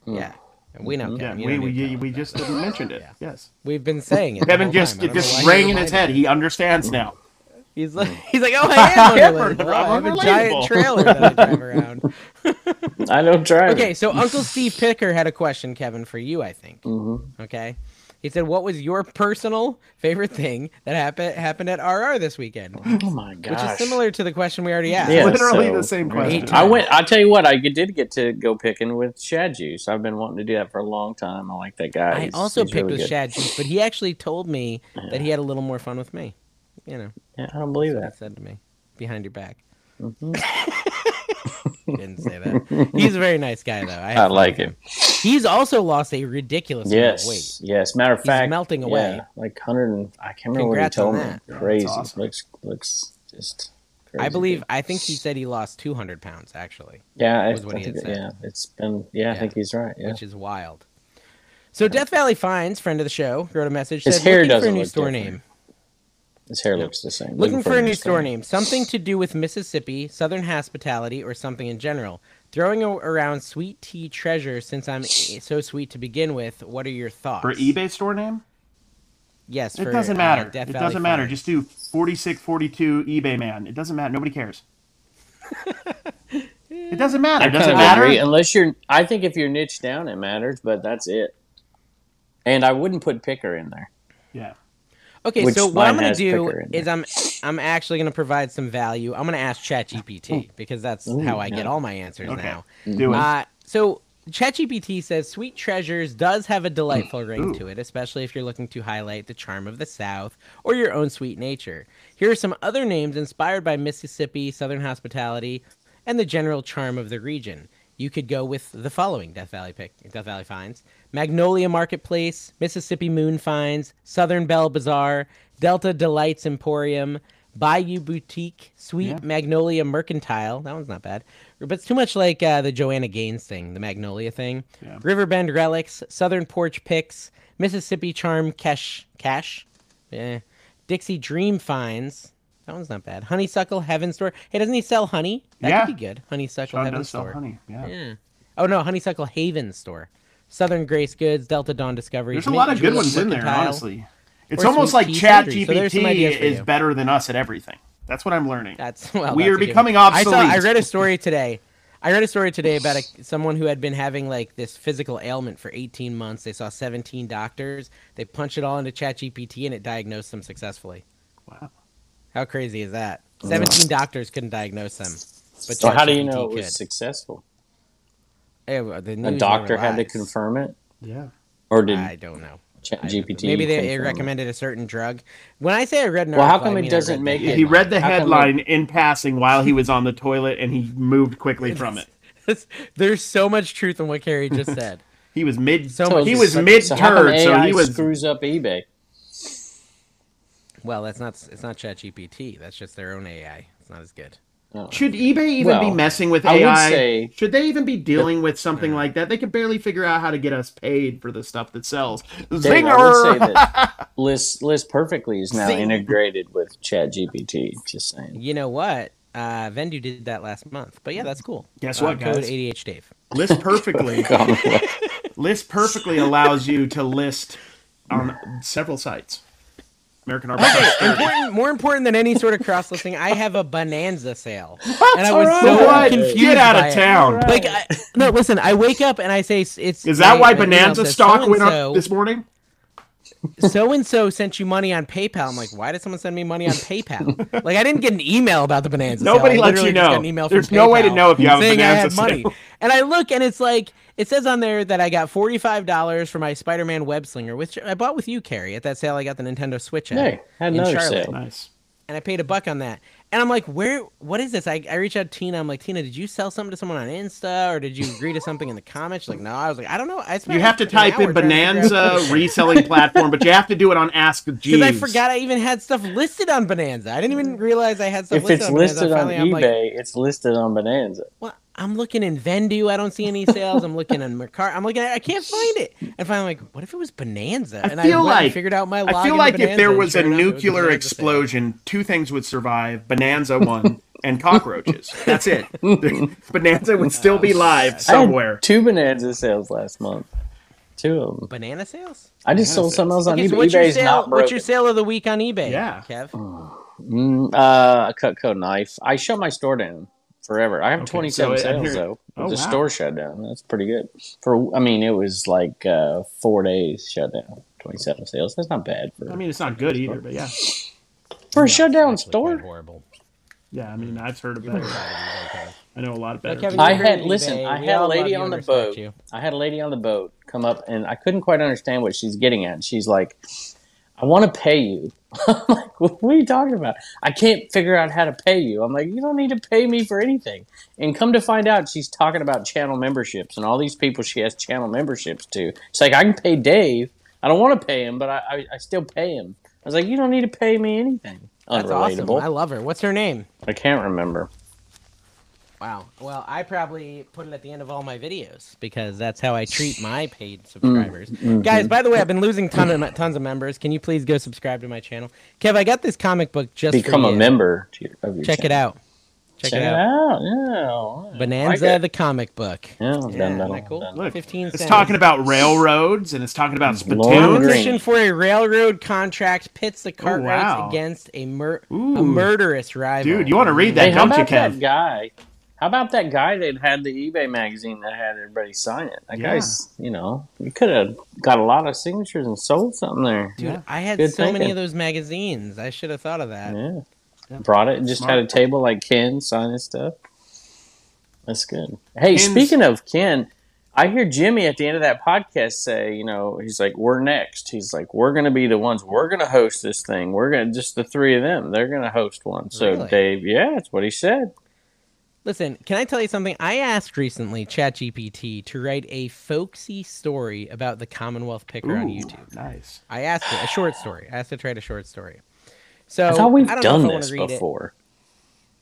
Speaker 1: Yeah, we know. Kevin, you
Speaker 2: Yeah,
Speaker 1: don't
Speaker 2: we
Speaker 1: need to tell
Speaker 2: we,
Speaker 1: us
Speaker 2: we
Speaker 1: that.
Speaker 2: just mentioned it. Yes,
Speaker 1: we've been saying it. the
Speaker 2: Kevin
Speaker 1: whole
Speaker 2: just
Speaker 1: time. I don't
Speaker 2: it
Speaker 1: know why
Speaker 2: just
Speaker 1: you
Speaker 2: rang in
Speaker 1: don't
Speaker 2: his
Speaker 1: mind
Speaker 2: head. He understands now.
Speaker 1: He's like, he's like, oh, I am unrelated.
Speaker 2: I'm
Speaker 1: Oh, I have a
Speaker 2: unrelatable."
Speaker 1: giant trailer that I drive around.
Speaker 3: I don't drive.
Speaker 1: Okay, so Uncle Steve Picker had a question, Kevin, for you, I think. Mm-hmm. Okay, he said, "What was your personal favorite thing that happened happened at RR this weekend?" Which
Speaker 3: Oh my gosh.
Speaker 1: is similar to the question we already asked.
Speaker 3: Yeah,
Speaker 2: Literally
Speaker 3: so-
Speaker 2: the same question.
Speaker 3: I went. I tell you what, I did get to go picking with Shad Juice. I've been wanting to do that for a long time. I like that guy.
Speaker 1: I
Speaker 3: He's-
Speaker 1: also
Speaker 3: he's
Speaker 1: picked
Speaker 3: really
Speaker 1: with
Speaker 3: good.
Speaker 1: Shad Juice, but he actually told me that he had a little more fun with me. You know,
Speaker 3: Yeah, I don't believe
Speaker 1: he
Speaker 3: that. Mm-hmm.
Speaker 1: said to me behind your back. Didn't say that. He's a very nice guy, though. I, had
Speaker 3: I
Speaker 1: fun
Speaker 3: like
Speaker 1: with him.
Speaker 3: him.
Speaker 1: He's also lost a ridiculous amount of weight.
Speaker 3: Yes. Yes. Matter of fact,
Speaker 1: melting away.
Speaker 3: yeah, like hundred. and I can't remember
Speaker 1: Congrats on
Speaker 3: what he told
Speaker 1: that.
Speaker 3: me. Crazy.
Speaker 2: awesome.
Speaker 3: Looks. Looks just. Crazy
Speaker 1: I believe. I think he said he lost 200 pounds actually,
Speaker 3: Yeah, I,
Speaker 1: was what
Speaker 3: I
Speaker 1: he had
Speaker 3: think-
Speaker 1: said.
Speaker 3: yeah, it's been. Yeah, I
Speaker 1: Yeah.
Speaker 3: think he's right. Yeah,
Speaker 1: which is wild. So Death Valley Finds, friend of the show, wrote a message.
Speaker 3: His
Speaker 1: said,
Speaker 3: hair
Speaker 1: looking for a
Speaker 3: doesn't
Speaker 1: new
Speaker 3: look
Speaker 1: store
Speaker 3: different.
Speaker 1: name.
Speaker 3: his hair looks the same.
Speaker 1: Looking for a new store name, something to do with Mississippi, Southern hospitality, or something in general. Throwing a- around sweet tea treasure since I'm so sweet to begin with. What are your thoughts?
Speaker 2: for eBay store name.
Speaker 1: Yes,
Speaker 2: It
Speaker 1: for, uh,
Speaker 2: doesn't matter.
Speaker 1: Death
Speaker 2: it
Speaker 1: Valley
Speaker 2: doesn't matter.
Speaker 1: Finds.
Speaker 2: Just do forty six forty two eBay man. It doesn't matter. Nobody cares. it doesn't matter. It
Speaker 3: Kind
Speaker 2: doesn't
Speaker 3: of
Speaker 2: matter.
Speaker 3: agree, unless you're. I think if you're niche down, it matters, but that's it. And I wouldn't put picker in there.
Speaker 2: Yeah.
Speaker 1: Okay,
Speaker 3: Which
Speaker 1: so what
Speaker 3: mine
Speaker 1: I'm going to
Speaker 3: has
Speaker 1: do
Speaker 3: picker in
Speaker 1: is I'm I'm actually going to provide some value. I'm going to ask ChatGPT because that's how I get all my answers
Speaker 2: Okay.
Speaker 1: now.
Speaker 2: Do it.
Speaker 1: Uh, so ChatGPT says Sweet Treasures does have a delightful ring
Speaker 2: Ooh.
Speaker 1: to it, especially if you're looking to highlight the charm of the South or your own sweet nature. Here are some other names inspired by Mississippi, Southern hospitality, and the general charm of the region. You could go with the following Death Valley pick, Death Valley finds: Magnolia Marketplace, Mississippi Moon Finds, Southern Belle Bazaar, Delta Delights Emporium, Bayou Boutique, Sweet Magnolia Mercantile. That one's not bad. But it's too much like uh, the Joanna Gaines thing, the Magnolia thing.
Speaker 2: Yeah.
Speaker 1: Riverbend Relics, Southern Porch Picks, Mississippi Charm Cash, Cash, eh. Dixie Dream Finds. That one's not bad. Honeysuckle Heaven Store. Hey, doesn't he sell honey? That
Speaker 2: Yeah.
Speaker 1: could be good. Honeysuckle
Speaker 2: John
Speaker 1: Heaven
Speaker 2: does sell
Speaker 1: Store.
Speaker 2: honey. Yeah.
Speaker 1: Yeah. Oh no, Honeysuckle Haven Store. Southern Grace Goods, Delta Dawn Discovery.
Speaker 2: There's a lot of good
Speaker 1: Julep
Speaker 2: ones in there,
Speaker 1: Mercantile.
Speaker 2: honestly. It's
Speaker 1: Or
Speaker 2: almost
Speaker 1: some
Speaker 2: like
Speaker 1: key
Speaker 2: Chat
Speaker 1: surgery. So there's some ideas
Speaker 2: GPT
Speaker 1: for
Speaker 2: is
Speaker 1: you.
Speaker 2: better than us at everything. That's what I'm learning.
Speaker 1: That's well.
Speaker 2: We
Speaker 1: that's
Speaker 2: are
Speaker 1: a given.
Speaker 2: becoming
Speaker 1: I, saw, I
Speaker 2: obsolete.
Speaker 1: read a story today. I read a story today about a, someone who had been having like this physical ailment for 18 months. They saw 17 doctors. They punched it all into ChatGPT and it diagnosed them successfully.
Speaker 2: Wow.
Speaker 1: How crazy is that? 17 doctors couldn't diagnose them. But
Speaker 3: So how do you
Speaker 1: ChatGPT
Speaker 3: know it
Speaker 1: could.
Speaker 3: was successful?
Speaker 1: Eh, well, the
Speaker 3: A
Speaker 1: news
Speaker 3: doctor
Speaker 1: never
Speaker 3: had to
Speaker 1: lies.
Speaker 3: confirm it,
Speaker 2: Yeah.
Speaker 3: or did
Speaker 1: I don't know. I don't know.
Speaker 3: ChatGPT?
Speaker 1: Maybe they
Speaker 3: confirm it?
Speaker 1: recommended a certain drug. When I say I read an
Speaker 3: Well, how
Speaker 1: article,
Speaker 3: come
Speaker 1: I
Speaker 3: it
Speaker 1: mean I
Speaker 3: doesn't
Speaker 1: read
Speaker 3: make
Speaker 1: the
Speaker 3: it?
Speaker 2: He read the
Speaker 3: How come it-
Speaker 2: headline in passing while he was on the toilet and he moved quickly from it.
Speaker 1: There's so much truth in what Carrie just said.
Speaker 2: He was mid
Speaker 1: So much
Speaker 2: he
Speaker 1: is
Speaker 2: was
Speaker 1: such-
Speaker 2: mid
Speaker 3: So how come
Speaker 2: turd, so
Speaker 3: AI
Speaker 2: he was
Speaker 3: screws up eBay?
Speaker 1: Well, that's not it's not ChatGPT. That's just their own AI. It's not as good.
Speaker 2: Should eBay even be
Speaker 3: Well,
Speaker 2: messing with
Speaker 3: I would
Speaker 2: AI?
Speaker 3: say-
Speaker 2: Should they even be dealing with something like that? They can barely figure out how to get us paid for the stuff that sells.
Speaker 3: Dave, I would say
Speaker 2: Zinger!
Speaker 3: that List List Perfectly is now
Speaker 1: Zing.
Speaker 3: integrated with ChatGPT. Just saying.
Speaker 1: You know what? Uh, Vendu did that last month, but yeah, that's cool.
Speaker 2: Guess
Speaker 1: Uh,
Speaker 2: what,
Speaker 1: Code
Speaker 2: guys?
Speaker 1: ADH Dave.
Speaker 2: List perfectly. list perfectly allows you to list on several sites. American Arbor.
Speaker 1: Important, more important than any sort of cross listing, I have a bonanza sale, and I was
Speaker 2: All
Speaker 1: so
Speaker 2: right.
Speaker 1: confused.
Speaker 2: Get out
Speaker 1: by
Speaker 2: of
Speaker 1: it.
Speaker 2: town.
Speaker 1: Like, I, no, listen. I wake up and I say, s- "It's."
Speaker 2: Is that
Speaker 1: my-
Speaker 2: why
Speaker 1: my email
Speaker 2: Bonanza
Speaker 1: says,
Speaker 2: stock went
Speaker 1: "So-and-so-
Speaker 2: up this morning?
Speaker 1: so and so sent you money on PayPal. I'm like, why did someone send me money on PayPal? like, I didn't get an email about the bonanza. sale.
Speaker 2: Nobody
Speaker 1: I
Speaker 2: lets
Speaker 1: literally
Speaker 2: you
Speaker 1: just
Speaker 2: know.
Speaker 1: got an email
Speaker 2: There's
Speaker 1: from
Speaker 2: no way to
Speaker 1: PayPal
Speaker 2: know if you have a
Speaker 1: saying I
Speaker 2: bonanza
Speaker 1: had money.
Speaker 2: sale.
Speaker 1: And I look, and it's like it says on there that I got forty five dollars for my Spider Man web slinger, which I bought with you, Carrie, at that sale. I got the Nintendo Switch at
Speaker 3: Hey, had
Speaker 1: in
Speaker 3: another
Speaker 1: Charlotte,
Speaker 3: sale.
Speaker 2: Nice.
Speaker 1: and I paid a buck on that. And I'm like, where? What is this? I, I reach out to Tina. I'm like, Tina, did you sell something to someone on Insta, or did you agree to something in the comments? She's like, no. I was like, I don't know. I spent
Speaker 2: You have to
Speaker 1: like an
Speaker 2: type in
Speaker 1: hour trying to figure out
Speaker 2: Bonanza reselling platform, but you have to do it on Ask Jeeves.
Speaker 1: because I forgot I even had stuff listed on Bonanza. I didn't even realize I had stuff
Speaker 3: If
Speaker 1: listed
Speaker 3: it's
Speaker 1: on Bonanza.
Speaker 3: listed on
Speaker 1: Finally, I'm like,
Speaker 3: eBay, it's listed on Bonanza.
Speaker 1: well, I'm looking in Vendu. I don't see any sales. I'm looking in Mercari. I'm looking. At, I can't find it. And finally, I'm like, what if it was Bonanza? And
Speaker 2: feel
Speaker 1: went and
Speaker 2: like-
Speaker 1: figured out my.
Speaker 2: I
Speaker 1: login
Speaker 2: feel
Speaker 1: to
Speaker 2: like if
Speaker 1: Bonanza,
Speaker 2: there
Speaker 1: and
Speaker 2: was
Speaker 1: sure
Speaker 2: a
Speaker 1: enough, it was
Speaker 2: nuclear
Speaker 1: Bonanza sale.
Speaker 2: explosion, two things would survive: Bonanza one and cockroaches. That's it. Bonanza would still be live
Speaker 3: I had
Speaker 2: somewhere.
Speaker 3: two Bonanza sales last month. Two of them.
Speaker 1: Banana sales.
Speaker 3: I just sold something else on
Speaker 1: Okay,
Speaker 3: eBay.
Speaker 1: so what's your
Speaker 3: eBay's
Speaker 1: sale?
Speaker 3: not
Speaker 1: What's
Speaker 3: broken.
Speaker 1: your sale of the week on eBay?
Speaker 2: Yeah. Oh,
Speaker 1: Kev.
Speaker 3: Mm, uh, a Cutco knife. I shut my store down forever. I have
Speaker 2: so
Speaker 3: 27
Speaker 2: it- I'm
Speaker 3: sales
Speaker 2: hearing-
Speaker 3: though.
Speaker 2: Oh,
Speaker 3: with the
Speaker 2: wow.
Speaker 3: store shut down. That's pretty good. For I mean, it was like uh, four days shut down. 27 sales. That's not bad for
Speaker 2: I mean, it's not good either, but yeah,
Speaker 3: for a shut down
Speaker 1: Actually, quite
Speaker 3: store.
Speaker 1: Horrible.
Speaker 2: yeah. I mean, I've heard of better. I know a lot of better.
Speaker 1: Kevin,
Speaker 3: I
Speaker 1: You're
Speaker 3: had
Speaker 1: hurting
Speaker 3: listen.
Speaker 1: eBay.
Speaker 3: I
Speaker 1: We
Speaker 3: had a
Speaker 1: all love
Speaker 3: lady
Speaker 1: you
Speaker 3: on
Speaker 1: and
Speaker 3: the
Speaker 1: respect
Speaker 3: boat.
Speaker 1: you.
Speaker 3: I had a lady on the boat come up, and I couldn't quite understand what she's getting at. She's like, "I want to pay you." I'm like, "What are you talking about? I can't figure out how to pay you." I'm like, "You don't need to pay me for anything." And come to find out, she's talking about channel memberships and all these people she has channel memberships to. She's like, "I can pay Dave. I don't want to pay him, but I, I, I still pay him." I was like, "You don't need to pay me anything."
Speaker 1: That's awesome.
Speaker 3: Unrelatable.
Speaker 1: I love her. What's her name?
Speaker 3: I can't remember.
Speaker 1: Wow. Well, I probably put it at the end of all my videos because that's how I treat my
Speaker 3: Mm.
Speaker 1: paid subscribers.
Speaker 3: Mm-hmm.
Speaker 1: Guys, by the way, I've been losing ton of, tons of members. Can you please go subscribe to my channel? Kev, I got this comic book just
Speaker 3: Become
Speaker 1: for
Speaker 3: a
Speaker 1: you.
Speaker 3: member. To your, of your
Speaker 1: Check it
Speaker 3: channel.
Speaker 1: out. Check, it out.
Speaker 3: Yeah.
Speaker 1: Bonanza,
Speaker 3: Like it.
Speaker 1: the comic book.
Speaker 3: Yeah, I've done that
Speaker 1: isn't
Speaker 3: all-
Speaker 1: that cool?
Speaker 3: done
Speaker 2: Look,
Speaker 1: 15
Speaker 2: it's
Speaker 1: cents.
Speaker 2: talking about railroads and it's talking about
Speaker 3: Long
Speaker 2: spittoons.
Speaker 3: Green.
Speaker 1: Competition for a railroad contract pits the Cartwrights
Speaker 2: wow.
Speaker 1: against a, mur- a
Speaker 2: Ooh.
Speaker 1: murderous rival.
Speaker 2: Dude, you want to read that,
Speaker 3: Hey, how
Speaker 2: don't you,
Speaker 3: about that
Speaker 2: Kev?
Speaker 3: guy? How about that guy that had the eBay magazine that had everybody sign it? That
Speaker 2: Yeah.
Speaker 3: guy's, you know, you could have got a lot of signatures and sold something there.
Speaker 1: Dude, I had
Speaker 3: Good
Speaker 1: so many
Speaker 3: thinking.
Speaker 1: of those magazines. I should have thought of that.
Speaker 3: Yeah. Brought it and just had a table like Ken sign his stuff. That's good. Hey,
Speaker 2: Ken's-
Speaker 3: speaking of Ken, I hear Jimmy at the end of that podcast say, you know, he's like, we're next. He's like, we're going to be the ones, we're going to host this thing. We're going to, just the three of them, they're going to host one. So,
Speaker 1: Really?
Speaker 3: Dave, yeah, that's what he said.
Speaker 1: Listen, can I tell you something? I asked recently ChatGPT to write a folksy story about the Commonwealth picker on
Speaker 2: Ooh,
Speaker 1: YouTube.
Speaker 2: Nice.
Speaker 1: I asked it a short story. I asked it to write a short story. So
Speaker 3: I thought we've
Speaker 1: Oh, I don't know
Speaker 3: done
Speaker 1: if I wanna
Speaker 3: this
Speaker 1: read it.
Speaker 3: before.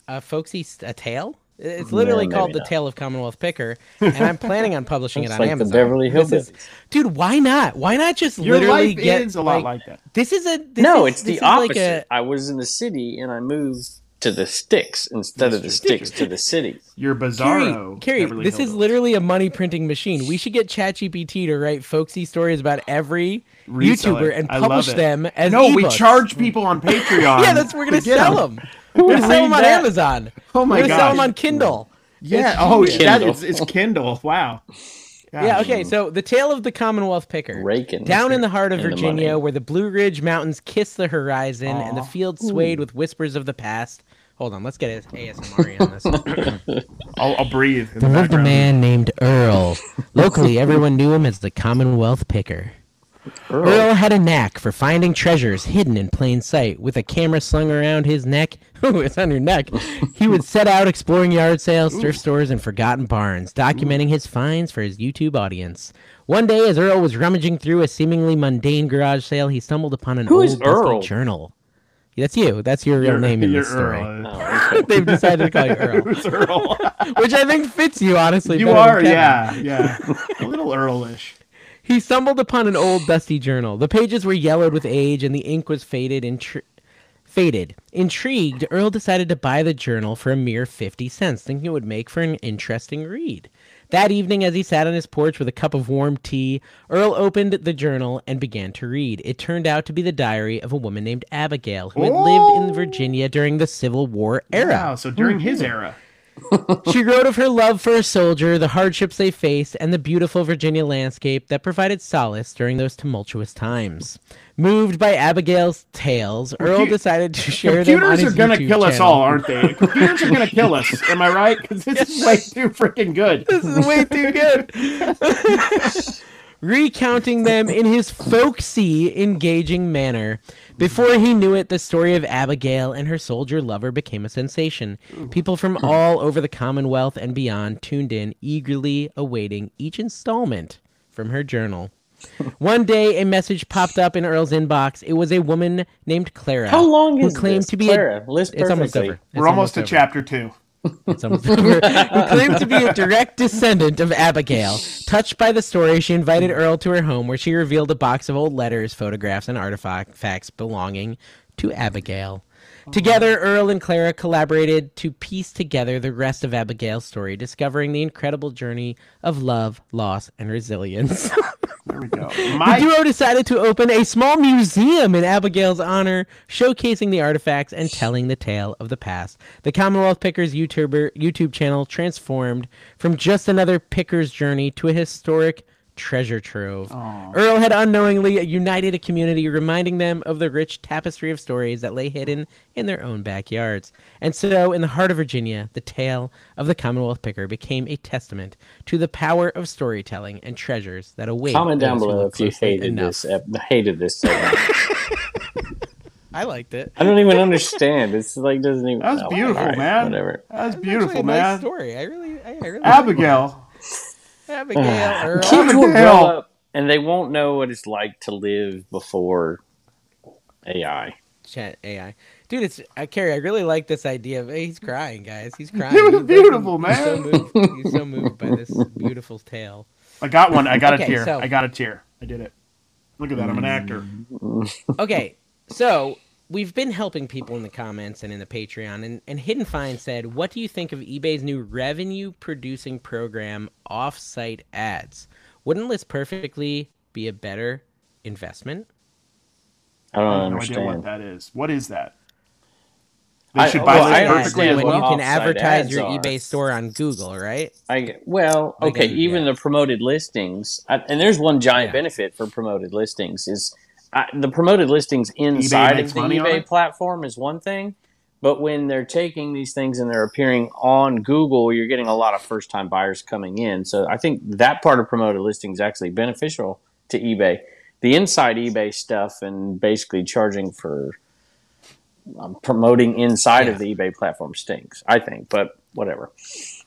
Speaker 1: A folksy s- a tale. It's literally
Speaker 3: maybe
Speaker 1: called The
Speaker 3: not.
Speaker 1: Tale of Commonwealth Picker, and I'm planning on publishing it
Speaker 3: It's
Speaker 1: on
Speaker 3: like the
Speaker 1: Amazon.
Speaker 3: Beverly
Speaker 1: This is-
Speaker 3: Hillbillies.
Speaker 1: dude, why not? Why not just
Speaker 2: Your
Speaker 1: literally
Speaker 2: life
Speaker 1: get
Speaker 2: is a lot like that.
Speaker 1: This is a this
Speaker 3: no,
Speaker 1: is-
Speaker 3: it's
Speaker 1: this
Speaker 3: the
Speaker 1: is like
Speaker 3: opposite.
Speaker 1: a-
Speaker 3: I was in the city and I moved to the sticks instead of the sticks to the city.
Speaker 2: You're bizarro.
Speaker 1: Carrie,
Speaker 2: Beverly
Speaker 1: this is
Speaker 2: Hillbillies.
Speaker 1: literally a money printing machine. We should get ChatGPT to write folksy stories about every
Speaker 2: Resell it.
Speaker 1: YouTuber and
Speaker 2: I love
Speaker 1: publish
Speaker 2: it.
Speaker 1: them as
Speaker 2: No, we
Speaker 1: ebooks.
Speaker 2: charge people on Patreon.
Speaker 1: Yeah, that's we're gonna
Speaker 2: to get
Speaker 1: sell them. We're gonna sell them
Speaker 3: read
Speaker 1: on
Speaker 3: that?
Speaker 1: Amazon.
Speaker 2: Oh my
Speaker 1: we're gonna sell them
Speaker 2: gosh.
Speaker 1: on Kindle.
Speaker 2: Yeah. Oh,
Speaker 3: huge.
Speaker 2: that
Speaker 3: Kindle.
Speaker 2: is, it's Kindle. Wow. Gosh.
Speaker 1: Yeah, okay, so the tale of the Commonwealth Picker.
Speaker 3: Raking.
Speaker 1: Down in the heart of
Speaker 3: And the
Speaker 1: Virginia,
Speaker 3: money.
Speaker 1: where the Blue Ridge Mountains kiss the horizon and the fields swayed with whispers of the past. Hold on, let's get a- ASMR on this.
Speaker 2: I'll, I'll breathe. In the
Speaker 1: There lived a
Speaker 2: background.
Speaker 1: man named Earl. Locally, everyone knew him as the Commonwealth Picker. Earl. had a knack for finding treasures hidden in plain sight. With a camera slung around his neck, ooh, it's on your neck, he would set out exploring yard sales, thrift stores, and forgotten barns, documenting his finds for his YouTube audience. One day, as Earl was rummaging through a seemingly mundane garage sale, he stumbled upon an
Speaker 3: Who
Speaker 1: old
Speaker 3: is
Speaker 1: dusty
Speaker 3: Earl?
Speaker 1: journal. That's you. That's your real
Speaker 2: You're-
Speaker 1: name in
Speaker 2: you're
Speaker 1: this story.
Speaker 2: Earl.
Speaker 1: They've decided to call you Earl
Speaker 2: It's Earl.
Speaker 1: which I think fits you honestly.
Speaker 2: you
Speaker 1: better than
Speaker 2: are,
Speaker 1: Kevin.
Speaker 2: yeah, yeah. A little Earlish.
Speaker 1: He stumbled upon an old dusty journal. The pages were yellowed with age, and the ink was faded and tr- faded. Intrigued, Earl decided to buy the journal for a mere fifty cents, thinking it would make for an interesting read. That evening, as he sat on his porch with a cup of warm tea, Earl opened the journal and began to read. It turned out to be the diary of a woman named Abigail who had lived in Virginia during the Civil War era.
Speaker 2: Wow. So during his
Speaker 1: Mm-hmm.
Speaker 2: era,
Speaker 1: She wrote of her love for a soldier, the hardships they faced, and the beautiful Virginia landscape that provided solace during those tumultuous times. Moved by Abigail's tales, Earl decided to share them on
Speaker 2: computers are
Speaker 1: his
Speaker 2: gonna
Speaker 1: YouTube
Speaker 2: kill us
Speaker 1: channel.
Speaker 2: all, aren't they? Computers are gonna kill us. Am I right? Because this is way too freaking good.
Speaker 1: This is way too good. Recounting them in his folksy, engaging manner. Before he knew it, the story of Abigail and her soldier lover became a sensation. People from all over the Commonwealth and beyond tuned in, eagerly awaiting each installment from her journal. One day, a message popped up in Earl's inbox. It was a woman named Clara.
Speaker 3: How long
Speaker 1: who
Speaker 3: is
Speaker 1: claimed
Speaker 3: this?
Speaker 1: to be
Speaker 3: Clara,
Speaker 1: a,
Speaker 3: list
Speaker 1: It's almost
Speaker 3: perfectly.
Speaker 1: over.
Speaker 2: We're
Speaker 1: It's
Speaker 2: almost to
Speaker 1: over
Speaker 2: chapter two.
Speaker 1: some- who claimed to be a direct descendant of Abigail. Touched by the story, she invited Earl to her home, where she revealed a box of old letters, photographs, and artifacts belonging to Abigail. Together, Earl and Clara collaborated to piece together the rest of Abigail's story, discovering the incredible journey of love, loss, and resilience.
Speaker 2: There we go.
Speaker 1: The
Speaker 2: My
Speaker 1: duo decided to open a small museum in Abigail's honor, showcasing the artifacts and telling the tale of the past. The Commonwealth Pickers YouTuber YouTube channel transformed from just another picker's journey to a historic treasure trove. Earl had unknowingly united a community, reminding them of the rich tapestry of stories that lay hidden in their own backyards. And so, in the heart of Virginia, the tale of the Commonwealth Picker became a testament to the power of storytelling and treasures that await.
Speaker 3: Comment down
Speaker 1: those who
Speaker 3: below
Speaker 1: look
Speaker 3: if you
Speaker 1: closely
Speaker 3: hated
Speaker 1: enough.
Speaker 3: this. Ep- hated this. segment.
Speaker 1: I liked it.
Speaker 3: I don't even understand. It's like doesn't even.
Speaker 2: That was
Speaker 3: oh,
Speaker 2: beautiful,
Speaker 3: all
Speaker 2: man.
Speaker 3: Whatever.
Speaker 2: that's
Speaker 1: Actually, a
Speaker 2: beautiful,
Speaker 1: nice
Speaker 2: man.
Speaker 1: story. I really, I, I really
Speaker 2: Abigail.
Speaker 1: Abigail Earl.
Speaker 3: Kids will grow
Speaker 2: Abigail.
Speaker 3: up and they won't know what it's like to live before AI.
Speaker 1: Chat AI, dude. It's uh, Carrie. I really like this idea of hey, he's crying, guys. He's crying.
Speaker 2: It was
Speaker 1: He's
Speaker 2: beautiful,
Speaker 1: so
Speaker 2: man.
Speaker 1: moved. He's so moved by this beautiful tale.
Speaker 2: I got one. I got a
Speaker 1: Okay,
Speaker 2: tear.
Speaker 1: so-
Speaker 2: I got a tear. I did it. Look at that. I'm an actor.
Speaker 1: Okay, so we've been helping people in the comments and in the Patreon, and, and Hidden Fine said, "What do you think of eBay's new revenue-producing program, off-site ads? Wouldn't this perfectly be a better investment?"
Speaker 3: I don't
Speaker 2: I have no idea
Speaker 3: understand.
Speaker 2: what that is. What is that?
Speaker 3: I-
Speaker 2: They should
Speaker 3: oh,
Speaker 2: buy
Speaker 3: well, I
Speaker 2: that
Speaker 3: understand
Speaker 2: perfectly
Speaker 3: what
Speaker 2: as well.
Speaker 1: when you can
Speaker 3: Offsite
Speaker 1: advertise
Speaker 3: ads
Speaker 1: your
Speaker 3: are.
Speaker 1: eBay store on Google, right?
Speaker 3: I get- well,
Speaker 1: I
Speaker 3: okay.
Speaker 1: get it,
Speaker 3: even
Speaker 1: yeah.
Speaker 3: the promoted listings, I, and there's one giant
Speaker 1: Yeah.
Speaker 3: benefit for promoted listings is I, the promoted listings inside
Speaker 2: makes
Speaker 3: of the
Speaker 2: money on
Speaker 3: eBay
Speaker 2: it?
Speaker 3: platform is one thing, but when they're taking these things and they're appearing on Google, you're getting a lot of first time buyers coming in. So I think that part of promoted listings is actually beneficial to eBay. The inside eBay stuff and basically charging for um, promoting inside of the eBay platform stinks. I think, but whatever.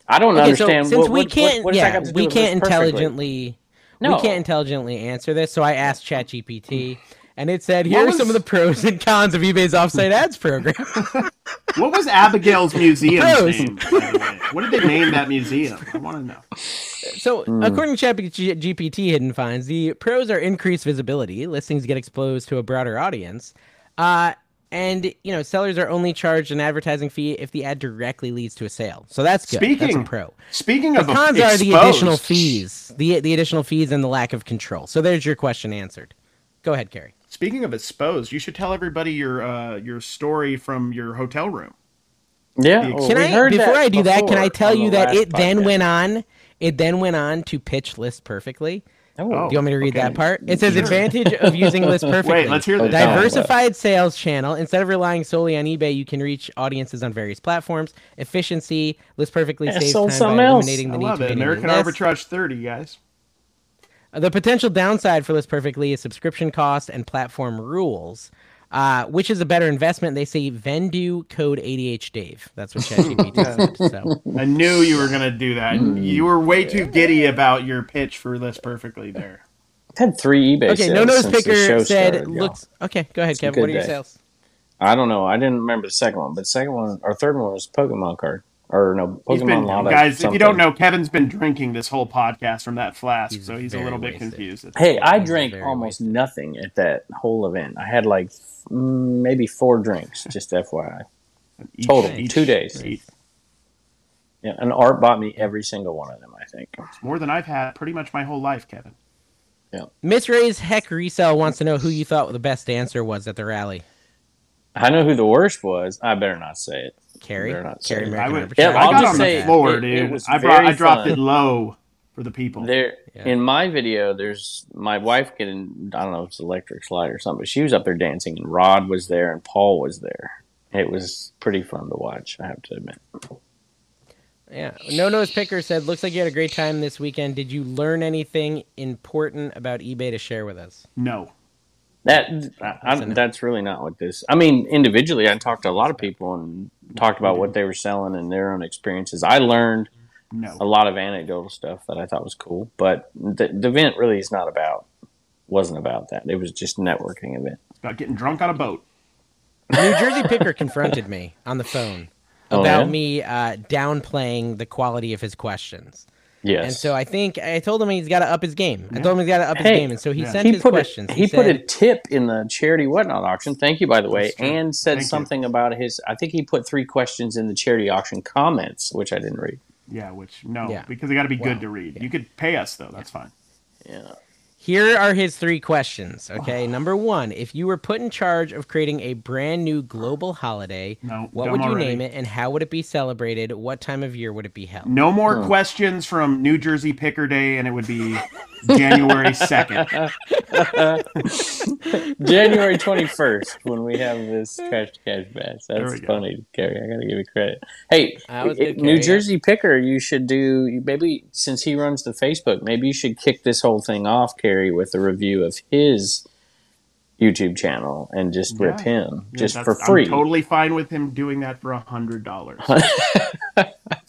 Speaker 3: I don't
Speaker 1: Okay, so
Speaker 3: understand.
Speaker 1: since
Speaker 3: what,
Speaker 1: we
Speaker 3: what-
Speaker 1: can't,
Speaker 3: what- what does that
Speaker 1: yeah,
Speaker 3: got to do
Speaker 1: we
Speaker 3: with this
Speaker 1: can't
Speaker 3: perfectly?
Speaker 1: intelligently,
Speaker 3: No.
Speaker 1: we can't intelligently answer this. So I asked ChatGPT, and it said,
Speaker 2: What
Speaker 1: "Here are
Speaker 2: was-
Speaker 1: some of the pros and cons of eBay's offsite ads program."
Speaker 2: What was Abigail's museum
Speaker 1: Gross.
Speaker 2: name? by the way? What did they name that museum? I want to know.
Speaker 1: So,
Speaker 3: Hmm.
Speaker 1: according to ChatGPT, Hidden Finds, the pros are increased visibility, listings get exposed to a broader audience, uh, And you know, sellers are only charged an advertising fee if the ad directly leads to a sale. So that's good. that's a
Speaker 2: Speaking-
Speaker 1: pro.
Speaker 2: Speaking
Speaker 1: The
Speaker 2: of
Speaker 1: cons are
Speaker 2: exposed,
Speaker 1: the additional fees, the the additional fees, and the lack of control. So there's your question answered. Go ahead, Carrie.
Speaker 2: Speaking of exposed, you should tell everybody your uh, your story from your hotel room.
Speaker 3: Yeah.
Speaker 2: Can
Speaker 3: well,
Speaker 1: Can
Speaker 3: we
Speaker 1: I
Speaker 3: heard
Speaker 1: before I do that? Can
Speaker 3: before
Speaker 1: I tell
Speaker 3: on the
Speaker 1: you that
Speaker 3: last
Speaker 1: it then
Speaker 3: podcast.
Speaker 1: went on? It then went on to pitch List Perfectly.
Speaker 3: Oh,
Speaker 1: Do you want me to read
Speaker 2: okay.
Speaker 1: that part? It says
Speaker 2: Sure.
Speaker 1: advantage of using List Perfectly.
Speaker 2: Wait, let's hear this.
Speaker 3: Hotel.
Speaker 1: Diversified sales channel. Instead of relying solely on eBay, you can reach audiences on various platforms. Efficiency. List perfectly
Speaker 3: Yeah,
Speaker 1: saves
Speaker 3: sold
Speaker 1: time
Speaker 3: something
Speaker 1: by
Speaker 3: else.
Speaker 1: eliminating
Speaker 2: I
Speaker 1: the need
Speaker 2: love
Speaker 1: to
Speaker 2: it.
Speaker 1: manually
Speaker 2: American
Speaker 1: list.
Speaker 2: Arbitrage 30, guys.
Speaker 1: The potential downside for List Perfectly is subscription cost and platform rules. Uh, which is a better investment? They say Vendu code ADH Dave. That's what ChatGPT said. So.
Speaker 2: I knew you were going to do that.
Speaker 3: Mm.
Speaker 2: You were way too giddy about your pitch for this perfectly there.
Speaker 3: I've had three eBay.
Speaker 1: Okay,
Speaker 3: sales
Speaker 1: no notice
Speaker 3: since the
Speaker 1: picker
Speaker 3: show
Speaker 1: said
Speaker 3: started, y'all.
Speaker 1: looks okay. Go ahead,
Speaker 3: a
Speaker 1: Kevin. What are
Speaker 3: good
Speaker 1: your
Speaker 3: day.
Speaker 1: sales?
Speaker 3: I don't know. I didn't remember the second one, but the second one or third one was Pokemon card or no
Speaker 2: He's
Speaker 3: Pokemon
Speaker 2: been,
Speaker 3: Lotto.
Speaker 2: guys, if you
Speaker 3: something.
Speaker 2: don't know, Kevin's been drinking this whole podcast from that flask,
Speaker 1: He's
Speaker 2: so he's a
Speaker 1: very
Speaker 2: little bit
Speaker 1: wasted.
Speaker 2: confused. It's-
Speaker 3: Hey, I
Speaker 1: He's
Speaker 3: drank
Speaker 1: very
Speaker 3: almost nothing at that whole event. I had like mm, maybe four drinks, just FYI.
Speaker 2: each-
Speaker 3: Total,
Speaker 2: each-
Speaker 3: two days.
Speaker 2: each-
Speaker 3: Yeah, and Art bought me every single one of them. I think.
Speaker 2: more than I've had pretty much my whole life, Kevin.
Speaker 1: Miss Ray's heck resell wants to know who you thought the best answer was at the rally.
Speaker 3: I know who the worst was. I better not say it.
Speaker 1: Carrie,
Speaker 3: Better not say
Speaker 1: Carrie,
Speaker 3: it.
Speaker 1: American
Speaker 2: I, would,
Speaker 1: Arbitrage.
Speaker 3: Yeah,
Speaker 2: I
Speaker 3: I'll
Speaker 2: got
Speaker 3: just
Speaker 2: on
Speaker 3: say
Speaker 2: the floor,
Speaker 3: it- it
Speaker 2: dude.
Speaker 3: was
Speaker 2: I, brought,
Speaker 3: very
Speaker 2: I dropped
Speaker 3: fun.
Speaker 2: it low for the people.
Speaker 3: There
Speaker 1: Yeah.
Speaker 3: in my video, there's my wife getting I don't know if it's electric slide or something, but she was up there dancing and Rod was there and Paul was there. It was pretty fun to watch, I have to admit.
Speaker 1: Yeah. No Nose Picker said, "Looks like you had a great time this weekend. Did you learn anything important about eBay to share with us?"
Speaker 2: No.
Speaker 3: That I, I, that's really not what this. I mean, individually, I talked to a lot of people and talked about what they were selling and their own experiences. I learned a
Speaker 2: No.
Speaker 3: lot of anecdotal stuff that I thought was cool, but the, the event really is not about wasn't about that. It was just a networking event.
Speaker 2: It's about getting drunk on a boat.
Speaker 1: New Jersey Picker confronted me on the phone
Speaker 3: Oh,
Speaker 1: about
Speaker 3: yeah?
Speaker 1: me uh, downplaying the quality of his questions.
Speaker 3: Yes,
Speaker 1: And so I think I told him he's got to up his game. I told him he's got to up
Speaker 3: Hey,
Speaker 1: his game, and so he
Speaker 2: yeah.
Speaker 1: sent
Speaker 3: he
Speaker 1: his
Speaker 3: put
Speaker 1: questions.
Speaker 3: A, he put a tip in the charity whatnot auction. Thank you, by the way,
Speaker 2: That's true.
Speaker 3: and said
Speaker 2: Thank you.
Speaker 3: something about his. I think he put three questions in the charity auction comments, which I didn't read.
Speaker 2: Yeah, which, no,
Speaker 1: Yeah.
Speaker 2: because they got to be
Speaker 1: Wow.
Speaker 2: good to read. You could pay us, though. That's fine.
Speaker 3: Yeah,
Speaker 1: Here are his three questions. Okay. Number one, if you were put in charge of creating a brand new global holiday,
Speaker 2: No,
Speaker 1: what
Speaker 2: dumb
Speaker 1: would you
Speaker 2: already.
Speaker 1: name it and how would it be celebrated? What time of year would it be held?
Speaker 2: No more questions from New Jersey Picker Day, and it would be January 2nd.
Speaker 3: January twenty first, when we have this trash to cash bash. That's
Speaker 2: we go.
Speaker 3: funny, Gary. I gotta give you credit. Hey,
Speaker 1: That was good,
Speaker 3: it-
Speaker 1: Gary, yeah.
Speaker 3: New Jersey Picker, you should do you- maybe since he runs the Facebook, maybe you should kick this whole thing off, Carrie, with a review of his. YouTube channel and just rip
Speaker 2: Yeah.
Speaker 3: him
Speaker 2: Yeah,
Speaker 3: just
Speaker 2: that's-
Speaker 3: for free.
Speaker 2: I'm totally fine with him doing that for a hundred dollars.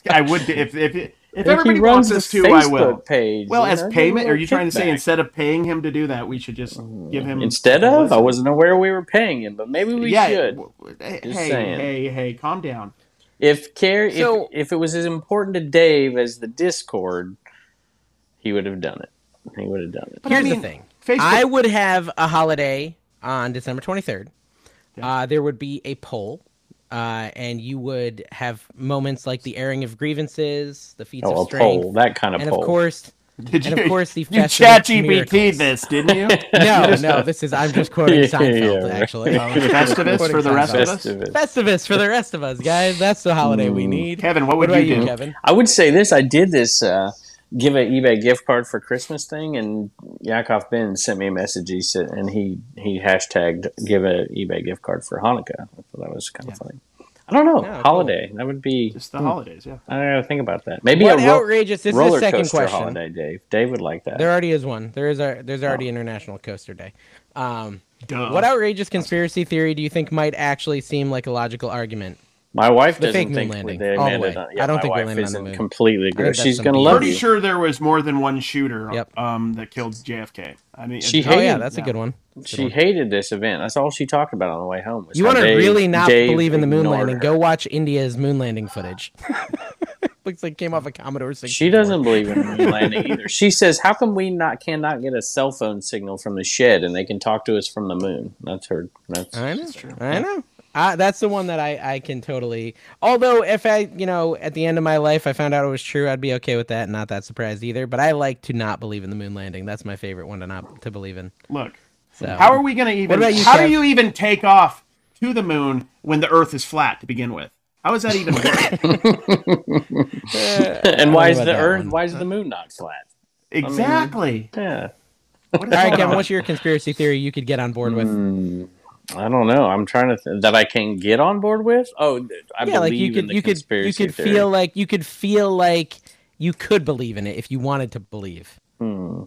Speaker 2: I would if if if, everybody wants us to, I will.
Speaker 3: Page,
Speaker 2: Well,
Speaker 3: you
Speaker 2: as
Speaker 3: know, give
Speaker 2: payment,
Speaker 3: him a
Speaker 2: are you trying to say
Speaker 3: kickback.
Speaker 2: instead of paying him to do that, we should just give him
Speaker 3: instead of? I wasn't aware we were paying him, but maybe we
Speaker 2: yeah,
Speaker 3: should.
Speaker 2: w- w- Hey,
Speaker 3: Just
Speaker 2: hey,
Speaker 3: saying.
Speaker 2: hey, hey, calm down.
Speaker 3: If Carrie,
Speaker 1: So-
Speaker 3: if, if it was as important to Dave as the Discord, he would have done it. He would have done it.
Speaker 2: But I
Speaker 1: Here's
Speaker 2: mean,
Speaker 1: the thing
Speaker 2: Facebook-
Speaker 1: I would have a holiday on December 23rd.
Speaker 2: Yeah.
Speaker 1: Uh, there would be a poll. Uh, and you would have moments like the airing of grievances, the feats
Speaker 3: Oh,
Speaker 1: of
Speaker 3: a
Speaker 1: strength,
Speaker 3: poll, that kind of
Speaker 1: and
Speaker 3: poll.
Speaker 1: of course,
Speaker 2: Did
Speaker 1: and of course the
Speaker 2: you
Speaker 1: festivals
Speaker 2: chat GPT
Speaker 1: miracles.
Speaker 2: this, didn't you?
Speaker 1: no, no, this is I'm just quoting
Speaker 3: Yeah,
Speaker 1: Seinfeld
Speaker 3: yeah, right.
Speaker 1: actually.
Speaker 2: Oh, Festivus for the rest of us.
Speaker 3: Festivus.
Speaker 1: Festivus for the rest of us, guys. That's the holiday
Speaker 3: Mm.
Speaker 1: we need.
Speaker 2: Kevin, what
Speaker 1: what
Speaker 2: would
Speaker 1: about
Speaker 2: you
Speaker 1: you,
Speaker 2: do?
Speaker 1: Kevin?
Speaker 3: I would say this. I did this uh, give an eBay gift card for Christmas thing, and Yakov Ben sent me a message. He said, and he he hashtagged give an eBay gift card for Hanukkah. I thought that was kind of funny. I don't know
Speaker 1: Yeah, cool.
Speaker 3: holiday. That would be.
Speaker 2: Just the holidays, yeah.
Speaker 3: I don't know. Think about that. Maybe
Speaker 1: What
Speaker 3: a ro-
Speaker 1: outrageous! This is
Speaker 3: roller
Speaker 1: the second
Speaker 3: coaster
Speaker 1: question.
Speaker 3: holiday, Dave. Dave would like that.
Speaker 1: There already is one. There is a there's
Speaker 2: Oh.
Speaker 1: already International Coaster Day. Um,
Speaker 2: Duh.
Speaker 1: what outrageous conspiracy theory do you think might actually seem like a logical argument?
Speaker 3: my wife
Speaker 1: The
Speaker 3: doesn't
Speaker 1: fake moon
Speaker 3: think
Speaker 1: landing,
Speaker 3: they
Speaker 1: all the
Speaker 3: landed
Speaker 1: way.
Speaker 3: on- yeah,
Speaker 1: Oh, I don't
Speaker 3: my
Speaker 1: think we
Speaker 3: wife
Speaker 1: landed on the
Speaker 3: isn't
Speaker 1: moon.
Speaker 3: Completely
Speaker 1: I
Speaker 3: agree.
Speaker 1: heard that's
Speaker 3: She's
Speaker 1: some
Speaker 3: gonna
Speaker 1: BS.
Speaker 3: love
Speaker 2: pretty
Speaker 3: you.
Speaker 2: sure there was more than one shooter
Speaker 1: Yep.
Speaker 2: um, that killed JFK. I mean,
Speaker 3: She
Speaker 2: it-
Speaker 1: Oh
Speaker 3: hated-
Speaker 1: yeah, that's a
Speaker 2: yeah.
Speaker 1: good one.
Speaker 3: She hated this event. That's all she talked about on the way home. Was
Speaker 1: You
Speaker 3: how
Speaker 1: want to
Speaker 3: Dave-
Speaker 1: really not
Speaker 3: Dave
Speaker 1: believe in the moon
Speaker 3: ignored
Speaker 1: landing?
Speaker 3: her.
Speaker 1: Go watch India's moon landing footage. Looks like it came off a Commodore 64.
Speaker 3: She doesn't believe in the moon landing either. She says, "How come we not cannot get a cell phone signal from the shed and they can talk to us from the moon?" That's her. That's
Speaker 1: I know. I know. I, that's the one that I, I can totally. Although, if I, you know, at the end of my life, I found out it was true, I'd be okay with that and not that surprised either. But I like to not believe in the moon landing. That's my favorite one to not to believe in.
Speaker 2: Look,
Speaker 1: So
Speaker 2: how are we going to even?
Speaker 1: about you,
Speaker 2: how
Speaker 1: Kev?
Speaker 2: do you even take off to the moon when the Earth is flat to begin with? How is that even? work?
Speaker 3: and why is
Speaker 1: about
Speaker 3: the
Speaker 1: that
Speaker 3: Earth?
Speaker 1: one.
Speaker 3: Why is the moon not flat?
Speaker 2: exactly.
Speaker 3: Yeah,
Speaker 1: All
Speaker 2: What is
Speaker 1: right,
Speaker 2: going
Speaker 1: Kevin,
Speaker 2: on?
Speaker 1: what's your conspiracy theory you could get on board with?
Speaker 3: I don't know. I'm trying to th- that I can get on board with. Oh, th- I
Speaker 1: yeah,
Speaker 3: believe
Speaker 1: like you
Speaker 3: in
Speaker 1: could
Speaker 3: the
Speaker 1: you could you
Speaker 3: conspiracy
Speaker 1: could
Speaker 3: theory.
Speaker 1: feel like you could feel like you could believe in it if you wanted to believe.
Speaker 3: Hmm.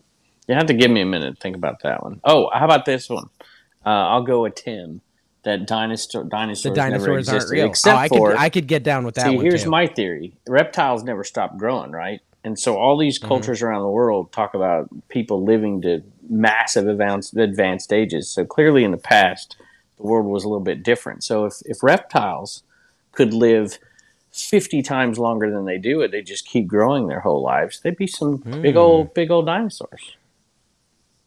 Speaker 3: You have to give me a minute to think about that one. Oh, how about this one? Uh, I'll go with Tim. That dinosaur
Speaker 1: The
Speaker 3: dinosaurs, never
Speaker 1: dinosaurs
Speaker 3: existed,
Speaker 1: aren't real.
Speaker 3: except
Speaker 1: oh, I
Speaker 3: for
Speaker 1: could I could get down with that
Speaker 3: See,
Speaker 1: one.
Speaker 3: here's
Speaker 1: too.
Speaker 3: my theory: reptiles never stop growing, right? And so all these
Speaker 1: Mm-hmm.
Speaker 3: cultures around the world talk about people living to massive advanced, advanced ages. So clearly, in the past, the world was a little bit different. So if, if reptiles could live 50 times longer than they do it, they just keep growing their whole lives. They'd be some big
Speaker 1: Hmm.
Speaker 3: old big old dinosaurs,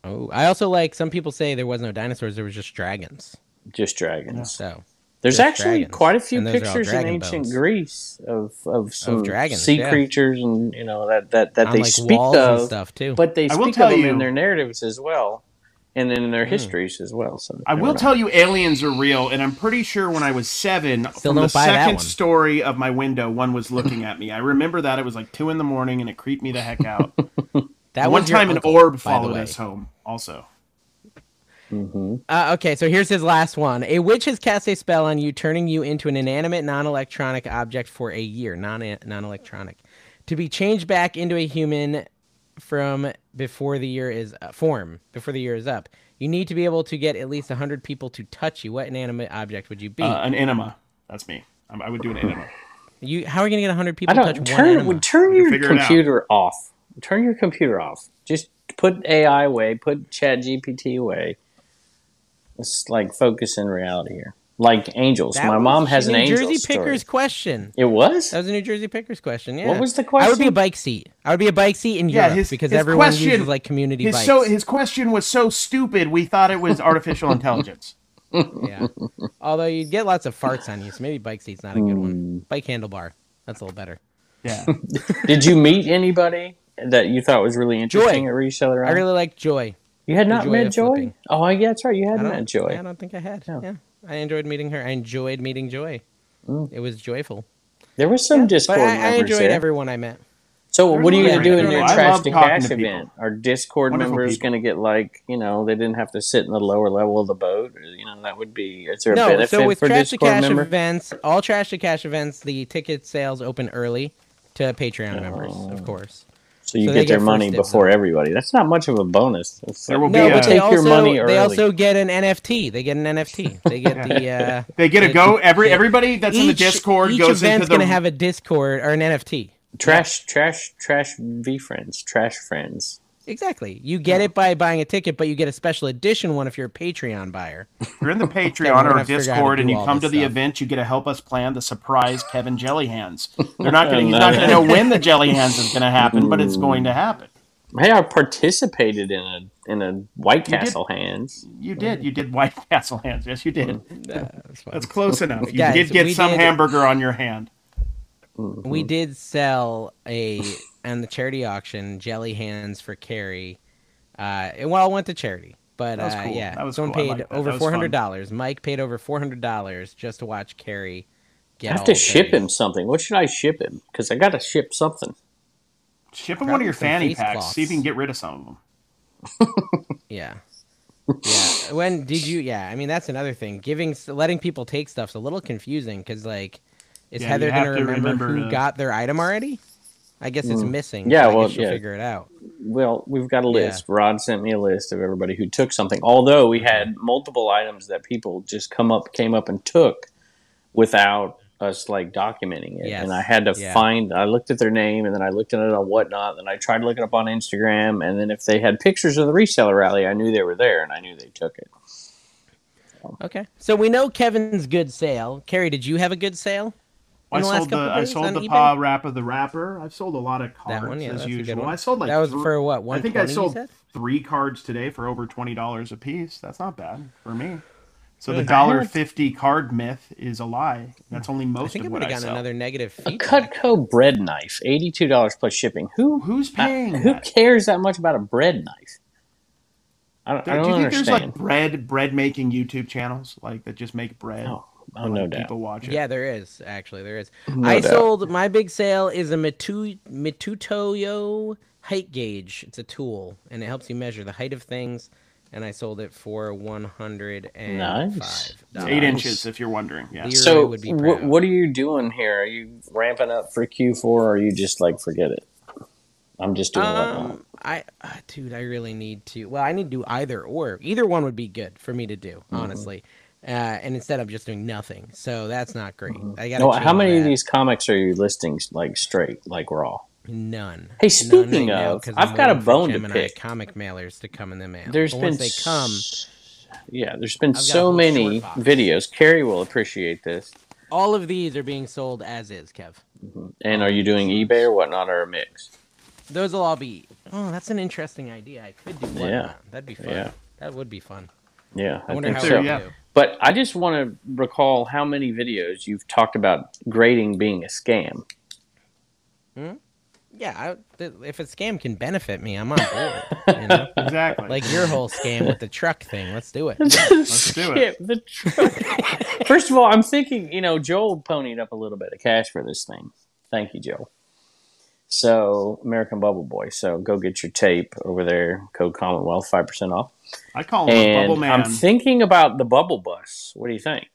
Speaker 1: Oh, I also like some people say there was no dinosaurs, there was just dragons.
Speaker 3: just dragons.
Speaker 1: So
Speaker 3: There's
Speaker 1: Just
Speaker 3: actually
Speaker 1: dragons.
Speaker 3: quite a few
Speaker 1: And those are all
Speaker 3: pictures in
Speaker 1: dragon
Speaker 3: ancient
Speaker 1: bones.
Speaker 3: Greece of of some
Speaker 1: dragons,
Speaker 3: sea
Speaker 1: yeah.
Speaker 3: creatures and you know that that that
Speaker 1: on
Speaker 3: they
Speaker 1: like
Speaker 3: speak
Speaker 1: walls
Speaker 3: of.
Speaker 1: and stuff too.
Speaker 3: But they
Speaker 2: I will
Speaker 3: speak
Speaker 2: tell
Speaker 3: of them
Speaker 2: you-
Speaker 3: in their narratives as well, and in
Speaker 1: Hmm.
Speaker 3: their histories as well. So
Speaker 2: I will
Speaker 3: don't
Speaker 2: tell you, aliens are real, and I'm pretty sure when I was seven, from the
Speaker 1: don't buy that
Speaker 2: second
Speaker 1: one.
Speaker 2: story of my window, one was looking at me. I remember that it was like two in the morning, and it creeped me the heck out.
Speaker 1: that
Speaker 2: one
Speaker 1: was your
Speaker 2: time,
Speaker 1: uncle,
Speaker 2: an orb
Speaker 1: by the
Speaker 2: followed
Speaker 1: way.
Speaker 2: us home. Also,
Speaker 1: Uh, okay, so here's his last one. A witch has cast a spell on you, turning you into an inanimate, non-electronic object for a year. Non non-electronic, to be changed back into a human from before the year is uh, form before the year is up. You need to be able to get at least hundred people to touch you. What inanimate object would you be?
Speaker 2: uh, an enema. That's me. I I would do an enema.
Speaker 1: you how are you gonna get hundred
Speaker 3: I
Speaker 1: people to touch
Speaker 3: don't
Speaker 1: one?
Speaker 3: turn
Speaker 1: animal?
Speaker 3: turn
Speaker 2: You
Speaker 3: your
Speaker 2: figure it out.
Speaker 3: computer off. Turn your computer off. Just put AI away. Put Chat GPT away. Let's like focus in reality here. Like angels.
Speaker 1: That
Speaker 3: My
Speaker 1: was
Speaker 3: mom has
Speaker 1: a
Speaker 3: an
Speaker 1: New
Speaker 3: angel
Speaker 1: Jersey
Speaker 3: story.
Speaker 1: Pickers question.
Speaker 3: It was.
Speaker 1: That was a New Jersey Pickers question. Yeah.
Speaker 3: What was the
Speaker 1: I would be a
Speaker 3: question?
Speaker 1: bike seat. I would be a bike seat in
Speaker 2: Yeah,
Speaker 1: Europe
Speaker 2: his-
Speaker 1: because
Speaker 2: his
Speaker 1: everyone
Speaker 2: question-
Speaker 1: uses like community
Speaker 2: His
Speaker 1: bikes.
Speaker 2: so his question was so stupid, we thought it was artificial intelligence.
Speaker 1: yeah. Although you'd get lots of farts on you, so maybe bike seat's not a good
Speaker 3: Hmm.
Speaker 1: one. Bike handlebar. That's a little better.
Speaker 2: Yeah,
Speaker 3: Did you meet anybody that you thought was really interesting at reseller?
Speaker 1: I really like Joy.
Speaker 3: you had not
Speaker 1: joy
Speaker 3: met
Speaker 1: of
Speaker 3: Joy.
Speaker 1: flipping.
Speaker 3: Oh, yeah, that's right. You had
Speaker 1: I
Speaker 3: met
Speaker 1: don't,
Speaker 3: Joy.
Speaker 1: I don't think I had. Yeah. I enjoyed meeting her. I enjoyed meeting Joy. It was joyful.
Speaker 3: There was some
Speaker 1: But
Speaker 3: Hmm. discord.
Speaker 1: I, I
Speaker 3: members
Speaker 1: enjoyed
Speaker 3: there.
Speaker 1: everyone I met.
Speaker 3: So what are you
Speaker 2: They're
Speaker 3: going to do in
Speaker 2: wonderful.
Speaker 3: your
Speaker 2: I love
Speaker 3: trash
Speaker 2: talking
Speaker 3: to
Speaker 2: to
Speaker 3: cash
Speaker 2: people.
Speaker 3: event? Are Discord
Speaker 2: Wonderful
Speaker 3: members
Speaker 2: people.
Speaker 3: going to get like you know they didn't have to sit in the lower level of the boat? You know that would be is there a
Speaker 1: No,
Speaker 3: benefit
Speaker 1: so with
Speaker 3: for
Speaker 1: Trash to
Speaker 3: Discord
Speaker 1: Cash
Speaker 3: members?
Speaker 1: events, all Trash to Cash events, the ticket sales open early to Patreon members,
Speaker 3: Oh.
Speaker 1: of course.
Speaker 3: So you
Speaker 1: so they
Speaker 3: get their
Speaker 1: get
Speaker 3: money
Speaker 1: first dibs
Speaker 3: before
Speaker 1: on it.
Speaker 3: everybody. That's not much of a bonus. That's
Speaker 2: There
Speaker 3: like-
Speaker 2: will be
Speaker 1: No,
Speaker 2: Yeah.
Speaker 1: but they
Speaker 3: Take your
Speaker 1: also
Speaker 3: money early.
Speaker 1: they also get an NFT. They get an NFT. They get the uh,
Speaker 2: they get a go. Every
Speaker 1: Yeah.
Speaker 2: everybody that's in the Discord
Speaker 1: each
Speaker 2: goes
Speaker 1: event's
Speaker 2: into the
Speaker 1: gonna have a Discord or an NFT.
Speaker 3: trash, trash, trash. V friends, trash friends.
Speaker 1: Exactly. You get it by buying a ticket, but you get a special edition one if you're a Patreon buyer.
Speaker 2: You're in the
Speaker 1: Yeah, we're
Speaker 2: Patreon
Speaker 1: gonna figure out
Speaker 2: or
Speaker 1: how to
Speaker 2: Discord, and
Speaker 1: do
Speaker 2: you
Speaker 1: all
Speaker 2: come to
Speaker 1: this
Speaker 2: the
Speaker 1: stuff.
Speaker 2: event. You get to help us plan the surprise Kevin Jellyhands. They're not going. to He's not going to know when the Jellyhands is going to happen, but it's going to happen.
Speaker 3: Hey, I participated in a in a White Castle hands.
Speaker 2: You did. You did White Castle hands. Yes, you did. That's close enough. You
Speaker 1: Guys,
Speaker 2: did get
Speaker 1: we
Speaker 2: some
Speaker 1: did-
Speaker 2: hamburger on your hand.
Speaker 1: We did sell a on the charity auction jelly hands for Carrie. Uh, it well went to charity, but
Speaker 2: That was
Speaker 1: uh,
Speaker 2: cool.
Speaker 1: yeah,
Speaker 2: That was
Speaker 1: someone
Speaker 2: cool. I
Speaker 1: paid
Speaker 2: like that.
Speaker 1: over
Speaker 2: That was
Speaker 1: four
Speaker 2: fun.
Speaker 1: hundred dollars. Mike paid over four hundred dollars just to watch Carrie. Get
Speaker 3: I have
Speaker 1: all
Speaker 3: to ship
Speaker 1: dirty.
Speaker 3: him something. What should I ship him? Because I got to ship something.
Speaker 2: Ship him one of your
Speaker 1: some
Speaker 2: fanny
Speaker 1: face
Speaker 2: packs.
Speaker 1: cloths.
Speaker 2: See if you can get rid of some of them.
Speaker 1: Yeah. yeah. When did you? Yeah. I mean, that's another thing. Giving, s- letting people take stuff's a little confusing because, like, is
Speaker 2: Yeah, you
Speaker 1: Heather gonna
Speaker 2: have to
Speaker 1: remember,
Speaker 2: remember
Speaker 1: who
Speaker 2: to-
Speaker 1: got their item already? I guess it's missing.
Speaker 3: Mm. Yeah,
Speaker 1: so I
Speaker 3: well,
Speaker 1: guess she'll
Speaker 3: yeah.
Speaker 1: figure it out.
Speaker 3: Well, we've got a list. Rod sent me a list of everybody who took something. Although
Speaker 2: Mm-hmm.
Speaker 3: we had multiple items that people just come up came up and took without us like documenting it.
Speaker 1: Yes.
Speaker 3: And I had to
Speaker 1: Yeah.
Speaker 3: find I looked at their name and then I looked at it on whatnot and I tried to look it up on Instagram and then if they had pictures of the reseller rally, I knew they were there and I knew they took it.
Speaker 1: Okay. So we know Kevin's good sale. Carrie, did you have a good sale?
Speaker 2: I
Speaker 1: In the last
Speaker 2: sold the
Speaker 1: couple
Speaker 2: I
Speaker 1: days
Speaker 2: sold
Speaker 1: on
Speaker 2: the
Speaker 1: eBay?
Speaker 2: paw wrap of the wrapper. I've sold a lot of cards
Speaker 1: one, yeah,
Speaker 2: as
Speaker 1: that's a good
Speaker 2: usual.
Speaker 1: one.
Speaker 2: I sold like
Speaker 1: That was
Speaker 2: thr-
Speaker 1: for what,
Speaker 2: I think I
Speaker 1: 120, you
Speaker 2: sold
Speaker 1: said?
Speaker 2: three cards today for over twenty dollars a piece. That's not bad for me. So the dollar fifty card myth is a lie. That's only
Speaker 1: I
Speaker 2: most
Speaker 1: think I
Speaker 2: of
Speaker 1: would have
Speaker 2: what I
Speaker 1: gotten
Speaker 2: sell.
Speaker 1: another negative feedback.
Speaker 3: Cutco bread knife, eighty-two dollars plus shipping. Who
Speaker 2: Who's
Speaker 3: uh,
Speaker 2: paying?
Speaker 3: who
Speaker 2: that?
Speaker 3: cares that much about a bread knife? I don't,
Speaker 2: Do
Speaker 3: I
Speaker 2: you
Speaker 3: don't
Speaker 2: think
Speaker 3: understand.
Speaker 2: there's like bread bread making YouTube channels like that just make bread?
Speaker 3: oh, oh,
Speaker 2: and,
Speaker 3: no
Speaker 2: like,
Speaker 3: doubt.
Speaker 2: People watch it.
Speaker 1: Yeah, there is actually there is.
Speaker 3: No
Speaker 1: I
Speaker 3: doubt.
Speaker 1: sold my big sale is a Mitu Mitutoyo height gauge. It's a tool and it helps you measure the height of things. And I sold it for one hundred and five.
Speaker 3: Nice.
Speaker 2: It's
Speaker 1: dollars.
Speaker 2: eight inches if you're wondering. Yeah.
Speaker 1: Lear
Speaker 3: So,
Speaker 1: would be
Speaker 3: wh-
Speaker 1: proud.
Speaker 3: what are you doing here? Are you ramping up for Q4, or are you just like forget it? I'm just doing whatnot.
Speaker 1: Um, I, uh, dude, I really need to. Well, I need to do either or. Either one would be good for me to do,
Speaker 3: Mm-hmm.
Speaker 1: honestly. Uh, and instead, I'm just doing nothing. So that's not great. I got.
Speaker 3: Mm-hmm. No, how many of these comics are you listing like straight, like raw?
Speaker 1: None.
Speaker 3: Hey, speaking
Speaker 1: None right now
Speaker 3: of,
Speaker 1: 'cause
Speaker 3: I've
Speaker 1: I'm
Speaker 3: got a
Speaker 1: waiting for
Speaker 3: bone to
Speaker 1: Gemini
Speaker 3: pick.
Speaker 1: Comic mailers to come in the mail.
Speaker 3: There's
Speaker 1: but
Speaker 3: been
Speaker 1: once they come,
Speaker 3: s- yeah, there's been
Speaker 1: got a
Speaker 3: so
Speaker 1: whole
Speaker 3: many
Speaker 1: short box.
Speaker 3: videos. Carrie will appreciate this.
Speaker 1: all of these are being sold as is, Kev.
Speaker 3: And are you doing eBay or whatnot or a mix?
Speaker 1: Those will all be. Oh, that's an interesting idea. I could do one.
Speaker 3: Yeah.
Speaker 1: That'd be fun.
Speaker 3: Yeah.
Speaker 1: That would be fun.
Speaker 3: Yeah,
Speaker 1: I, wonder how
Speaker 2: so,
Speaker 1: we
Speaker 2: yeah.
Speaker 1: do.
Speaker 3: But I just want to recall how many videos you've talked about grading being a scam.
Speaker 1: Yeah, I, th- if a scam can benefit me, I'm on board. you know?
Speaker 2: Exactly.
Speaker 1: Like your whole scam with the truck thing. Let's do it.
Speaker 3: Let's
Speaker 2: do it.
Speaker 3: The truck. First of all, I'm thinking, you know, Joel ponied up a little bit of cash for this thing. Thank you, Joel. So, American Bubble Boy. So, go get your tape over there. Code Commonwealth, 5% off.
Speaker 2: I call him a
Speaker 3: And
Speaker 2: bubble man.
Speaker 3: I'm thinking about the Bubble Bus. What do you think?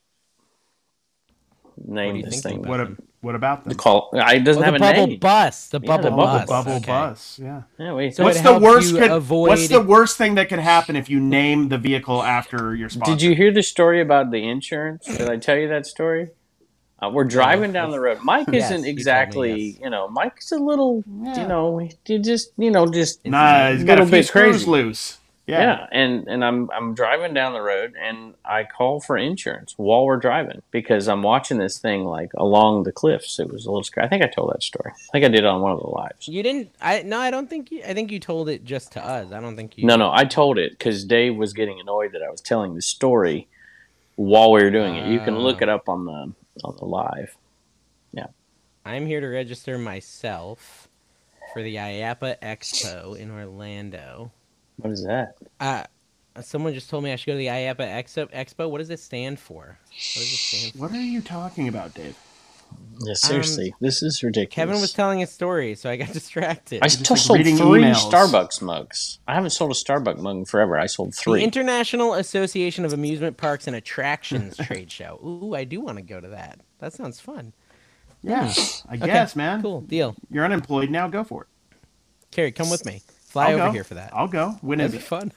Speaker 3: Name
Speaker 1: What are you
Speaker 3: this
Speaker 1: thinking about?
Speaker 3: thing.
Speaker 2: what a, what about them?
Speaker 3: The call. It doesn't
Speaker 1: Oh,
Speaker 3: have
Speaker 1: the
Speaker 3: a
Speaker 1: bubble
Speaker 3: name.
Speaker 1: bus. The
Speaker 3: Yeah,
Speaker 1: bubble
Speaker 3: the
Speaker 1: bus.
Speaker 3: bubble
Speaker 2: bubble
Speaker 1: okay.
Speaker 2: bus. Yeah.
Speaker 3: Yeah, what do you
Speaker 1: So it
Speaker 3: think?
Speaker 2: What's the
Speaker 1: helps
Speaker 2: worst?
Speaker 1: you
Speaker 2: Could,
Speaker 1: avoid-
Speaker 2: What's the worst thing that could happen if you name the vehicle after your sponsor?
Speaker 3: Did you hear the story about the insurance? Did I tell you that story? Uh, we're driving down the road. Mike
Speaker 1: Yes, you told
Speaker 3: isn't
Speaker 1: me,
Speaker 3: exactly,
Speaker 1: yes.
Speaker 3: you know, Mike's a little, you know, he just, you know, just
Speaker 2: Nah, he's got a
Speaker 3: little
Speaker 2: few
Speaker 3: bit
Speaker 2: screws
Speaker 3: crazy.
Speaker 2: loose. Yeah.
Speaker 3: Yeah, and and I'm I'm driving down the road and I call for insurance while we're driving because I'm watching this thing like along the cliffs. It was a little scary. I think I told that story. I think I did it on one of the lives.
Speaker 1: You didn't. I no. I don't think you. I think you told it just to us. I don't think you.
Speaker 3: No, no, I told it because Dave was getting annoyed that I was telling the story while we were doing it. You can look it up on the on the live.
Speaker 1: I'm here to register myself for the IAPA Expo in Orlando.
Speaker 3: What is that?
Speaker 1: Uh, someone just told me I should go to the IAPA Expo. Expo. What does it stand for? What does it stand for?
Speaker 2: What are you talking about, Dave?
Speaker 3: Yeah, seriously, this is ridiculous.
Speaker 1: Um, Kevin was telling a story, so I got distracted.
Speaker 3: I still
Speaker 2: like,
Speaker 3: sold three
Speaker 2: reading emails.
Speaker 3: Starbucks mugs. I haven't sold a Starbucks mug in forever. I sold
Speaker 1: the
Speaker 3: three.
Speaker 1: International Association of Amusement Parks and Attractions trade show. Ooh, I do want to go to that. That sounds fun.
Speaker 2: Yeah, I
Speaker 1: Okay,
Speaker 2: guess, man.
Speaker 1: Cool deal.
Speaker 2: You're unemployed now. Go for it.
Speaker 1: Carrie, come with me. Fly
Speaker 2: I'll
Speaker 1: over
Speaker 2: go.
Speaker 1: here for that.
Speaker 2: I'll go. When
Speaker 1: That'd be
Speaker 2: is it?
Speaker 1: fun.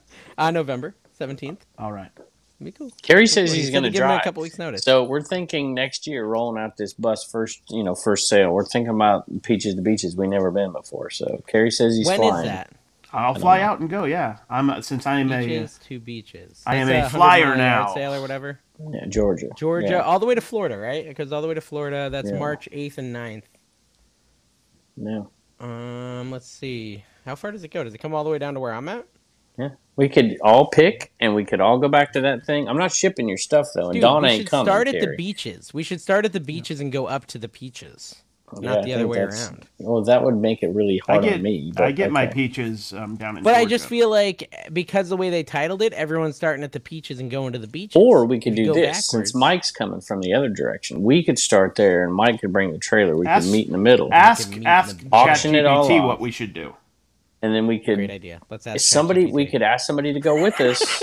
Speaker 1: uh, November seventeenth.
Speaker 2: All right.
Speaker 1: Be cool.
Speaker 3: Kerry says he's,
Speaker 1: He's
Speaker 3: going
Speaker 1: gonna
Speaker 3: to
Speaker 1: give him a
Speaker 3: drive.
Speaker 1: couple weeks' notice.
Speaker 3: So we're thinking next year rolling out this bus first, you know, first sale. We're thinking about peaches to beaches we never been before. So Kerry says he's
Speaker 1: When is
Speaker 3: flying.
Speaker 1: that?
Speaker 2: I'll fly out and go. Yeah, I'm uh, since I am a
Speaker 1: Beaches to beaches.
Speaker 2: I am
Speaker 1: That's 100
Speaker 2: a flyer
Speaker 1: mile an hour
Speaker 2: now.
Speaker 1: Sale or whatever.
Speaker 3: Yeah, Georgia.
Speaker 1: Georgia,
Speaker 3: Yeah,
Speaker 1: all the way to Florida, right? Because all the way to Florida, that's
Speaker 3: Yeah.
Speaker 1: March eighth and 9th.
Speaker 3: yeah.
Speaker 1: Um, let's see. How far does it go? Does it come all the way down to where I'm at?
Speaker 3: We could all pick, and we could all go back to that thing. I'm not shipping your stuff though, and
Speaker 1: Dude,
Speaker 3: Donna
Speaker 1: we
Speaker 3: ain't
Speaker 1: should
Speaker 3: coming.
Speaker 1: start at the
Speaker 3: Kerry.
Speaker 1: beaches. We should start at the beaches and go up to the peaches,
Speaker 3: Yeah,
Speaker 1: not
Speaker 3: I
Speaker 1: the other
Speaker 3: think
Speaker 1: way
Speaker 3: that's-
Speaker 1: around.
Speaker 3: Well, that would make it really
Speaker 2: uh, I
Speaker 3: hard
Speaker 2: get
Speaker 3: on me.
Speaker 2: I
Speaker 3: but
Speaker 2: get my
Speaker 3: okay.
Speaker 2: peaches um, down in.
Speaker 1: But I
Speaker 2: Georgia.
Speaker 1: just feel like because the way they titled it, everyone's starting at the peaches and going to the beaches.
Speaker 3: Or we could
Speaker 1: If you
Speaker 3: do
Speaker 1: go
Speaker 3: this
Speaker 1: backwards-
Speaker 3: since Mike's coming from the other direction. We could start there, and Mike could bring the trailer. We
Speaker 2: Ask-
Speaker 3: could meet in the middle,
Speaker 2: ask
Speaker 1: meet
Speaker 2: ask
Speaker 1: them.
Speaker 3: Auction it all
Speaker 2: ChatGPT
Speaker 3: off.
Speaker 2: what we should do.
Speaker 3: and then we
Speaker 1: Great
Speaker 3: could
Speaker 1: idea. Let's ask
Speaker 3: somebody. We
Speaker 1: ChatGPT.
Speaker 3: could ask somebody to go with us,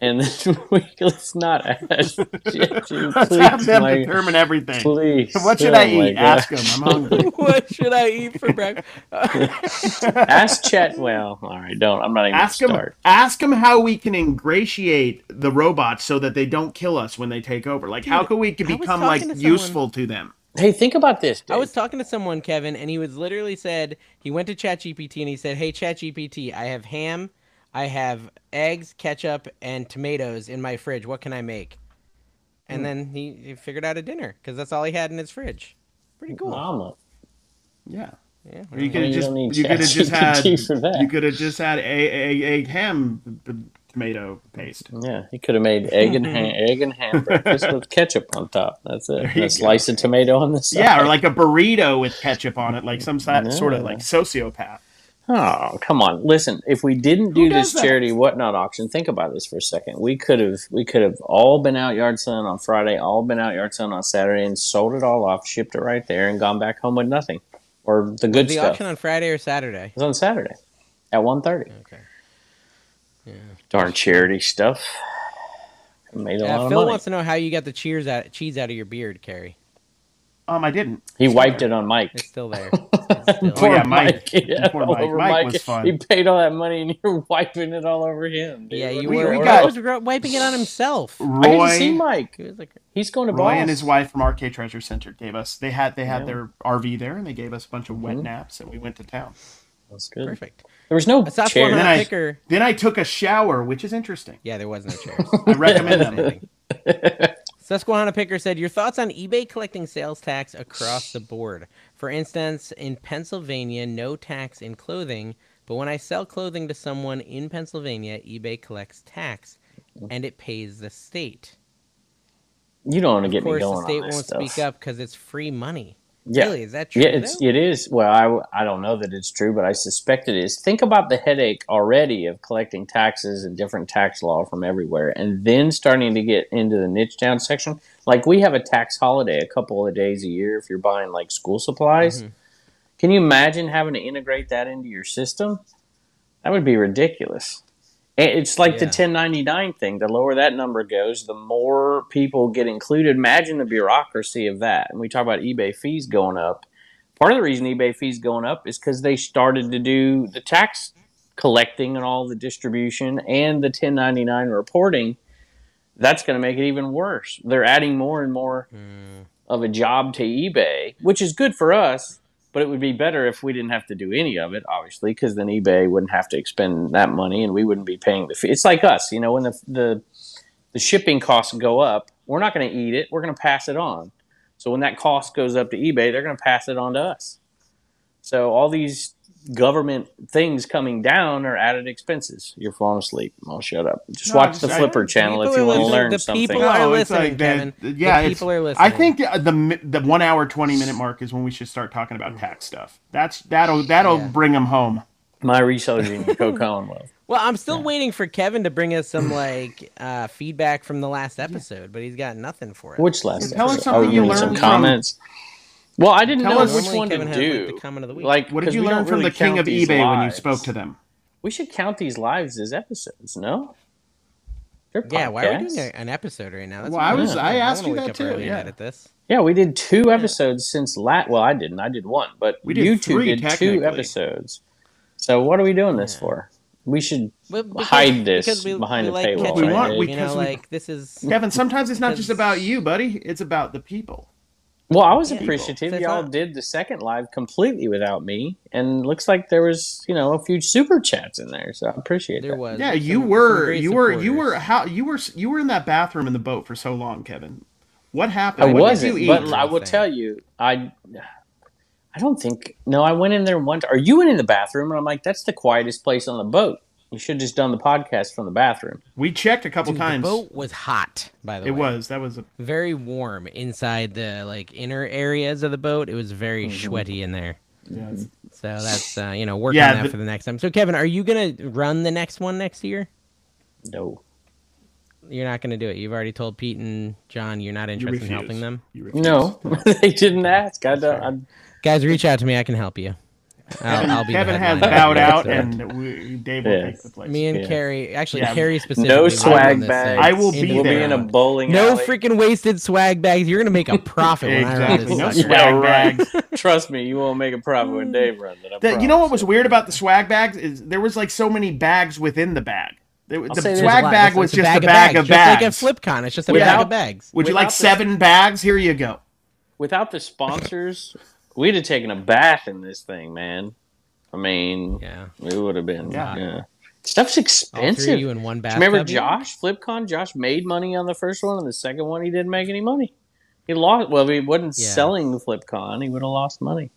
Speaker 3: and then we let's not ask. please,
Speaker 2: Let's have them
Speaker 3: Mike,
Speaker 2: determine everything.
Speaker 3: please.
Speaker 2: What should
Speaker 3: Oh
Speaker 2: I
Speaker 3: my
Speaker 2: eat?
Speaker 3: God.
Speaker 2: Ask them. I'm hungry.
Speaker 1: what should I eat for breakfast?
Speaker 3: Ask Chet. Well, all right, don't. I'm not even
Speaker 2: ask
Speaker 3: gonna
Speaker 2: them.
Speaker 3: start.
Speaker 2: Ask them how we can ingratiate the robots so that they don't kill us when they take over. Like, how
Speaker 1: Dude,
Speaker 2: can we
Speaker 1: I was
Speaker 2: become
Speaker 1: talking
Speaker 2: like
Speaker 1: to someone-
Speaker 2: useful to them?
Speaker 3: Hey, think about this. Dude.
Speaker 1: I was talking to someone, Kevin, and he was literally said he went to ChatGPT and he said, "Hey ChatGPT, I have ham, I have eggs, ketchup, and tomatoes in my fridge. What can I make?"
Speaker 3: Hmm.
Speaker 1: And then he, he figured out a dinner because that's all he had in his fridge. Pretty cool.
Speaker 3: Mama.
Speaker 2: Yeah.
Speaker 1: Yeah.
Speaker 2: You
Speaker 3: Well,
Speaker 2: could have
Speaker 3: you
Speaker 2: just
Speaker 3: don't need
Speaker 2: you could have just had
Speaker 3: ChatGPT for that.
Speaker 2: you could have just had a, a, a ham b- tomato paste.
Speaker 3: Yeah, he could have made egg and ham, egg and ham breakfast with ketchup on top. That's it.
Speaker 2: you
Speaker 3: A slice of tomato on the side.
Speaker 2: Yeah, or like a burrito with ketchup on it, like some si- sort of
Speaker 3: Yeah.
Speaker 2: like sociopath.
Speaker 3: oh, come on. Listen, if we didn't do
Speaker 2: does
Speaker 3: this
Speaker 2: that?
Speaker 3: charity whatnot auction, think about this for a second. We could have we could have all been out yard selling on Friday, all been out yard selling on Saturday, and sold it all off, shipped it right there, and gone back home with nothing or the good
Speaker 1: The
Speaker 3: stuff.
Speaker 1: auction on Friday or Saturday.
Speaker 3: It was on Saturday at 1.30.
Speaker 1: Okay.
Speaker 3: Darn charity stuff. Made a lot
Speaker 1: Uh,
Speaker 3: of
Speaker 1: Phil
Speaker 3: money.
Speaker 1: wants to know how you got the cheers out, cheese out of your beard, Carrie.
Speaker 2: Um, I didn't.
Speaker 3: He wiped it on Mike.
Speaker 1: It's still there. It's still
Speaker 2: Poor
Speaker 1: there.
Speaker 2: yeah, Mike.
Speaker 3: Yeah,
Speaker 2: Poor
Speaker 3: all
Speaker 2: Mike.
Speaker 3: over
Speaker 2: Mike
Speaker 3: Mike.
Speaker 2: was fun.
Speaker 3: He paid all that money, and you're wiping it all over him. dude.
Speaker 1: Yeah, you
Speaker 3: What
Speaker 2: We-
Speaker 1: were.
Speaker 3: are
Speaker 2: we
Speaker 1: or-
Speaker 2: got-
Speaker 1: I was gro- wiping it on himself.
Speaker 3: I get to see
Speaker 2: Roy,
Speaker 3: Mike.
Speaker 1: He was like,
Speaker 3: He's going to
Speaker 2: Roy
Speaker 3: Boston.
Speaker 2: and his wife from RK Treasure Center gave us. They had they had
Speaker 3: Yeah. Mm-hmm.
Speaker 2: their RV there, and they gave us a bunch of wet naps, and we went to town.
Speaker 3: That's good.
Speaker 1: perfect.
Speaker 3: There was no
Speaker 1: I saw
Speaker 3: chair.
Speaker 1: one
Speaker 2: Then
Speaker 1: on
Speaker 2: I-
Speaker 1: Picker.
Speaker 2: Then I took a shower, which is interesting.
Speaker 1: Yeah, there was no chairs.
Speaker 2: I recommend them.
Speaker 1: Fascinating. Susquehanna Picker said, Your thoughts on eBay collecting sales tax across the board. For instance, in Pennsylvania, no tax in clothing, but when I sell clothing to someone in Pennsylvania, eBay collects tax and it pays the state.
Speaker 3: You don't want to
Speaker 1: Of
Speaker 3: get me
Speaker 1: course,
Speaker 3: going
Speaker 1: the state
Speaker 3: on this
Speaker 1: won't
Speaker 3: stuff.
Speaker 1: speak up because it's free money.
Speaker 3: Yeah.
Speaker 1: Really, is that true?
Speaker 3: Yeah, it's,
Speaker 1: though?
Speaker 3: it is. Well, I w- I, don't know that it's true, but I suspect it is. Think about the headache already of collecting taxes and different tax law from everywhere, and then starting to get into the niche down section. Like we have a tax holiday a couple of days a year if you're buying like school
Speaker 1: Mm-hmm.
Speaker 3: supplies. Can you imagine having to integrate that into your system? That would be ridiculous. It- It's like the
Speaker 1: Yeah.
Speaker 3: 1099 thing. The lower that number goes, the more people get included. Imagine the bureaucracy of that. And we talk about eBay fees going up. Part of the reason eBay fees going up is because they started to do the tax collecting and all the distribution and the 1099 reporting. That's going to make it even worse. They're adding more and more of a job to eBay, which is good for us, but it would be better if we didn't have to do any of it, obviously, because then eBay wouldn't have to expend that money and we wouldn't be paying the fee. It's like us, you know, when the the, the shipping costs go up, we're not going to eat it, we're going to pass it on. So when that cost goes up to eBay, they're going to pass it on to us. So all these government things coming down are added expenses. You're falling asleep. I'll shut up. Just
Speaker 2: No, I
Speaker 3: watch
Speaker 2: just-
Speaker 3: the
Speaker 2: I-
Speaker 3: Flipper channel if you want to
Speaker 1: listening-
Speaker 3: learn
Speaker 1: the
Speaker 3: something.
Speaker 1: people are
Speaker 2: No, it's
Speaker 1: listening,
Speaker 2: like
Speaker 1: Kevin.
Speaker 2: that- yeah,
Speaker 1: the
Speaker 2: it's-
Speaker 1: people are listening.
Speaker 2: I think the the, mi- the one hour twenty minute mark is when we should start talking about tax stuff. That's that'll that'll 'em
Speaker 1: Mm. Yeah.
Speaker 2: bring them home.
Speaker 3: My research in Coco Love.
Speaker 1: Well, I'm still waiting for Kevin to bring us some like uh, feedback from the last episode, but he's got nothing for it.
Speaker 3: Which last?
Speaker 2: And tell us
Speaker 3: episode?
Speaker 2: something
Speaker 3: Oh,
Speaker 1: you
Speaker 3: mean
Speaker 1: learned
Speaker 3: Some
Speaker 1: from-
Speaker 3: comments. Well, I didn't
Speaker 2: Tell
Speaker 3: know
Speaker 2: us-
Speaker 3: which
Speaker 1: Normally
Speaker 3: one
Speaker 1: Kevin
Speaker 3: to
Speaker 1: has, like,
Speaker 3: do.
Speaker 1: the comment of the week.
Speaker 3: Like,
Speaker 2: What did
Speaker 3: 'cause
Speaker 2: you
Speaker 3: we
Speaker 2: learn
Speaker 3: don't
Speaker 2: from
Speaker 3: really
Speaker 2: the king
Speaker 3: count
Speaker 2: of
Speaker 3: these
Speaker 2: eBay when you
Speaker 3: lives.
Speaker 2: spoke to them?
Speaker 3: We should count these lives as episodes. No. They're
Speaker 1: yeah, why are we
Speaker 3: podcasts.
Speaker 1: doing a, an episode right now?
Speaker 2: Well, I was- I asked
Speaker 1: wanna
Speaker 2: you
Speaker 1: wake
Speaker 2: that
Speaker 1: up
Speaker 2: too,
Speaker 1: early and
Speaker 2: yeah.
Speaker 1: edit this.
Speaker 3: Yeah, we did two episodes since last. Well, I didn't. I did one, but
Speaker 2: We did
Speaker 3: you two
Speaker 2: three,
Speaker 3: did two
Speaker 2: technically.
Speaker 3: episodes. So what are we doing this for? We should
Speaker 1: Well, because-
Speaker 3: hide this
Speaker 1: because we-
Speaker 3: behind
Speaker 1: we
Speaker 3: a
Speaker 1: like
Speaker 3: paywall.
Speaker 1: catching
Speaker 2: We want-
Speaker 1: up,
Speaker 3: right?
Speaker 2: we-
Speaker 1: you know,
Speaker 2: because
Speaker 1: like this is.
Speaker 2: Kevin, sometimes it's not just
Speaker 1: Because-
Speaker 2: about you, buddy. It's about the people.
Speaker 3: Well, I was
Speaker 2: Yeah.
Speaker 3: appreciative.
Speaker 1: That's
Speaker 3: Y'all
Speaker 1: not-
Speaker 3: did the second live completely without me, and looks like there was, you know, a few super chats in there. So I appreciate
Speaker 1: There
Speaker 3: that.
Speaker 1: was.
Speaker 2: Yeah,
Speaker 1: some-
Speaker 2: you
Speaker 1: some
Speaker 2: were
Speaker 1: great
Speaker 2: you were you were
Speaker 1: supporters.
Speaker 2: how you were you were in that bathroom in the boat for so long, Kevin. What happened?
Speaker 3: I
Speaker 2: What did
Speaker 3: wasn't,
Speaker 2: you
Speaker 3: but
Speaker 2: eat?
Speaker 3: I will
Speaker 1: Thing.
Speaker 3: tell you, I, I don't think. No, I went in there one. Are you went in the bathroom? And I'm like, that's the quietest place on the boat. You should have just done the podcast from the bathroom.
Speaker 2: we checked a couple
Speaker 1: Dude,
Speaker 2: times.
Speaker 1: The boat was hot, by the
Speaker 2: It
Speaker 1: way.
Speaker 2: was that was a,
Speaker 1: very warm inside the like inner areas of the boat. It was very
Speaker 2: Mm-hmm.
Speaker 1: sweaty in there.
Speaker 2: yeah, it's-
Speaker 1: So that's uh, you know work
Speaker 2: Yeah,
Speaker 1: on that
Speaker 2: the-
Speaker 1: for the next time. So Kevin, are you gonna run the next one next year?
Speaker 3: No,
Speaker 1: You're not gonna do it. You've already told Pete and John you're not
Speaker 2: you
Speaker 1: interested
Speaker 2: refused.
Speaker 1: in helping them.
Speaker 2: You refused.
Speaker 3: no, they didn't ask. I don't. I,
Speaker 1: Guys, reach out to me. I can help you. I'll, I'll be the
Speaker 2: Kevin has
Speaker 1: headline.
Speaker 2: bowed out, and we, Dave will
Speaker 3: Yeah.
Speaker 2: take the place.
Speaker 1: me and
Speaker 3: Yeah.
Speaker 1: Carrie. Actually,
Speaker 2: Yeah.
Speaker 1: Carrie specifically.
Speaker 3: no
Speaker 1: will run
Speaker 3: swag
Speaker 1: this
Speaker 3: bags.
Speaker 1: thing
Speaker 2: I will be
Speaker 1: into
Speaker 3: We'll
Speaker 1: the
Speaker 3: be in a
Speaker 1: ground.
Speaker 3: bowling.
Speaker 1: No
Speaker 3: alley.
Speaker 1: freaking wasted swag bags. You're gonna make a profit when I run
Speaker 2: exactly.
Speaker 1: this.
Speaker 2: No
Speaker 1: sucker.
Speaker 3: Yeah,
Speaker 2: swag
Speaker 3: right.
Speaker 2: bags.
Speaker 3: Trust me, you won't make a profit when Dave runs it. I
Speaker 2: The- you know what
Speaker 3: promise
Speaker 2: was weird about the swag bags is there was like so many bags within the bag. There- the
Speaker 3: say there's
Speaker 2: swag
Speaker 3: a lot.
Speaker 2: bag
Speaker 1: It's
Speaker 2: was
Speaker 1: a
Speaker 2: just a
Speaker 1: bag
Speaker 2: bag of
Speaker 1: just
Speaker 2: bags.
Speaker 1: like a FlipCon. It's just a
Speaker 3: Without-
Speaker 1: bag of bags.
Speaker 2: Would you
Speaker 3: Without
Speaker 2: like
Speaker 3: the-
Speaker 2: seven bags? Here you go.
Speaker 3: Without the sponsors, we'd have taken a bath in this thing, man. I mean,
Speaker 1: Yeah.
Speaker 3: we would have been.
Speaker 2: Yeah.
Speaker 3: Yeah. Stuff's
Speaker 1: All three
Speaker 3: expensive.
Speaker 1: of you in one bathtub.
Speaker 3: Remember Josh FlipCon? Josh made money on the first one, and the second one he didn't make any money. He lost. Well, if he wasn't
Speaker 1: Yeah.
Speaker 3: selling the FlipCon, he would have lost money.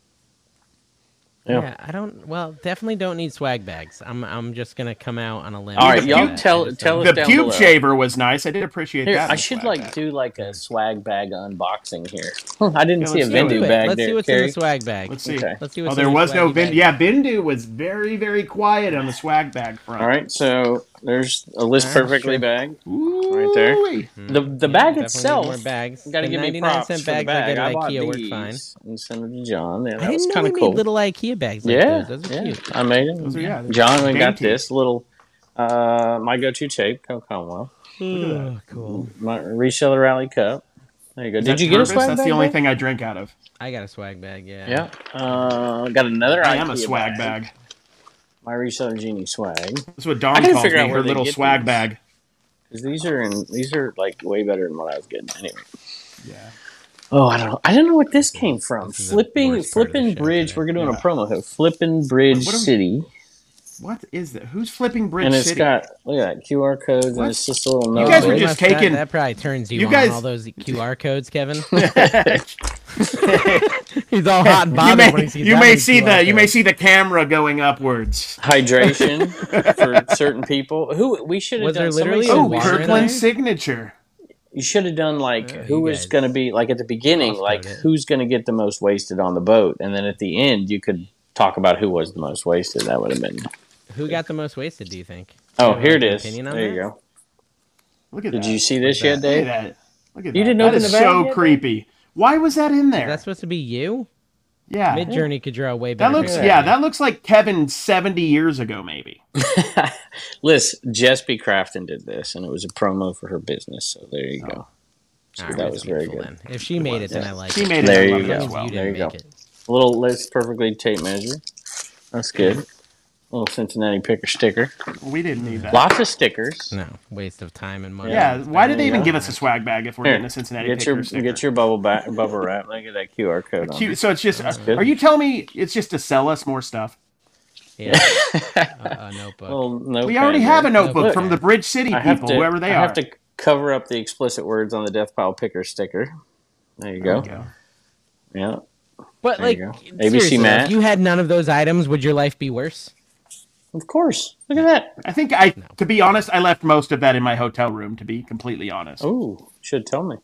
Speaker 3: Yeah.
Speaker 1: Yeah, I don't. Well, definitely don't need swag bags. I'm. I'm just gonna come out on a limb.
Speaker 3: All right,
Speaker 1: and
Speaker 3: y'all
Speaker 1: say that. I
Speaker 3: tell-
Speaker 1: just
Speaker 3: tell
Speaker 1: don't-
Speaker 3: us-
Speaker 2: The
Speaker 3: down
Speaker 2: pube
Speaker 3: below.
Speaker 2: shaver was nice. I did appreciate
Speaker 3: Here,
Speaker 2: that.
Speaker 3: I
Speaker 2: in the
Speaker 3: should
Speaker 2: swag
Speaker 3: like
Speaker 2: bag.
Speaker 3: do like a swag bag unboxing here. I didn't
Speaker 2: Yeah,
Speaker 3: see a
Speaker 2: let's do it.
Speaker 3: Vendu
Speaker 1: Let's
Speaker 3: bag
Speaker 1: see
Speaker 3: there.
Speaker 1: what's in
Speaker 3: Carrie.
Speaker 1: the swag bag.
Speaker 2: Let's see.
Speaker 3: Okay.
Speaker 1: Let's see
Speaker 2: Oh,
Speaker 1: what's
Speaker 2: there
Speaker 1: in the
Speaker 2: was no
Speaker 1: swaggy
Speaker 2: Bindu.
Speaker 1: bag.
Speaker 2: Yeah, Bindu was very, very quiet on the swag bag front.
Speaker 3: All right, so there's a list
Speaker 1: All right,
Speaker 3: perfectly
Speaker 1: sure.
Speaker 3: bag.
Speaker 2: Ooh-wee.
Speaker 3: there. The the bag
Speaker 1: Hmm. definitely
Speaker 3: itself.
Speaker 1: need more bags.
Speaker 3: Gotta
Speaker 1: The
Speaker 3: give me
Speaker 1: 99
Speaker 3: props
Speaker 1: cent
Speaker 3: for the
Speaker 1: bags I
Speaker 3: bag.
Speaker 1: get at
Speaker 3: I bought
Speaker 1: IKEA worked
Speaker 3: these
Speaker 1: fine.
Speaker 3: and sent them to John. And that
Speaker 1: I
Speaker 3: was
Speaker 1: didn't know
Speaker 3: kind
Speaker 1: we
Speaker 3: of cool.
Speaker 1: made little IKEA bags. Like uh,
Speaker 3: yeah,
Speaker 1: those. those are
Speaker 3: yeah.
Speaker 1: cute.
Speaker 3: I made them.
Speaker 2: Those are- yeah, they're
Speaker 3: John, we got
Speaker 2: dainty.
Speaker 3: this little. Uh, my go-to tape, Coco Conwell.
Speaker 1: Oh, cool.
Speaker 3: My reseller rally cup. There you go.
Speaker 2: Is
Speaker 3: Did
Speaker 2: that
Speaker 3: you get a
Speaker 2: purpose?
Speaker 3: swag
Speaker 2: That's
Speaker 3: bag?
Speaker 2: the only
Speaker 3: babe?
Speaker 2: thing I drink out of.
Speaker 1: I got a swag bag. Yeah.
Speaker 3: Yeah. Uh, got another.
Speaker 2: I am a
Speaker 3: IKEA
Speaker 2: swag bag.
Speaker 3: My reseller genie swag.
Speaker 2: That's what Dawn
Speaker 3: I gotta
Speaker 2: calls me.
Speaker 3: figure out where
Speaker 2: Her
Speaker 3: they
Speaker 2: little
Speaker 3: get
Speaker 2: swag
Speaker 3: these.
Speaker 2: bag.
Speaker 3: 'Cause these are in these are like way better than what I was getting anyway.
Speaker 2: Yeah.
Speaker 3: Oh, I don't know. I don't know what this came from.
Speaker 1: is the
Speaker 3: Flipping
Speaker 1: worst part of the
Speaker 3: Flipping
Speaker 1: show
Speaker 3: Bridge.
Speaker 1: today.
Speaker 3: We're doing
Speaker 2: Yeah.
Speaker 3: a promo here. Flipping Bridge
Speaker 2: What am-
Speaker 3: City,
Speaker 2: What is that? Who's flipping Bridge
Speaker 3: and it's
Speaker 2: City?
Speaker 3: got look at that QR codes
Speaker 2: What?
Speaker 3: and it's just a little.
Speaker 1: You
Speaker 3: note
Speaker 2: guys
Speaker 3: that-
Speaker 2: were
Speaker 1: That
Speaker 2: just
Speaker 1: must- that-
Speaker 2: taking-
Speaker 1: That, probably turns you,
Speaker 2: You
Speaker 1: on
Speaker 2: guys-
Speaker 1: all those QR codes, Kevin. He's all hot and bothered
Speaker 2: you
Speaker 1: when
Speaker 2: may,
Speaker 1: he sees
Speaker 2: you
Speaker 1: that
Speaker 2: may
Speaker 1: many
Speaker 2: see
Speaker 1: QR
Speaker 2: the you may
Speaker 1: codes.
Speaker 2: see the camera going upwards.
Speaker 3: hydration for certain people. Who we should have
Speaker 1: Was
Speaker 3: done?
Speaker 1: there
Speaker 3: somebody
Speaker 1: literally
Speaker 3: said
Speaker 1: a
Speaker 2: Oh,
Speaker 3: we
Speaker 1: water
Speaker 3: should have
Speaker 1: in
Speaker 3: done-
Speaker 1: there?
Speaker 2: Kirkland signature.
Speaker 3: You should have done like
Speaker 1: Yeah,
Speaker 3: who
Speaker 1: you
Speaker 3: was
Speaker 1: guys
Speaker 3: going to be like at the beginning,
Speaker 1: crossed
Speaker 3: like
Speaker 1: out it.
Speaker 3: who's going to get the most wasted on the boat, and then at the end you could talk about who was the most wasted. That would have been.
Speaker 1: Who got the most wasted? Do you think?
Speaker 3: Oh,
Speaker 1: Do you
Speaker 3: here
Speaker 1: have
Speaker 3: it
Speaker 1: an
Speaker 3: is.
Speaker 1: opinion
Speaker 3: There
Speaker 1: on
Speaker 3: you
Speaker 1: that?
Speaker 3: go.
Speaker 2: Look at
Speaker 3: Did
Speaker 2: that.
Speaker 3: you see this yet,
Speaker 2: Look at
Speaker 3: Dave?
Speaker 2: that. Look at
Speaker 3: You
Speaker 2: that.
Speaker 3: didn't
Speaker 2: That
Speaker 3: open
Speaker 2: is
Speaker 3: the bag
Speaker 2: so
Speaker 3: yet?
Speaker 2: creepy. Why was that in there?
Speaker 1: Is that supposed to be you?
Speaker 2: yeah.
Speaker 1: Mid Journey could draw a way
Speaker 2: that
Speaker 1: better.
Speaker 2: looks
Speaker 1: picture.
Speaker 2: yeah. that looks like Kevin 70 years ago maybe.
Speaker 3: Liz, Jess B. Crafton did this, and it was a promo for her business. So there you go. So
Speaker 1: Oh. All right,
Speaker 3: that was very
Speaker 1: beautiful
Speaker 3: good.
Speaker 1: then. If she made it, then I like
Speaker 2: She
Speaker 1: it.
Speaker 2: made
Speaker 3: There
Speaker 2: it
Speaker 3: you
Speaker 2: I love it
Speaker 3: go.
Speaker 1: As
Speaker 2: as
Speaker 1: long
Speaker 2: well.
Speaker 1: as you
Speaker 3: There
Speaker 1: didn't
Speaker 3: you
Speaker 1: make
Speaker 3: go.
Speaker 1: it.
Speaker 3: A little Liz perfectly tape measure. That's good. Little Cincinnati picker sticker.
Speaker 2: We didn't need that.
Speaker 3: Lots of stickers.
Speaker 1: No, waste of time and money.
Speaker 2: Yeah, why did they even
Speaker 3: Yeah.
Speaker 2: give us a swag bag if we're
Speaker 3: Here,
Speaker 2: getting a Cincinnati
Speaker 3: get
Speaker 2: Picker
Speaker 3: your
Speaker 2: sticker?
Speaker 3: get your bubble ba- bubble wrap. Look at that QR code. on
Speaker 2: Cute- So it's just.
Speaker 3: good.
Speaker 2: are you telling me it's just to sell us more stuff?
Speaker 1: Yeah. a, a
Speaker 3: it.
Speaker 1: notebook.
Speaker 3: Little
Speaker 2: We
Speaker 3: notepad
Speaker 2: already
Speaker 3: there.
Speaker 2: have a notebook
Speaker 3: Look,
Speaker 2: from the Bridge City
Speaker 3: I have
Speaker 2: people,
Speaker 3: to,
Speaker 2: whoever they
Speaker 3: I
Speaker 2: are.
Speaker 3: have to cover up the explicit words on the death pile picker sticker. There you go.
Speaker 2: There we go.
Speaker 3: Yeah.
Speaker 1: but
Speaker 3: There
Speaker 1: like,
Speaker 3: you go. ABC
Speaker 1: seriously,
Speaker 3: Matt.
Speaker 1: if you had none of those items, would your life be worse?
Speaker 3: Of course. Look at that.
Speaker 2: I think I, to be honest, I left most of that in my hotel room. To be completely honest,
Speaker 3: Oh, should tell me.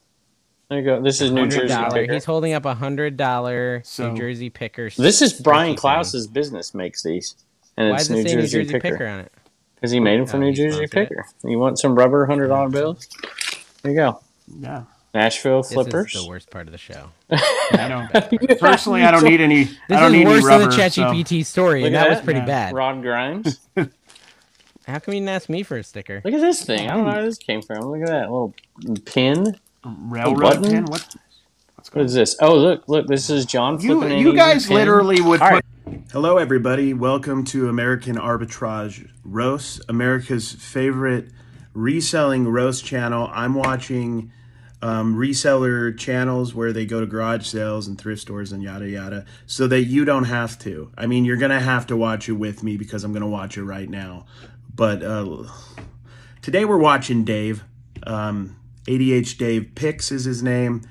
Speaker 3: There you go. This is New
Speaker 1: Hundred
Speaker 3: Jersey
Speaker 1: dollar.
Speaker 3: picker.
Speaker 1: He's holding up a hundred dollar
Speaker 2: So-
Speaker 1: New Jersey picker.
Speaker 3: This is Brian
Speaker 1: sticky thing.
Speaker 3: Klaus's business makes these, and
Speaker 1: Why
Speaker 3: it's
Speaker 1: does
Speaker 3: New
Speaker 1: it say
Speaker 3: Jersey,
Speaker 1: New Jersey picker.
Speaker 3: picker
Speaker 1: on it?
Speaker 3: because he made them for
Speaker 1: Oh,
Speaker 3: New
Speaker 1: he
Speaker 3: Jersey
Speaker 1: sponsored it.
Speaker 3: picker. You want some rubber hundred dollar bills? There you go.
Speaker 2: yeah.
Speaker 3: Nashville
Speaker 1: This is
Speaker 3: flippers.
Speaker 1: the worst part of the show.
Speaker 2: I don't. personally, I don't need any.
Speaker 1: This
Speaker 2: I
Speaker 1: is
Speaker 2: don't need
Speaker 1: worse
Speaker 2: any rubber.
Speaker 1: than the ChatGPT story,
Speaker 3: Look
Speaker 1: and
Speaker 3: at
Speaker 1: that, was
Speaker 3: that.
Speaker 1: pretty
Speaker 2: Yeah.
Speaker 1: bad.
Speaker 3: Rod Grimes.
Speaker 1: How come you didn't ask me for a sticker?
Speaker 3: Look at this thing. I don't know where this came from. Look at that little pin.
Speaker 2: so,
Speaker 3: button?
Speaker 2: railroad pin. What? What's
Speaker 3: What
Speaker 2: going
Speaker 3: is this? Oh, look, look. This is John.
Speaker 2: You,
Speaker 3: flipping an
Speaker 2: you
Speaker 3: easy
Speaker 2: guys
Speaker 3: pin.
Speaker 2: literally would.
Speaker 3: All
Speaker 2: Put...
Speaker 3: right.
Speaker 2: Hello, everybody. Welcome to American Arbitrage Roast, America's favorite reselling roast channel. I'm watching um, reseller channels where they go to garage sales and thrift stores and yada yada, so that you don't have to. I mean, you're gonna have to watch it with me because I'm gonna watch it right now. But uh, today we're watching Dave. Um, ADH Dave Picks is his name.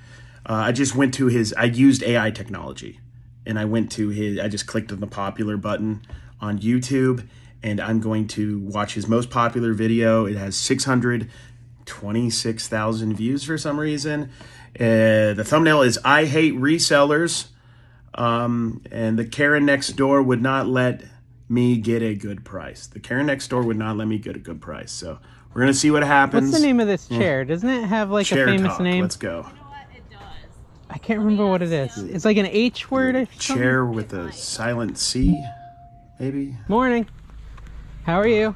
Speaker 2: Uh, I just went to his. I used AI technology, and I went to his. I just clicked on the popular button on YouTube, and I'm going to watch his most popular video. It has 626,000 views for some reason. Uh, the thumbnail is "I hate resellers," um, and the Karen next door would not let me get a good price. The Karen next door would not let me get a good price. So we're gonna see what happens.
Speaker 1: What's the name of this chair? Doesn't it have like
Speaker 2: Chair
Speaker 1: a famous
Speaker 2: talk.
Speaker 1: name?
Speaker 2: Let's go.
Speaker 1: I can't remember what it is. It's like an H word. Or something.
Speaker 2: chair with a silent C, maybe.
Speaker 1: Morning. How are you?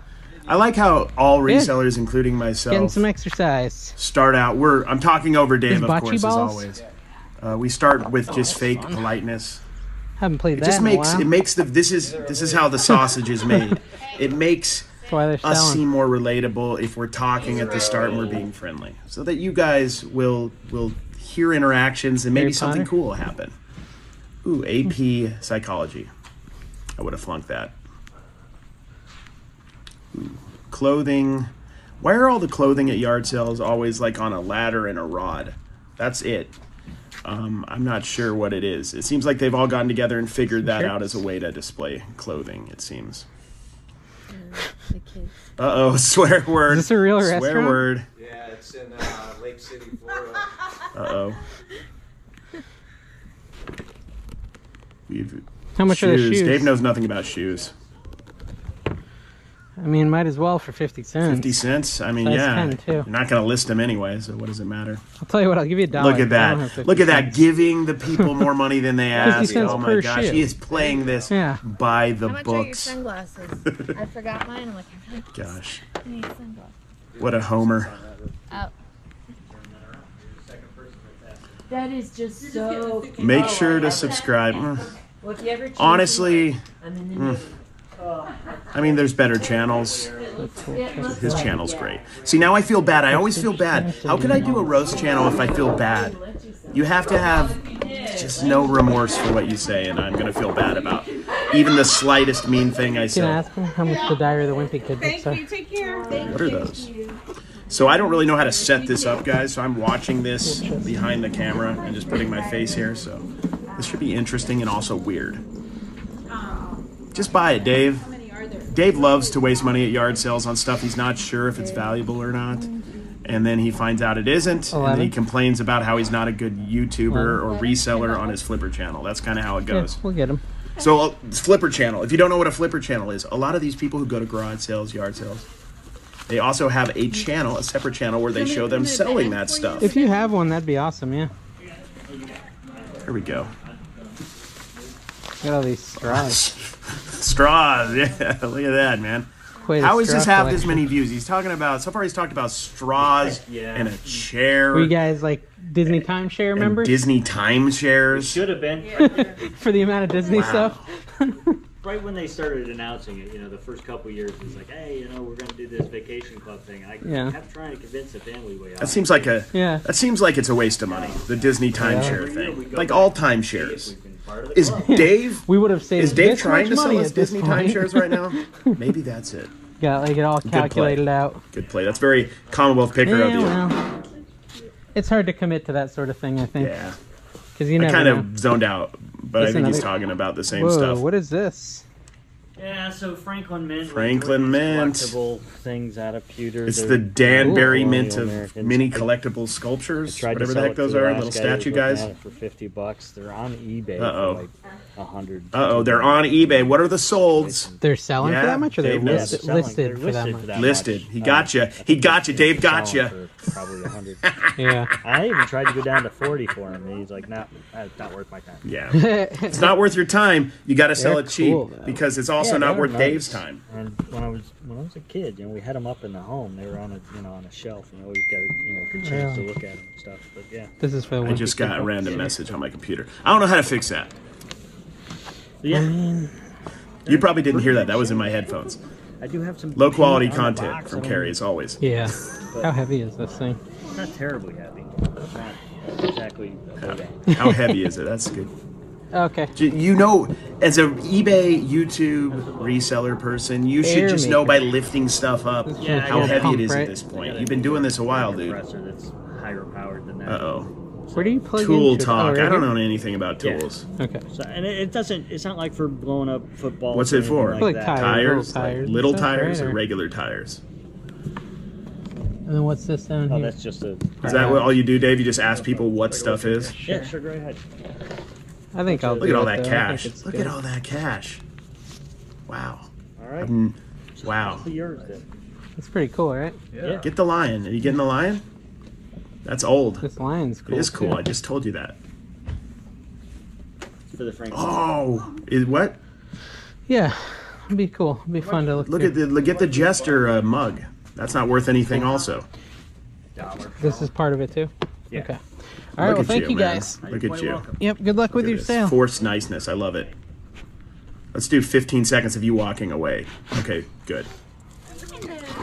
Speaker 2: I like how all resellers, including
Speaker 1: Getting
Speaker 2: myself,
Speaker 1: some exercise.
Speaker 2: start out. We're I'm talking over Dave,
Speaker 1: Is
Speaker 2: of
Speaker 1: bocce
Speaker 2: course,
Speaker 1: balls?
Speaker 2: as always. Uh, we start with just fake politeness.
Speaker 1: Haven't played
Speaker 2: It
Speaker 1: that
Speaker 2: just
Speaker 1: in
Speaker 2: makes
Speaker 1: a while.
Speaker 2: it makes the this is this is how the sausage is made. It makes
Speaker 1: That's why they're
Speaker 2: us seem
Speaker 1: selling.
Speaker 2: more relatable if we're talking at the start and we're being friendly, so that you guys will will hear interactions and maybe
Speaker 1: Harry
Speaker 2: something
Speaker 1: Potter?
Speaker 2: cool will happen. Ooh, AP psychology. I would have flunked that. Ooh, Clothing. Why are all the clothing at yard sales always like on a ladder and a rod? That's it. Um, I'm not sure what it is. It seems like they've all gotten together and figured that out as a way to display clothing. It seems.
Speaker 4: The kids.
Speaker 2: Uh oh, swear word.
Speaker 1: this a real
Speaker 2: swear
Speaker 1: restaurant?
Speaker 2: word?
Speaker 5: Yeah, it's in uh, Lake City, Florida.
Speaker 2: Uh oh. We've
Speaker 1: How much are the shoes?
Speaker 2: Dave knows nothing about shoes.
Speaker 1: I mean, might as well for 50 cents.
Speaker 2: Fifty cents. I mean,
Speaker 1: Size
Speaker 2: yeah,
Speaker 1: 10 too.
Speaker 2: you're not gonna list them anyway, so what does it matter?
Speaker 1: I'll tell you what, I'll give you a dollar.
Speaker 2: Look at
Speaker 1: I don't have
Speaker 2: that.
Speaker 1: 50
Speaker 2: Look at that.
Speaker 1: cents.
Speaker 2: Giving the people more money than they asked.
Speaker 1: cents
Speaker 2: Oh my
Speaker 1: per
Speaker 2: gosh.
Speaker 1: shoe.
Speaker 2: He is playing this
Speaker 1: Yeah.
Speaker 2: by the
Speaker 4: How much are your
Speaker 2: books.
Speaker 4: sunglasses? I forgot mine. I'm like, I really
Speaker 2: Gosh.
Speaker 4: need sunglasses.
Speaker 2: What a homer.
Speaker 4: Oh.
Speaker 6: That is just so.
Speaker 2: Make sure to subscribe. Mm.
Speaker 6: Well, if you ever change-
Speaker 2: Honestly, mm.
Speaker 6: I'm in the mood.
Speaker 2: I mean, there's better channels.
Speaker 6: It looks
Speaker 2: His
Speaker 6: like-
Speaker 2: channel's great. See, now I feel bad. I always feel bad. How could I do a roast channel if I feel bad? You have to have just no remorse for what you say, and I'm gonna feel bad about even the slightest mean thing I
Speaker 1: Can I
Speaker 2: said.
Speaker 1: ask him how much the Diary of the Wimpy Kid books are?
Speaker 7: Take care.
Speaker 2: What are those? So I don't really know how to set this up, guys. So I'm watching this behind the camera and just putting my face here. So this should be interesting and also weird. Just buy it, Dave. Dave loves to waste money at yard sales on stuff he's not sure if it's valuable or not. And then he finds out it isn't, and then he
Speaker 1: Eleven.
Speaker 2: complains about how he's not a good YouTuber or reseller on his Flipper channel. That's kind of how it
Speaker 1: Yeah,
Speaker 2: goes.
Speaker 1: we'll get him.
Speaker 2: So uh, flipper channel. If you don't know what a flipper channel is, a lot of these people who go to garage sales, yard sales, they also have a channel, a separate channel where they show them selling that stuff.
Speaker 1: If you have one, that'd be awesome, yeah.
Speaker 2: Here we go.
Speaker 1: Got all these straws.
Speaker 2: Straws. Yeah, look at that, man.
Speaker 1: Quite a
Speaker 2: How does
Speaker 1: straw
Speaker 2: this have this
Speaker 1: collection.
Speaker 2: many views? He's talking about. So far, he's talked about straws and a chair.
Speaker 1: Were you guys like Disney timeshare
Speaker 2: and
Speaker 1: members
Speaker 2: Disney timeshares.
Speaker 8: Should have been right,
Speaker 1: for the amount of Disney
Speaker 2: Wow.
Speaker 1: stuff?
Speaker 8: right when they started announcing it. You know, the first couple of years it was like, hey, you know, we're going to do this vacation club thing. I
Speaker 1: Yeah.
Speaker 8: kept trying to convince the family way out.
Speaker 2: That seems like a
Speaker 1: Yeah.
Speaker 2: that seems like it's a waste of money. The Disney timeshare thing, like all timeshares. Is Dave
Speaker 1: We would have saved
Speaker 2: Is Dave
Speaker 1: this
Speaker 2: trying
Speaker 1: much
Speaker 2: to sell
Speaker 1: money
Speaker 2: us
Speaker 1: at this
Speaker 2: Disney
Speaker 1: point.
Speaker 2: timeshares right now? Maybe that's it.
Speaker 1: Got like it all
Speaker 2: play.
Speaker 1: calculated out.
Speaker 2: Good play. That's very Commonwealth picker
Speaker 1: Yeah,
Speaker 2: of you.
Speaker 1: well, it's hard to commit to that sort of thing, I think,
Speaker 2: Yeah.
Speaker 1: because you
Speaker 2: I
Speaker 1: never
Speaker 2: kind
Speaker 1: know.
Speaker 2: of zoned out, but I
Speaker 1: It's
Speaker 2: think he's
Speaker 1: another-
Speaker 2: talking about the same
Speaker 1: Whoa,
Speaker 2: stuff.
Speaker 1: what is this?
Speaker 8: Yeah, so Franklin Mint. like,
Speaker 2: Franklin
Speaker 8: one of these
Speaker 2: Mint.
Speaker 8: Collectible things out of pewter.
Speaker 2: It's
Speaker 8: They're
Speaker 2: the Danbury
Speaker 8: colonial
Speaker 2: mint of
Speaker 8: Americans.
Speaker 2: mini
Speaker 8: I
Speaker 2: collectible sculptures,
Speaker 8: tried to
Speaker 2: whatever the
Speaker 8: sell
Speaker 2: heck
Speaker 8: it to
Speaker 2: those
Speaker 8: the
Speaker 2: are,
Speaker 8: last
Speaker 2: little
Speaker 8: guy who was
Speaker 2: statue
Speaker 8: looking
Speaker 2: guys.
Speaker 8: at it For fifty bucks, they're on eBay. for
Speaker 2: Uh-oh.
Speaker 8: like a hundred.
Speaker 2: Uh oh, they're on eBay. What are the solds?
Speaker 1: They're selling
Speaker 2: Yeah,
Speaker 1: for that much, or they're
Speaker 2: Dave knows.
Speaker 1: listed,
Speaker 8: Selling-
Speaker 1: listed
Speaker 8: they're
Speaker 1: for that
Speaker 8: listed
Speaker 1: much?
Speaker 2: Listed. He
Speaker 8: Uh,
Speaker 2: got you.
Speaker 8: I think
Speaker 2: He got you. Dave
Speaker 8: they're
Speaker 2: got you.
Speaker 8: selling for Probably a hundred.
Speaker 1: Yeah.
Speaker 8: I even tried to go down to forty for him. and He's like, "No, that's not worth my time."
Speaker 2: Yeah. It's not worth your time. You got to sell
Speaker 1: They're
Speaker 2: it cheap
Speaker 1: cool, though.
Speaker 2: because it's also
Speaker 8: Yeah,
Speaker 2: not
Speaker 8: they're
Speaker 2: worth
Speaker 8: nice.
Speaker 2: Dave's time.
Speaker 8: And when I was when I was a kid, you know, we had them up in the home. They were on a you know on a shelf, and you always got a you know good chance
Speaker 1: Yeah.
Speaker 8: to look at them and stuff. But yeah,
Speaker 1: This is for the
Speaker 2: I
Speaker 1: wimpy
Speaker 2: just got a
Speaker 1: people.
Speaker 2: random message on my computer. I don't know how to fix that.
Speaker 8: But yeah,
Speaker 2: You probably didn't hear that. That was in my headphones.
Speaker 8: I do have some
Speaker 2: Low quality
Speaker 8: paint on the
Speaker 2: content
Speaker 8: box.
Speaker 2: from
Speaker 8: I don't-
Speaker 2: Carrie, as always.
Speaker 1: Yeah. How heavy is this thing?
Speaker 8: It's not terribly heavy. It's not exactly. Yeah.
Speaker 2: How heavy is it? That's good.
Speaker 1: Okay.
Speaker 2: J- You know, as an eBay, YouTube reseller person, you should
Speaker 1: Air
Speaker 2: just know by lifting stuff up
Speaker 8: Yeah, I
Speaker 2: how
Speaker 8: got a
Speaker 2: heavy
Speaker 1: pump,
Speaker 2: it is at
Speaker 1: right?
Speaker 2: this point. You've been doing this a while, dude.
Speaker 8: Compressor that's higher powered than that.
Speaker 2: Uh oh.
Speaker 1: Where do you plug
Speaker 2: Tool
Speaker 1: into it? Oh,
Speaker 2: talk.
Speaker 1: right
Speaker 2: I don't
Speaker 1: here?
Speaker 2: know anything about
Speaker 8: Yeah.
Speaker 2: tools.
Speaker 1: Okay.
Speaker 8: So, and it, it doesn't. It's not like for blowing up football.
Speaker 2: What's it for?
Speaker 8: Like
Speaker 1: Like
Speaker 8: that.
Speaker 1: tires.
Speaker 2: Tires,
Speaker 1: little tires and
Speaker 2: like little
Speaker 1: stuff,
Speaker 2: tires,
Speaker 1: right?
Speaker 2: or
Speaker 1: Or-
Speaker 2: regular tires.
Speaker 1: And then what's this down
Speaker 8: Oh,
Speaker 1: here?
Speaker 8: that's just a.
Speaker 2: Is
Speaker 1: Uh-huh.
Speaker 2: that what all you do, Dave? You just ask people what stuff is?
Speaker 8: Yeah, sure. Go ahead.
Speaker 1: I think I'll
Speaker 2: Look
Speaker 1: do
Speaker 2: at all
Speaker 1: it,
Speaker 2: that
Speaker 1: though. I
Speaker 2: cash.
Speaker 1: think it's
Speaker 2: Look
Speaker 1: good.
Speaker 2: at all that cash. Wow.
Speaker 8: All right.
Speaker 2: Mm, Wow.
Speaker 8: It's yours then.
Speaker 1: It's pretty cool, right?
Speaker 8: Yeah.
Speaker 2: Get the lion. Are you getting the lion? That's old.
Speaker 1: This lion's cool.
Speaker 2: It is cool.
Speaker 1: too.
Speaker 2: I just told you that.
Speaker 8: For the Franklin.
Speaker 2: Oh, is what?
Speaker 1: Yeah. It'd be cool. It'd be fun to look.
Speaker 2: Look
Speaker 1: through.
Speaker 2: at the look at the jester uh, mug. That's not worth anything. Also,
Speaker 8: Dollar.
Speaker 1: This is part of it too.
Speaker 8: Yeah.
Speaker 1: Okay. All right. Well,
Speaker 2: look at
Speaker 1: Oh, thank you,
Speaker 2: man.
Speaker 1: guys.
Speaker 2: Look at
Speaker 8: Quite
Speaker 2: you.
Speaker 8: welcome.
Speaker 1: Yep. Good luck with
Speaker 2: Look
Speaker 1: your
Speaker 2: at this.
Speaker 1: sale.
Speaker 2: Forced niceness. I love it. Let's do 15 seconds of you walking away. Okay, good.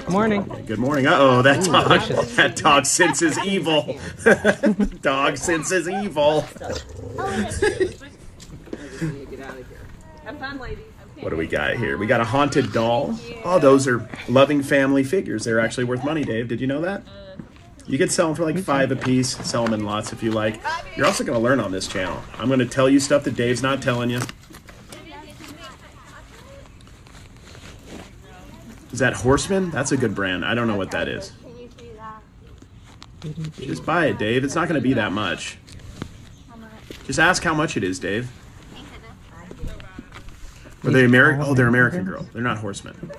Speaker 1: Morning.
Speaker 2: Good morning. Uh oh, that dog. That dog senses evil. dog senses evil.
Speaker 7: Have fun, ladies.
Speaker 2: What do we got here? We got a haunted doll. Oh, those are loving family figures. They're actually worth money, Dave. Did you know that? You could sell them for like five apiece. Sell them in lots if you like. You're also going to learn on this channel. I'm going to tell you stuff that Dave's not telling you. Is that Horseman? That's a good brand. I don't know what that is.
Speaker 4: Can you see that?
Speaker 2: Just buy it, Dave. It's not going to be that much. Just ask how much it is, Dave. Are they American? Oh, they're American Girl. They're not Horsemen.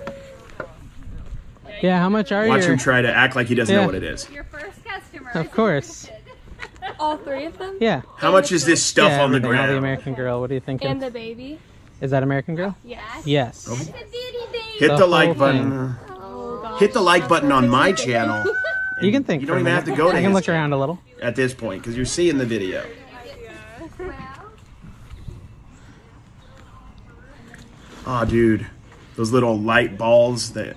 Speaker 1: Yeah, how much are
Speaker 2: Watch
Speaker 1: you?
Speaker 2: him try to act like he doesn't know
Speaker 1: Yeah.
Speaker 2: what it is.
Speaker 4: Your first customer.
Speaker 1: of course.
Speaker 4: All three of them?
Speaker 1: Yeah.
Speaker 2: How much is this stuff
Speaker 1: yeah,
Speaker 2: on the
Speaker 1: everything, All the
Speaker 2: ground?
Speaker 1: American Girl. What are you thinking?
Speaker 4: And the baby?
Speaker 1: Is that American Girl?
Speaker 4: Yes.
Speaker 1: Yes.
Speaker 4: The beauty baby.
Speaker 2: Hit the,
Speaker 1: The
Speaker 2: like
Speaker 1: whole thing.
Speaker 2: button. Uh,
Speaker 4: Oh, God.
Speaker 2: Hit the like button on my channel.
Speaker 1: You can think.
Speaker 2: You
Speaker 1: for
Speaker 2: don't
Speaker 1: a
Speaker 2: even have
Speaker 1: minute.
Speaker 2: to go to
Speaker 1: I can
Speaker 2: his
Speaker 1: look
Speaker 2: channel
Speaker 1: around a little.
Speaker 2: at this point because you're seeing the video. Oh, dude, those little light balls that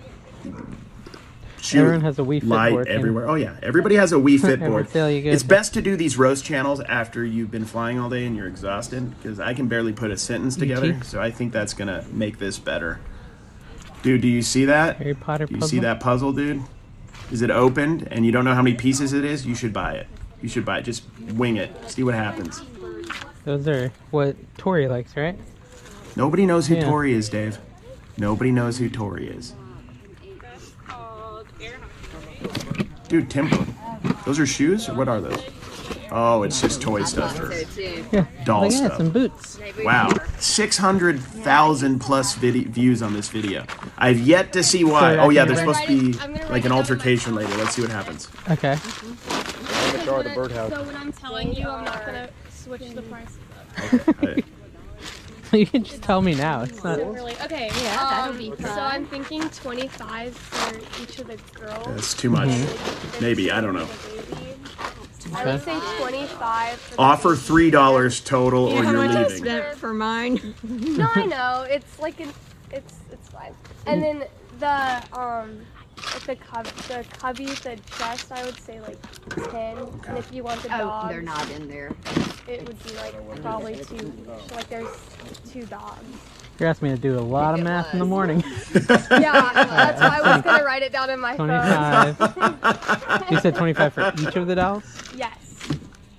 Speaker 2: shoot
Speaker 1: Everyone has a Wii Fit
Speaker 2: light
Speaker 1: board, Ken.
Speaker 2: everywhere. Oh yeah, everybody has a Wii Fit
Speaker 1: Every
Speaker 2: board.
Speaker 1: sale you go
Speaker 2: It's
Speaker 1: to.
Speaker 2: best to do these roast channels after you've been flying all day and you're exhausted because I can barely put a sentence together. So I think that's gonna make this better. Dude, do you see that?
Speaker 1: Harry Potter
Speaker 2: Do you
Speaker 1: puzzle.
Speaker 2: see that puzzle, dude? Is it opened and you don't know how many pieces it is? You should buy it. You should buy it. Just wing it. See what happens.
Speaker 1: Those are what Tori likes, right?
Speaker 2: Nobody knows who
Speaker 1: Yeah.
Speaker 2: Tori is, Dave. Nobody knows who Tori is. Dude, Timber. Those are shoes? Or what are those? Oh, it's just toy stuff or
Speaker 1: Yeah.
Speaker 2: doll
Speaker 1: Look at that,
Speaker 2: stuff.
Speaker 1: some boots.
Speaker 2: Wow, 600,000 plus vid- views on this video. I've yet to see why.
Speaker 1: Sorry, I
Speaker 2: Oh, yeah,
Speaker 1: can't
Speaker 2: there's
Speaker 1: read.
Speaker 2: supposed to be like an altercation later. Let's see what happens.
Speaker 1: Okay.
Speaker 9: Avatar, the birdhouse.
Speaker 4: So when I'm telling you, I'm not going to switch the prices up.
Speaker 2: I-
Speaker 1: you can just tell me now. It's not.
Speaker 4: Really? Okay.
Speaker 6: Yeah,
Speaker 4: um,
Speaker 6: that'd be
Speaker 4: So
Speaker 6: fun.
Speaker 4: I'm thinking 25 for each of the girls.
Speaker 2: That's too much. Uh,
Speaker 1: Mm-hmm.
Speaker 2: Maybe, I don't know.
Speaker 4: I would say 25. For the
Speaker 2: Offer $3 total or
Speaker 6: how
Speaker 2: you're
Speaker 6: much I
Speaker 2: leaving.
Speaker 6: spent for mine?
Speaker 4: baby. No, I know. It's like an, it's it's fine. And then the um, like the cub, the cubby, the chest. I would say like 10. And if you want the
Speaker 6: Oh,
Speaker 4: dogs,
Speaker 6: they're not in there.
Speaker 4: it would be like probably two. Like there's two dogs.
Speaker 1: You're asking me to do a lot of
Speaker 6: It
Speaker 1: math in the
Speaker 6: was.
Speaker 1: morning.
Speaker 4: Yeah, that's why I was gonna write it down in my phone.
Speaker 1: 25. you said 25 for each of the dolls?
Speaker 4: Yes.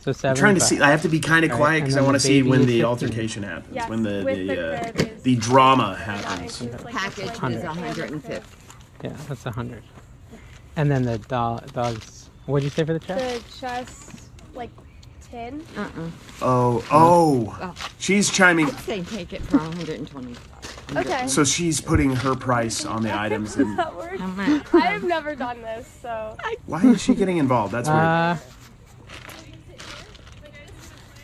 Speaker 1: So seven.
Speaker 2: I'm trying to see. I have to be kind of quiet because I
Speaker 1: and
Speaker 2: want to
Speaker 1: then
Speaker 2: see
Speaker 1: baby
Speaker 2: when
Speaker 1: is
Speaker 2: the
Speaker 1: 15.
Speaker 2: altercation happens,
Speaker 4: Yes,
Speaker 2: when the
Speaker 4: with the
Speaker 2: the, uh,
Speaker 4: crib is-
Speaker 2: the drama
Speaker 4: And that
Speaker 2: happens.
Speaker 4: includes, like, the
Speaker 6: Package is
Speaker 4: toys and
Speaker 6: 150.
Speaker 4: the crib.
Speaker 1: Yeah, that's 100. And then the doll, dogs. What'd you say for the check?
Speaker 4: The chest, like 10.
Speaker 6: Uh-uh.
Speaker 2: Oh, oh, she's chiming.
Speaker 6: They take it for 125.
Speaker 4: Okay.
Speaker 2: So she's putting her price on the items. And
Speaker 4: That works.
Speaker 6: How much?
Speaker 4: I have never done this, so
Speaker 2: why is she getting involved? That's weird.
Speaker 1: Uh,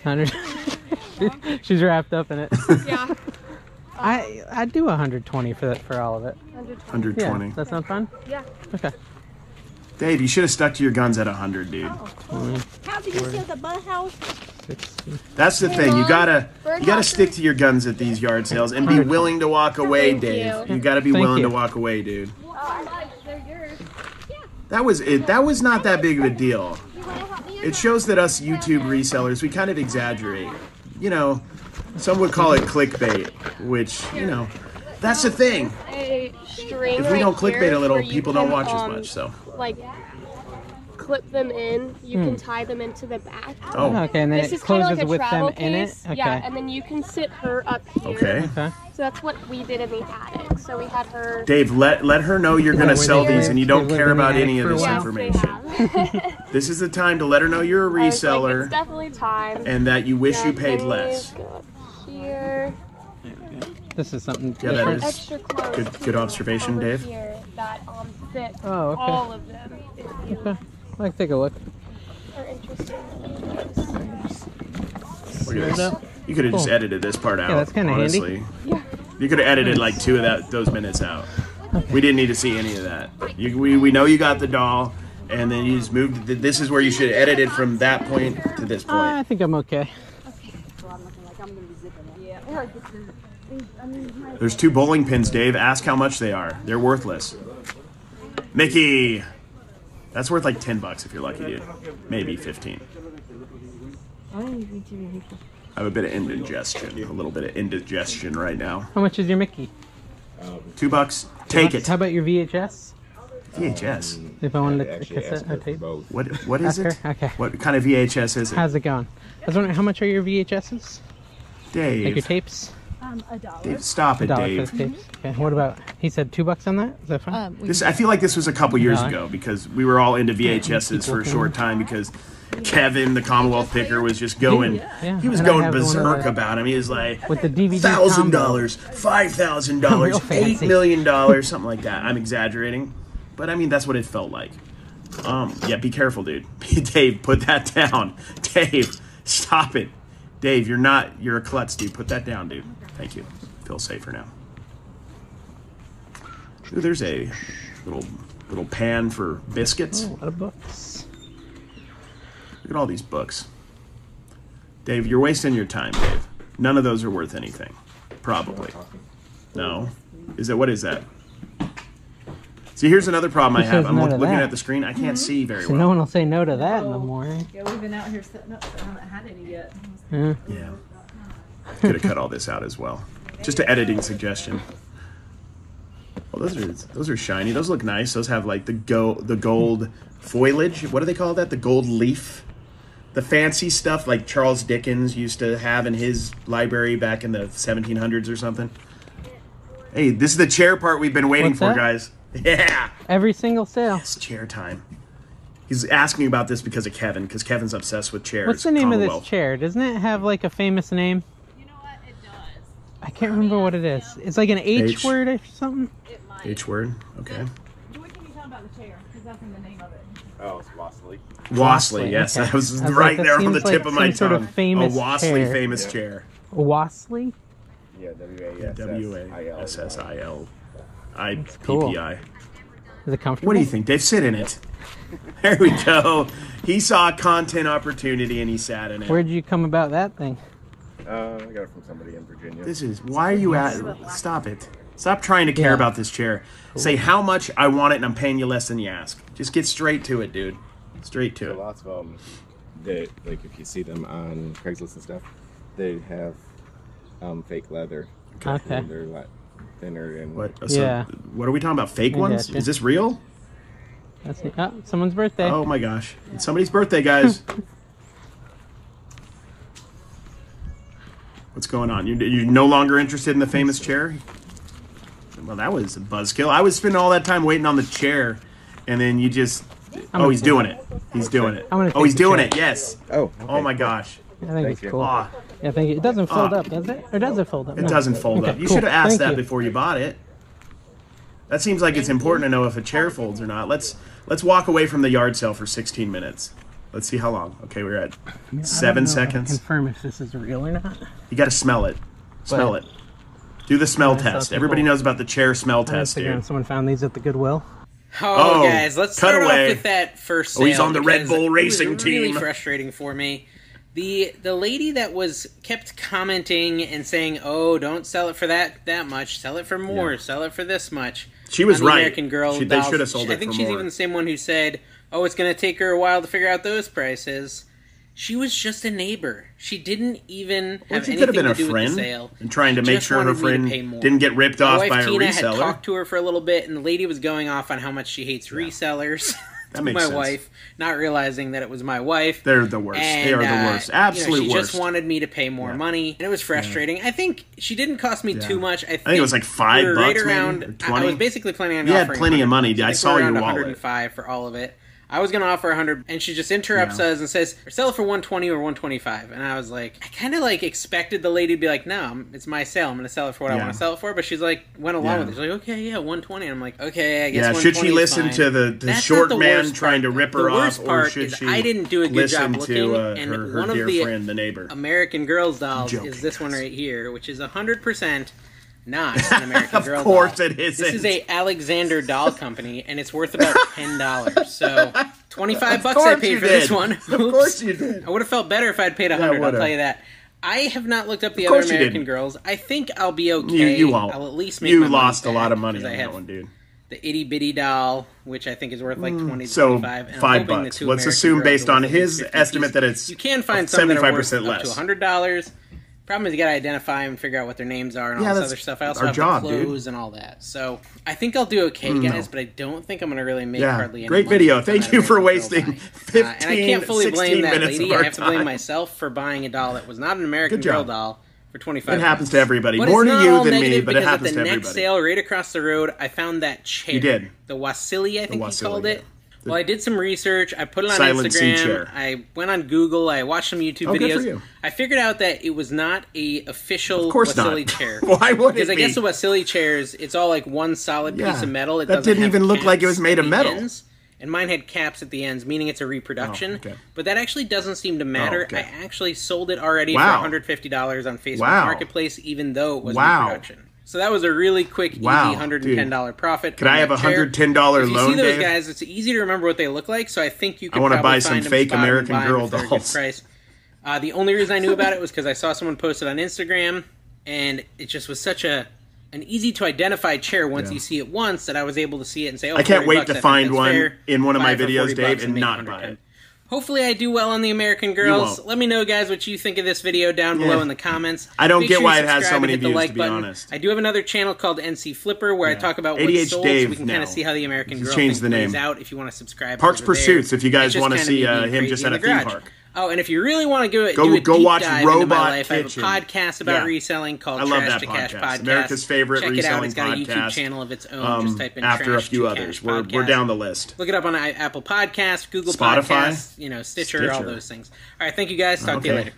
Speaker 1: 100. She's wrapped up in it.
Speaker 4: yeah.
Speaker 1: I I do 120 for that for all of it.
Speaker 4: 120.
Speaker 1: Yeah,
Speaker 2: 120.
Speaker 1: that's not fun.
Speaker 4: Yeah.
Speaker 1: Okay.
Speaker 2: Dave, you should have stuck to your guns at 100, dude.
Speaker 7: Oh. How do you see the butt house?
Speaker 1: 60.
Speaker 2: That's the thing. You
Speaker 4: Mom,
Speaker 2: gotta you gotta
Speaker 4: birdhouses-
Speaker 2: stick to your guns at these yard sales and be willing to walk away, Dave.
Speaker 4: you.
Speaker 2: You gotta be
Speaker 1: Thank
Speaker 2: willing to
Speaker 1: you.
Speaker 2: walk away, dude.
Speaker 4: Oh, I like they're yours.
Speaker 2: That was it. That was not that big of a deal.
Speaker 4: You want to help me?
Speaker 2: It shows that us YouTube resellers, we kind of exaggerate. You know, some would call it clickbait, which, you know, that's the thing.
Speaker 4: a string.
Speaker 2: If we don't
Speaker 4: right
Speaker 2: clickbait
Speaker 4: here
Speaker 2: a little,
Speaker 4: where you
Speaker 2: people don't
Speaker 4: can,
Speaker 2: watch as
Speaker 4: um,
Speaker 2: much, so.
Speaker 4: Like, clip them in. You can tie them into the back.
Speaker 2: Oh,
Speaker 1: Okay, Hmm. and then
Speaker 4: This
Speaker 1: it
Speaker 4: is kind of
Speaker 1: closes
Speaker 4: like a
Speaker 1: with
Speaker 4: travel
Speaker 1: them in it.
Speaker 4: case.
Speaker 1: Okay.
Speaker 4: Yeah, and then you can sit her up here.
Speaker 2: okay.
Speaker 1: okay.
Speaker 4: So that's what we did in the attic. So we had her.
Speaker 2: Dave, let, let her know you're going to
Speaker 1: were
Speaker 2: sell
Speaker 1: they-
Speaker 2: these and you
Speaker 1: they
Speaker 2: don't
Speaker 1: lived
Speaker 2: care
Speaker 1: in the
Speaker 2: about
Speaker 1: attic
Speaker 2: any of
Speaker 1: for a
Speaker 2: this
Speaker 1: while?
Speaker 2: information.
Speaker 4: Yes, they have.
Speaker 2: This is the time to let her know you're a
Speaker 4: I was like, it's
Speaker 2: reseller
Speaker 4: definitely time.
Speaker 2: and that you wish you
Speaker 4: Yeah,
Speaker 2: paid
Speaker 4: please
Speaker 2: less.
Speaker 4: go up Here,
Speaker 1: This is something
Speaker 2: Yeah, that
Speaker 1: different.
Speaker 2: is-
Speaker 4: extra clothes.
Speaker 2: Good-
Speaker 4: too,
Speaker 2: good observation,
Speaker 4: over
Speaker 2: Dave.
Speaker 4: Here that um fit
Speaker 1: Oh, okay.
Speaker 4: all of them. If you
Speaker 1: I'd like to take a look.
Speaker 4: are interested.
Speaker 2: Look at this. You could have just
Speaker 1: Cool.
Speaker 2: edited this part out.
Speaker 1: that's kinda handy.
Speaker 2: honestly.
Speaker 4: Yeah.
Speaker 2: You could have edited like two of that those minutes out. We didn't need to see any of that. You, we, we know you got the doll, and then you just moved. th- This is where you should have edited from that point to this
Speaker 1: I
Speaker 2: point.
Speaker 1: think I'm okay.
Speaker 2: There's two bowling pins, Dave. Ask how much they are. They're worthless. Mickey, that's worth like ten bucks if you're lucky, dude. Maybe fifteen. I have a bit of indigestion, a little bit of indigestion right now.
Speaker 1: How much is your Mickey?
Speaker 2: Two bucks. Take it.
Speaker 1: How about your VHS?
Speaker 2: VHS.
Speaker 1: If I wanted
Speaker 9: I
Speaker 1: a
Speaker 9: actually asked
Speaker 1: cassette
Speaker 9: her
Speaker 1: or
Speaker 9: for
Speaker 1: tape.
Speaker 9: both.
Speaker 2: What what is it?
Speaker 1: Okay, okay.
Speaker 2: What kind of VHS is it?
Speaker 1: How's it going? I was wondering how much are your VHSs? Like your
Speaker 2: Dave.
Speaker 1: tapes?
Speaker 7: Um, a dollar.
Speaker 2: Dave, stop
Speaker 1: A
Speaker 2: it,
Speaker 1: dollar for
Speaker 2: Dave.
Speaker 1: those tapes.
Speaker 10: Mm-hmm.
Speaker 1: Okay. What about? He said two bucks on that. Is that fine?
Speaker 6: Um, we
Speaker 2: This I feel like this was a couple years
Speaker 1: Dollar.
Speaker 2: ago because we were all into VHSs for a short time because Kevin, the Commonwealth picker, was just going.
Speaker 1: yeah.
Speaker 2: He was
Speaker 1: And I
Speaker 2: going
Speaker 1: have the one
Speaker 2: berserk
Speaker 1: with the-
Speaker 2: about him. He was like,
Speaker 1: With the DVD
Speaker 2: thousand
Speaker 1: combo.
Speaker 2: dollars, five thousand dollars,
Speaker 1: Real
Speaker 2: eight
Speaker 1: fancy.
Speaker 2: million dollars, something like that. I'm exaggerating, but I mean that's what it felt like. Um, yeah, be careful, dude. Dave, put that down. Dave, stop it. Dave, you're not. You're a klutz, dude. Put that down, dude. Thank you. Feel safer now. Ooh, there's a little little pan for biscuits.
Speaker 1: Oh, A lot of books.
Speaker 2: Look at all these books. Dave, you're wasting your time, Dave. None of those are worth anything. Probably. No. Is it what is that? See, here's another problem I
Speaker 1: Who
Speaker 2: have.
Speaker 1: says
Speaker 2: I'm
Speaker 1: no
Speaker 2: look-
Speaker 1: to
Speaker 2: looking
Speaker 1: that? Mm-hmm.
Speaker 2: at the screen. I can't see very
Speaker 10: Um,
Speaker 1: So no
Speaker 2: well.
Speaker 1: one will say no to that no more.
Speaker 10: Yeah, we've been out here setting up, but I haven't had any yet.
Speaker 1: Yeah.
Speaker 2: Yeah. Could have cut all this out as well. Just an editing suggestion. Well, those are those are shiny. Those look nice. Those have like the go the gold foliage. What do they call that? The gold leaf. The fancy stuff like Charles Dickens used to have in his library back in the 1700s or something. Hey, this is the chair part we've been waiting
Speaker 1: What's
Speaker 2: for,
Speaker 1: that?
Speaker 2: guys. Yeah.
Speaker 1: Every single sale.
Speaker 2: It's chair time. He's asking me about this because of Kevin, because Kevin's obsessed with chairs.
Speaker 1: What's the name of this
Speaker 2: Commonwealth.
Speaker 1: chair? Doesn't it have like a famous name?
Speaker 10: You know what? It does.
Speaker 1: I can't remember what it is. It's like an H,
Speaker 2: H.
Speaker 1: word or something.
Speaker 10: It might.
Speaker 2: H word. Okay.
Speaker 10: What can you tell about the chair? Because that's in the name of it.
Speaker 9: Oh, it's Wasley.
Speaker 2: Wasley, yes,
Speaker 1: okay.
Speaker 2: that was
Speaker 1: I was
Speaker 2: right
Speaker 1: like, that
Speaker 2: there on the
Speaker 1: seems like
Speaker 2: tip of my
Speaker 1: some sort
Speaker 2: tongue.
Speaker 1: of famous
Speaker 2: a Wasley
Speaker 1: chair.
Speaker 2: famous
Speaker 9: Yeah.
Speaker 2: chair.
Speaker 1: Wasley.
Speaker 9: Yeah,
Speaker 2: W A S S I L I P
Speaker 1: cool.
Speaker 2: P I.
Speaker 1: Is it comfortable?
Speaker 2: What do you think? Dave, sit in it. There we go. He saw a content opportunity and he sat in it.
Speaker 1: Where'd you come about that thing?
Speaker 9: Uh, I got it from somebody in Virginia.
Speaker 2: This is why are you at? Stop it! Stop trying to care
Speaker 1: Yeah.
Speaker 2: about this chair. Say how much I want it, and I'm paying you less than you ask. Just get straight to it, dude. Straight
Speaker 9: There
Speaker 2: to
Speaker 9: are
Speaker 2: it.
Speaker 9: lots of them that, like, if you see them on Craigslist and stuff, they have um, fake leather.
Speaker 1: Okay.
Speaker 9: And they're a lot thinner and
Speaker 2: What? uh, So,
Speaker 1: Yeah.
Speaker 2: What are we talking about? Fake
Speaker 1: I
Speaker 2: ones?
Speaker 1: gotcha.
Speaker 2: Is this real?
Speaker 1: That's me. Oh, someone's birthday.
Speaker 2: Oh my gosh! It's somebody's birthday, guys. What's going on? You're, you're no longer interested in the famous chair? Well, that was a buzzkill. I was spending all that time waiting on the chair, and then you just. oh,
Speaker 1: gonna
Speaker 2: he's
Speaker 1: take
Speaker 2: doing it. He's doing it.
Speaker 1: I'm gonna
Speaker 2: Oh, he's
Speaker 1: take the
Speaker 2: doing
Speaker 1: chair.
Speaker 2: it. Yes.
Speaker 9: Oh.
Speaker 2: Oh my gosh.
Speaker 1: I think it's
Speaker 9: you.
Speaker 1: cool.
Speaker 2: Ah,
Speaker 1: Yeah, thank you. It doesn't fold
Speaker 2: Ah.
Speaker 1: up, does it? Or does it fold up?
Speaker 2: it doesn't fold
Speaker 1: Okay,
Speaker 2: up. You
Speaker 1: cool.
Speaker 2: should have asked
Speaker 1: Thank
Speaker 2: that
Speaker 1: you.
Speaker 2: before you bought it. That seems like it's important to know if a chair folds or not. Let's let's walk away from the yard sale for 16 minutes. Let's see how long. Okay, we're at seven seconds.
Speaker 1: Confirm if this is real or not.
Speaker 2: You got to smell it. Smell
Speaker 1: What?
Speaker 2: it. Do the smell
Speaker 1: I saw
Speaker 2: test.
Speaker 1: people-
Speaker 2: Everybody knows about the chair smell
Speaker 1: On
Speaker 2: test,
Speaker 1: Instagram,
Speaker 2: dude.
Speaker 1: someone found these at the Goodwill. Oh,
Speaker 2: Oh,
Speaker 1: guys, let's start
Speaker 2: cutaway.
Speaker 1: off with that first.
Speaker 2: Oh,
Speaker 1: Sale
Speaker 2: he's on the Red
Speaker 1: because
Speaker 2: Bull
Speaker 1: it was
Speaker 2: racing
Speaker 1: Really
Speaker 2: team.
Speaker 1: frustrating for me. The the lady that was kept commenting and saying, "Oh, don't sell it for that that much. Sell it for more. Sell it for this much."
Speaker 2: She was
Speaker 1: On the
Speaker 2: right.
Speaker 1: American Girl.
Speaker 2: She- they
Speaker 1: dolls,
Speaker 2: should have sold
Speaker 1: I
Speaker 2: it
Speaker 1: think
Speaker 2: for
Speaker 1: she's
Speaker 2: more.
Speaker 1: even the same one who said, "Oh, it's going to take her a while to figure out those prices." She was just a neighbor. She didn't even
Speaker 2: Well,
Speaker 1: have
Speaker 2: she
Speaker 1: anything
Speaker 2: could have been
Speaker 1: to
Speaker 2: a
Speaker 1: do with
Speaker 2: friend
Speaker 1: the sale.
Speaker 2: and trying to
Speaker 1: She
Speaker 2: make
Speaker 1: just
Speaker 2: sure her
Speaker 1: wanted me to
Speaker 2: friend
Speaker 1: pay more.
Speaker 2: didn't get ripped
Speaker 1: My
Speaker 2: off
Speaker 1: wife
Speaker 2: by a
Speaker 1: Tina had
Speaker 2: reseller.
Speaker 1: talked to her for a little bit, and the lady was going off on how much she hates resellers.
Speaker 2: That makes
Speaker 1: my
Speaker 2: sense.
Speaker 1: wife, not realizing that it was my wife.
Speaker 2: They're the worst. they are
Speaker 1: And, uh,
Speaker 2: the worst.
Speaker 1: you know,
Speaker 2: Absolute
Speaker 1: she
Speaker 2: worst.
Speaker 1: just wanted me to pay more money, and it was frustrating. I think she didn't cost me too much. I think,
Speaker 2: it was like five
Speaker 1: we were right
Speaker 2: bucks, maybe,
Speaker 1: around.
Speaker 2: or
Speaker 1: I- I
Speaker 2: 20.
Speaker 1: was basically planning on.
Speaker 2: You had
Speaker 1: offering
Speaker 2: plenty of
Speaker 1: 100.
Speaker 2: money.
Speaker 1: So
Speaker 2: I
Speaker 1: think
Speaker 2: saw
Speaker 1: we're
Speaker 2: your
Speaker 1: around
Speaker 2: wallet.
Speaker 1: 105 for all of it. I was gonna offer 100, and she just interrupts
Speaker 2: Yeah.
Speaker 1: us and says, "Sell it for 120 or 125." And I was like, I kind of like expected the lady to be like, "No, I'm- it's my sale. I'm gonna sell it for what I
Speaker 2: Yeah.
Speaker 1: want to sell it for." But she's like, went along
Speaker 2: Yeah.
Speaker 1: with it. She's like, "Okay, yeah, 120." And I'm like, "Okay, I guess."
Speaker 2: yeah, should she
Speaker 1: 120 is
Speaker 2: listen
Speaker 1: fine."
Speaker 2: to the, the
Speaker 1: That's
Speaker 2: short
Speaker 1: not the
Speaker 2: man
Speaker 1: worst
Speaker 2: trying to
Speaker 1: part,
Speaker 2: rip
Speaker 1: though.
Speaker 2: her
Speaker 1: the worst
Speaker 2: off,
Speaker 1: part
Speaker 2: or should
Speaker 1: is
Speaker 2: she
Speaker 1: I didn't do a good
Speaker 2: listen
Speaker 1: job looking,
Speaker 2: to uh,
Speaker 1: and
Speaker 2: her, her
Speaker 1: one of
Speaker 2: dear
Speaker 1: the
Speaker 2: friend, the neighbor?
Speaker 1: American Girls dolls
Speaker 2: Joking,
Speaker 1: is this one
Speaker 2: guys.
Speaker 1: right here, which is 100% not an American
Speaker 2: Of
Speaker 1: Girl
Speaker 2: course
Speaker 1: doll.
Speaker 2: it
Speaker 1: This is
Speaker 2: isn't.
Speaker 1: a Alexander doll company, and it's worth about $10. So 25 bucks I
Speaker 2: course
Speaker 1: paid
Speaker 2: you
Speaker 1: for this
Speaker 2: did.
Speaker 1: one.
Speaker 2: Of
Speaker 1: Oops.
Speaker 2: course you did.
Speaker 1: I would have felt better if I'd paid 100 I'll
Speaker 2: would've.
Speaker 1: tell you that. I have not looked up the
Speaker 2: Of
Speaker 1: other
Speaker 2: course you
Speaker 1: American
Speaker 2: didn't.
Speaker 1: Girls. I think I'll be okay.
Speaker 2: you, you won't.
Speaker 1: I'll at least make
Speaker 2: you
Speaker 1: my money
Speaker 2: lost a
Speaker 1: back,
Speaker 2: lot of money on
Speaker 1: because I
Speaker 2: that
Speaker 1: have
Speaker 2: one, dude. Mm.
Speaker 1: the itty bitty doll, which I think is worth like twenty to
Speaker 2: So
Speaker 1: twenty-five. and I'm
Speaker 2: five
Speaker 1: hoping the
Speaker 2: bucks.
Speaker 1: two
Speaker 2: Let's
Speaker 1: American
Speaker 2: assume
Speaker 1: Girls
Speaker 2: based
Speaker 1: are
Speaker 2: on
Speaker 1: worth at least
Speaker 2: his
Speaker 1: 50
Speaker 2: estimate
Speaker 1: apiece.
Speaker 2: that it's
Speaker 1: you can find some that are worth
Speaker 2: 75%
Speaker 1: up
Speaker 2: less.
Speaker 1: to hundred dollars. Problem is, you gotta identify them, figure out what their names are, and
Speaker 11: Yeah,
Speaker 1: all this
Speaker 11: that's
Speaker 1: other stuff. I also
Speaker 11: our
Speaker 1: have
Speaker 11: job,
Speaker 1: the
Speaker 11: dude.
Speaker 1: clothes and all that. So I think I'll do okay,
Speaker 11: Mm.
Speaker 1: guys. But I don't think I'm gonna really make
Speaker 11: yeah,
Speaker 1: hardly any.
Speaker 11: great
Speaker 1: money
Speaker 11: video.
Speaker 1: on
Speaker 11: Thank
Speaker 1: that
Speaker 11: you
Speaker 1: event.
Speaker 11: for wasting 15,
Speaker 1: Uh, and I can't fully
Speaker 11: 16
Speaker 1: blame that
Speaker 11: minutes
Speaker 1: lady.
Speaker 11: of our
Speaker 1: I have to blame
Speaker 11: time.
Speaker 1: myself for buying a doll that was not an American
Speaker 11: Good job.
Speaker 1: Girl doll for twenty five.
Speaker 11: It happens to everybody.
Speaker 1: But
Speaker 11: More
Speaker 1: it's
Speaker 11: to
Speaker 1: not
Speaker 11: you
Speaker 1: all
Speaker 11: than me,
Speaker 1: negative
Speaker 11: but it
Speaker 1: because
Speaker 11: happens
Speaker 1: at
Speaker 11: to
Speaker 1: the next
Speaker 11: everybody.
Speaker 1: sale right across the road, I found that chair.
Speaker 11: You did.
Speaker 1: the Wasili, I think he
Speaker 11: Wasili,
Speaker 1: called it. well, I did some research. I put it on
Speaker 11: Silent sea
Speaker 1: Instagram.
Speaker 11: chair.
Speaker 1: I went on Google. I watched some YouTube
Speaker 11: Oh, good for
Speaker 1: videos.
Speaker 11: you.
Speaker 1: I figured out that it was not a official
Speaker 11: Of course
Speaker 1: Wasili
Speaker 11: not.
Speaker 1: chair.
Speaker 11: Why would it
Speaker 1: Because I
Speaker 11: be?
Speaker 1: guess the Wasili chairs, it's all like one solid piece
Speaker 11: Yeah.
Speaker 1: of metal. It
Speaker 11: that
Speaker 1: doesn't
Speaker 11: didn't
Speaker 1: have
Speaker 11: even look like it was
Speaker 1: caps
Speaker 11: made
Speaker 1: at
Speaker 11: of
Speaker 1: the
Speaker 11: metal.
Speaker 1: ends, and mine had caps at the ends, meaning it's a reproduction.
Speaker 11: Oh, okay. Oh,
Speaker 1: But that actually doesn't seem to matter.
Speaker 11: okay.
Speaker 1: I actually sold it already
Speaker 11: Wow.
Speaker 1: for $150 on Facebook
Speaker 11: Wow.
Speaker 1: Marketplace, even though it was a
Speaker 11: Wow.
Speaker 1: reproduction. So that was a really quick,
Speaker 11: Wow,
Speaker 1: easy hundred and ten dollar
Speaker 11: dude.
Speaker 1: profit.
Speaker 11: Could
Speaker 1: on
Speaker 11: I have
Speaker 1: that
Speaker 11: a
Speaker 1: chair.
Speaker 11: $110
Speaker 1: If you
Speaker 11: loan,
Speaker 1: see those
Speaker 11: Dave?
Speaker 1: guys, it's easy to remember what they look like. So I think you. Could
Speaker 11: I wanna
Speaker 1: probably
Speaker 11: buy some
Speaker 1: find a
Speaker 11: fake
Speaker 1: spot and
Speaker 11: American
Speaker 1: buy 'em
Speaker 11: Girl
Speaker 1: for a good
Speaker 11: dolls.
Speaker 1: Price. Uh, the only reason I knew about it was because I saw someone post it on Instagram, and it just was such a an easy to identify chair once
Speaker 11: Yeah.
Speaker 1: you see it once that I was able to see it and say, "Oh,
Speaker 11: I can't
Speaker 1: 40
Speaker 11: wait
Speaker 1: bucks,
Speaker 11: to
Speaker 1: I think
Speaker 11: find
Speaker 1: that's
Speaker 11: one
Speaker 1: fair."
Speaker 11: in one of
Speaker 1: Buy
Speaker 11: my
Speaker 1: it for
Speaker 11: videos,
Speaker 1: 40
Speaker 11: Dave,
Speaker 1: bucks
Speaker 11: and
Speaker 1: make
Speaker 11: not buy it.
Speaker 1: Hopefully, I do well on the American Girls.
Speaker 11: won't.
Speaker 1: Let me know, guys, what you think of this video down below
Speaker 11: Yeah.
Speaker 1: in the comments.
Speaker 11: I don't
Speaker 1: Make
Speaker 11: get
Speaker 1: sure you
Speaker 11: why it has
Speaker 1: subscribe
Speaker 11: so
Speaker 1: and
Speaker 11: many
Speaker 1: hit the
Speaker 11: views,
Speaker 1: like
Speaker 11: to be
Speaker 1: button.
Speaker 11: honest.
Speaker 1: I do have another channel called NC Flipper where I talk about what's
Speaker 11: ADH
Speaker 1: sold, so we
Speaker 11: Dave
Speaker 1: can kind
Speaker 11: now.
Speaker 1: of see how the American
Speaker 11: He's
Speaker 1: Girl
Speaker 11: changed
Speaker 1: thing
Speaker 11: the
Speaker 1: plays
Speaker 11: name.
Speaker 1: out. If you want to subscribe,
Speaker 11: Parks
Speaker 1: over there.
Speaker 11: Pursuits, if you guys
Speaker 1: It's just
Speaker 11: wanna
Speaker 1: kinda
Speaker 11: see,
Speaker 1: me
Speaker 11: uh,
Speaker 1: being
Speaker 11: him
Speaker 1: crazy
Speaker 11: just
Speaker 1: in
Speaker 11: at
Speaker 1: the
Speaker 11: a theme
Speaker 1: garage.
Speaker 11: park.
Speaker 1: Oh, and if you really want to go,
Speaker 11: Go-
Speaker 1: do a
Speaker 11: go
Speaker 1: deep
Speaker 11: watch
Speaker 1: dive into
Speaker 11: Robot
Speaker 1: my life,
Speaker 11: Kitchen.
Speaker 1: I have a podcast about
Speaker 11: Yeah.
Speaker 1: reselling called
Speaker 11: I love
Speaker 1: Trash
Speaker 11: that
Speaker 1: to Cash
Speaker 11: podcast.
Speaker 1: Podcast.
Speaker 11: America's favorite
Speaker 1: Check it out.
Speaker 11: reselling
Speaker 1: It's got a YouTube
Speaker 11: podcast.
Speaker 1: channel of its own.
Speaker 11: Um,
Speaker 1: just type in
Speaker 11: after a
Speaker 1: Trash
Speaker 11: few
Speaker 1: to
Speaker 11: others,
Speaker 1: Cash
Speaker 11: we're
Speaker 1: podcast.
Speaker 11: we're down the list.
Speaker 1: Look it up on I- Apple Podcasts, Google
Speaker 11: Spotify?
Speaker 1: Podcasts, you know, Stitcher, all
Speaker 11: Stitcher.
Speaker 1: those things. All right, thank you guys. Talk to you
Speaker 11: Okay.
Speaker 1: later.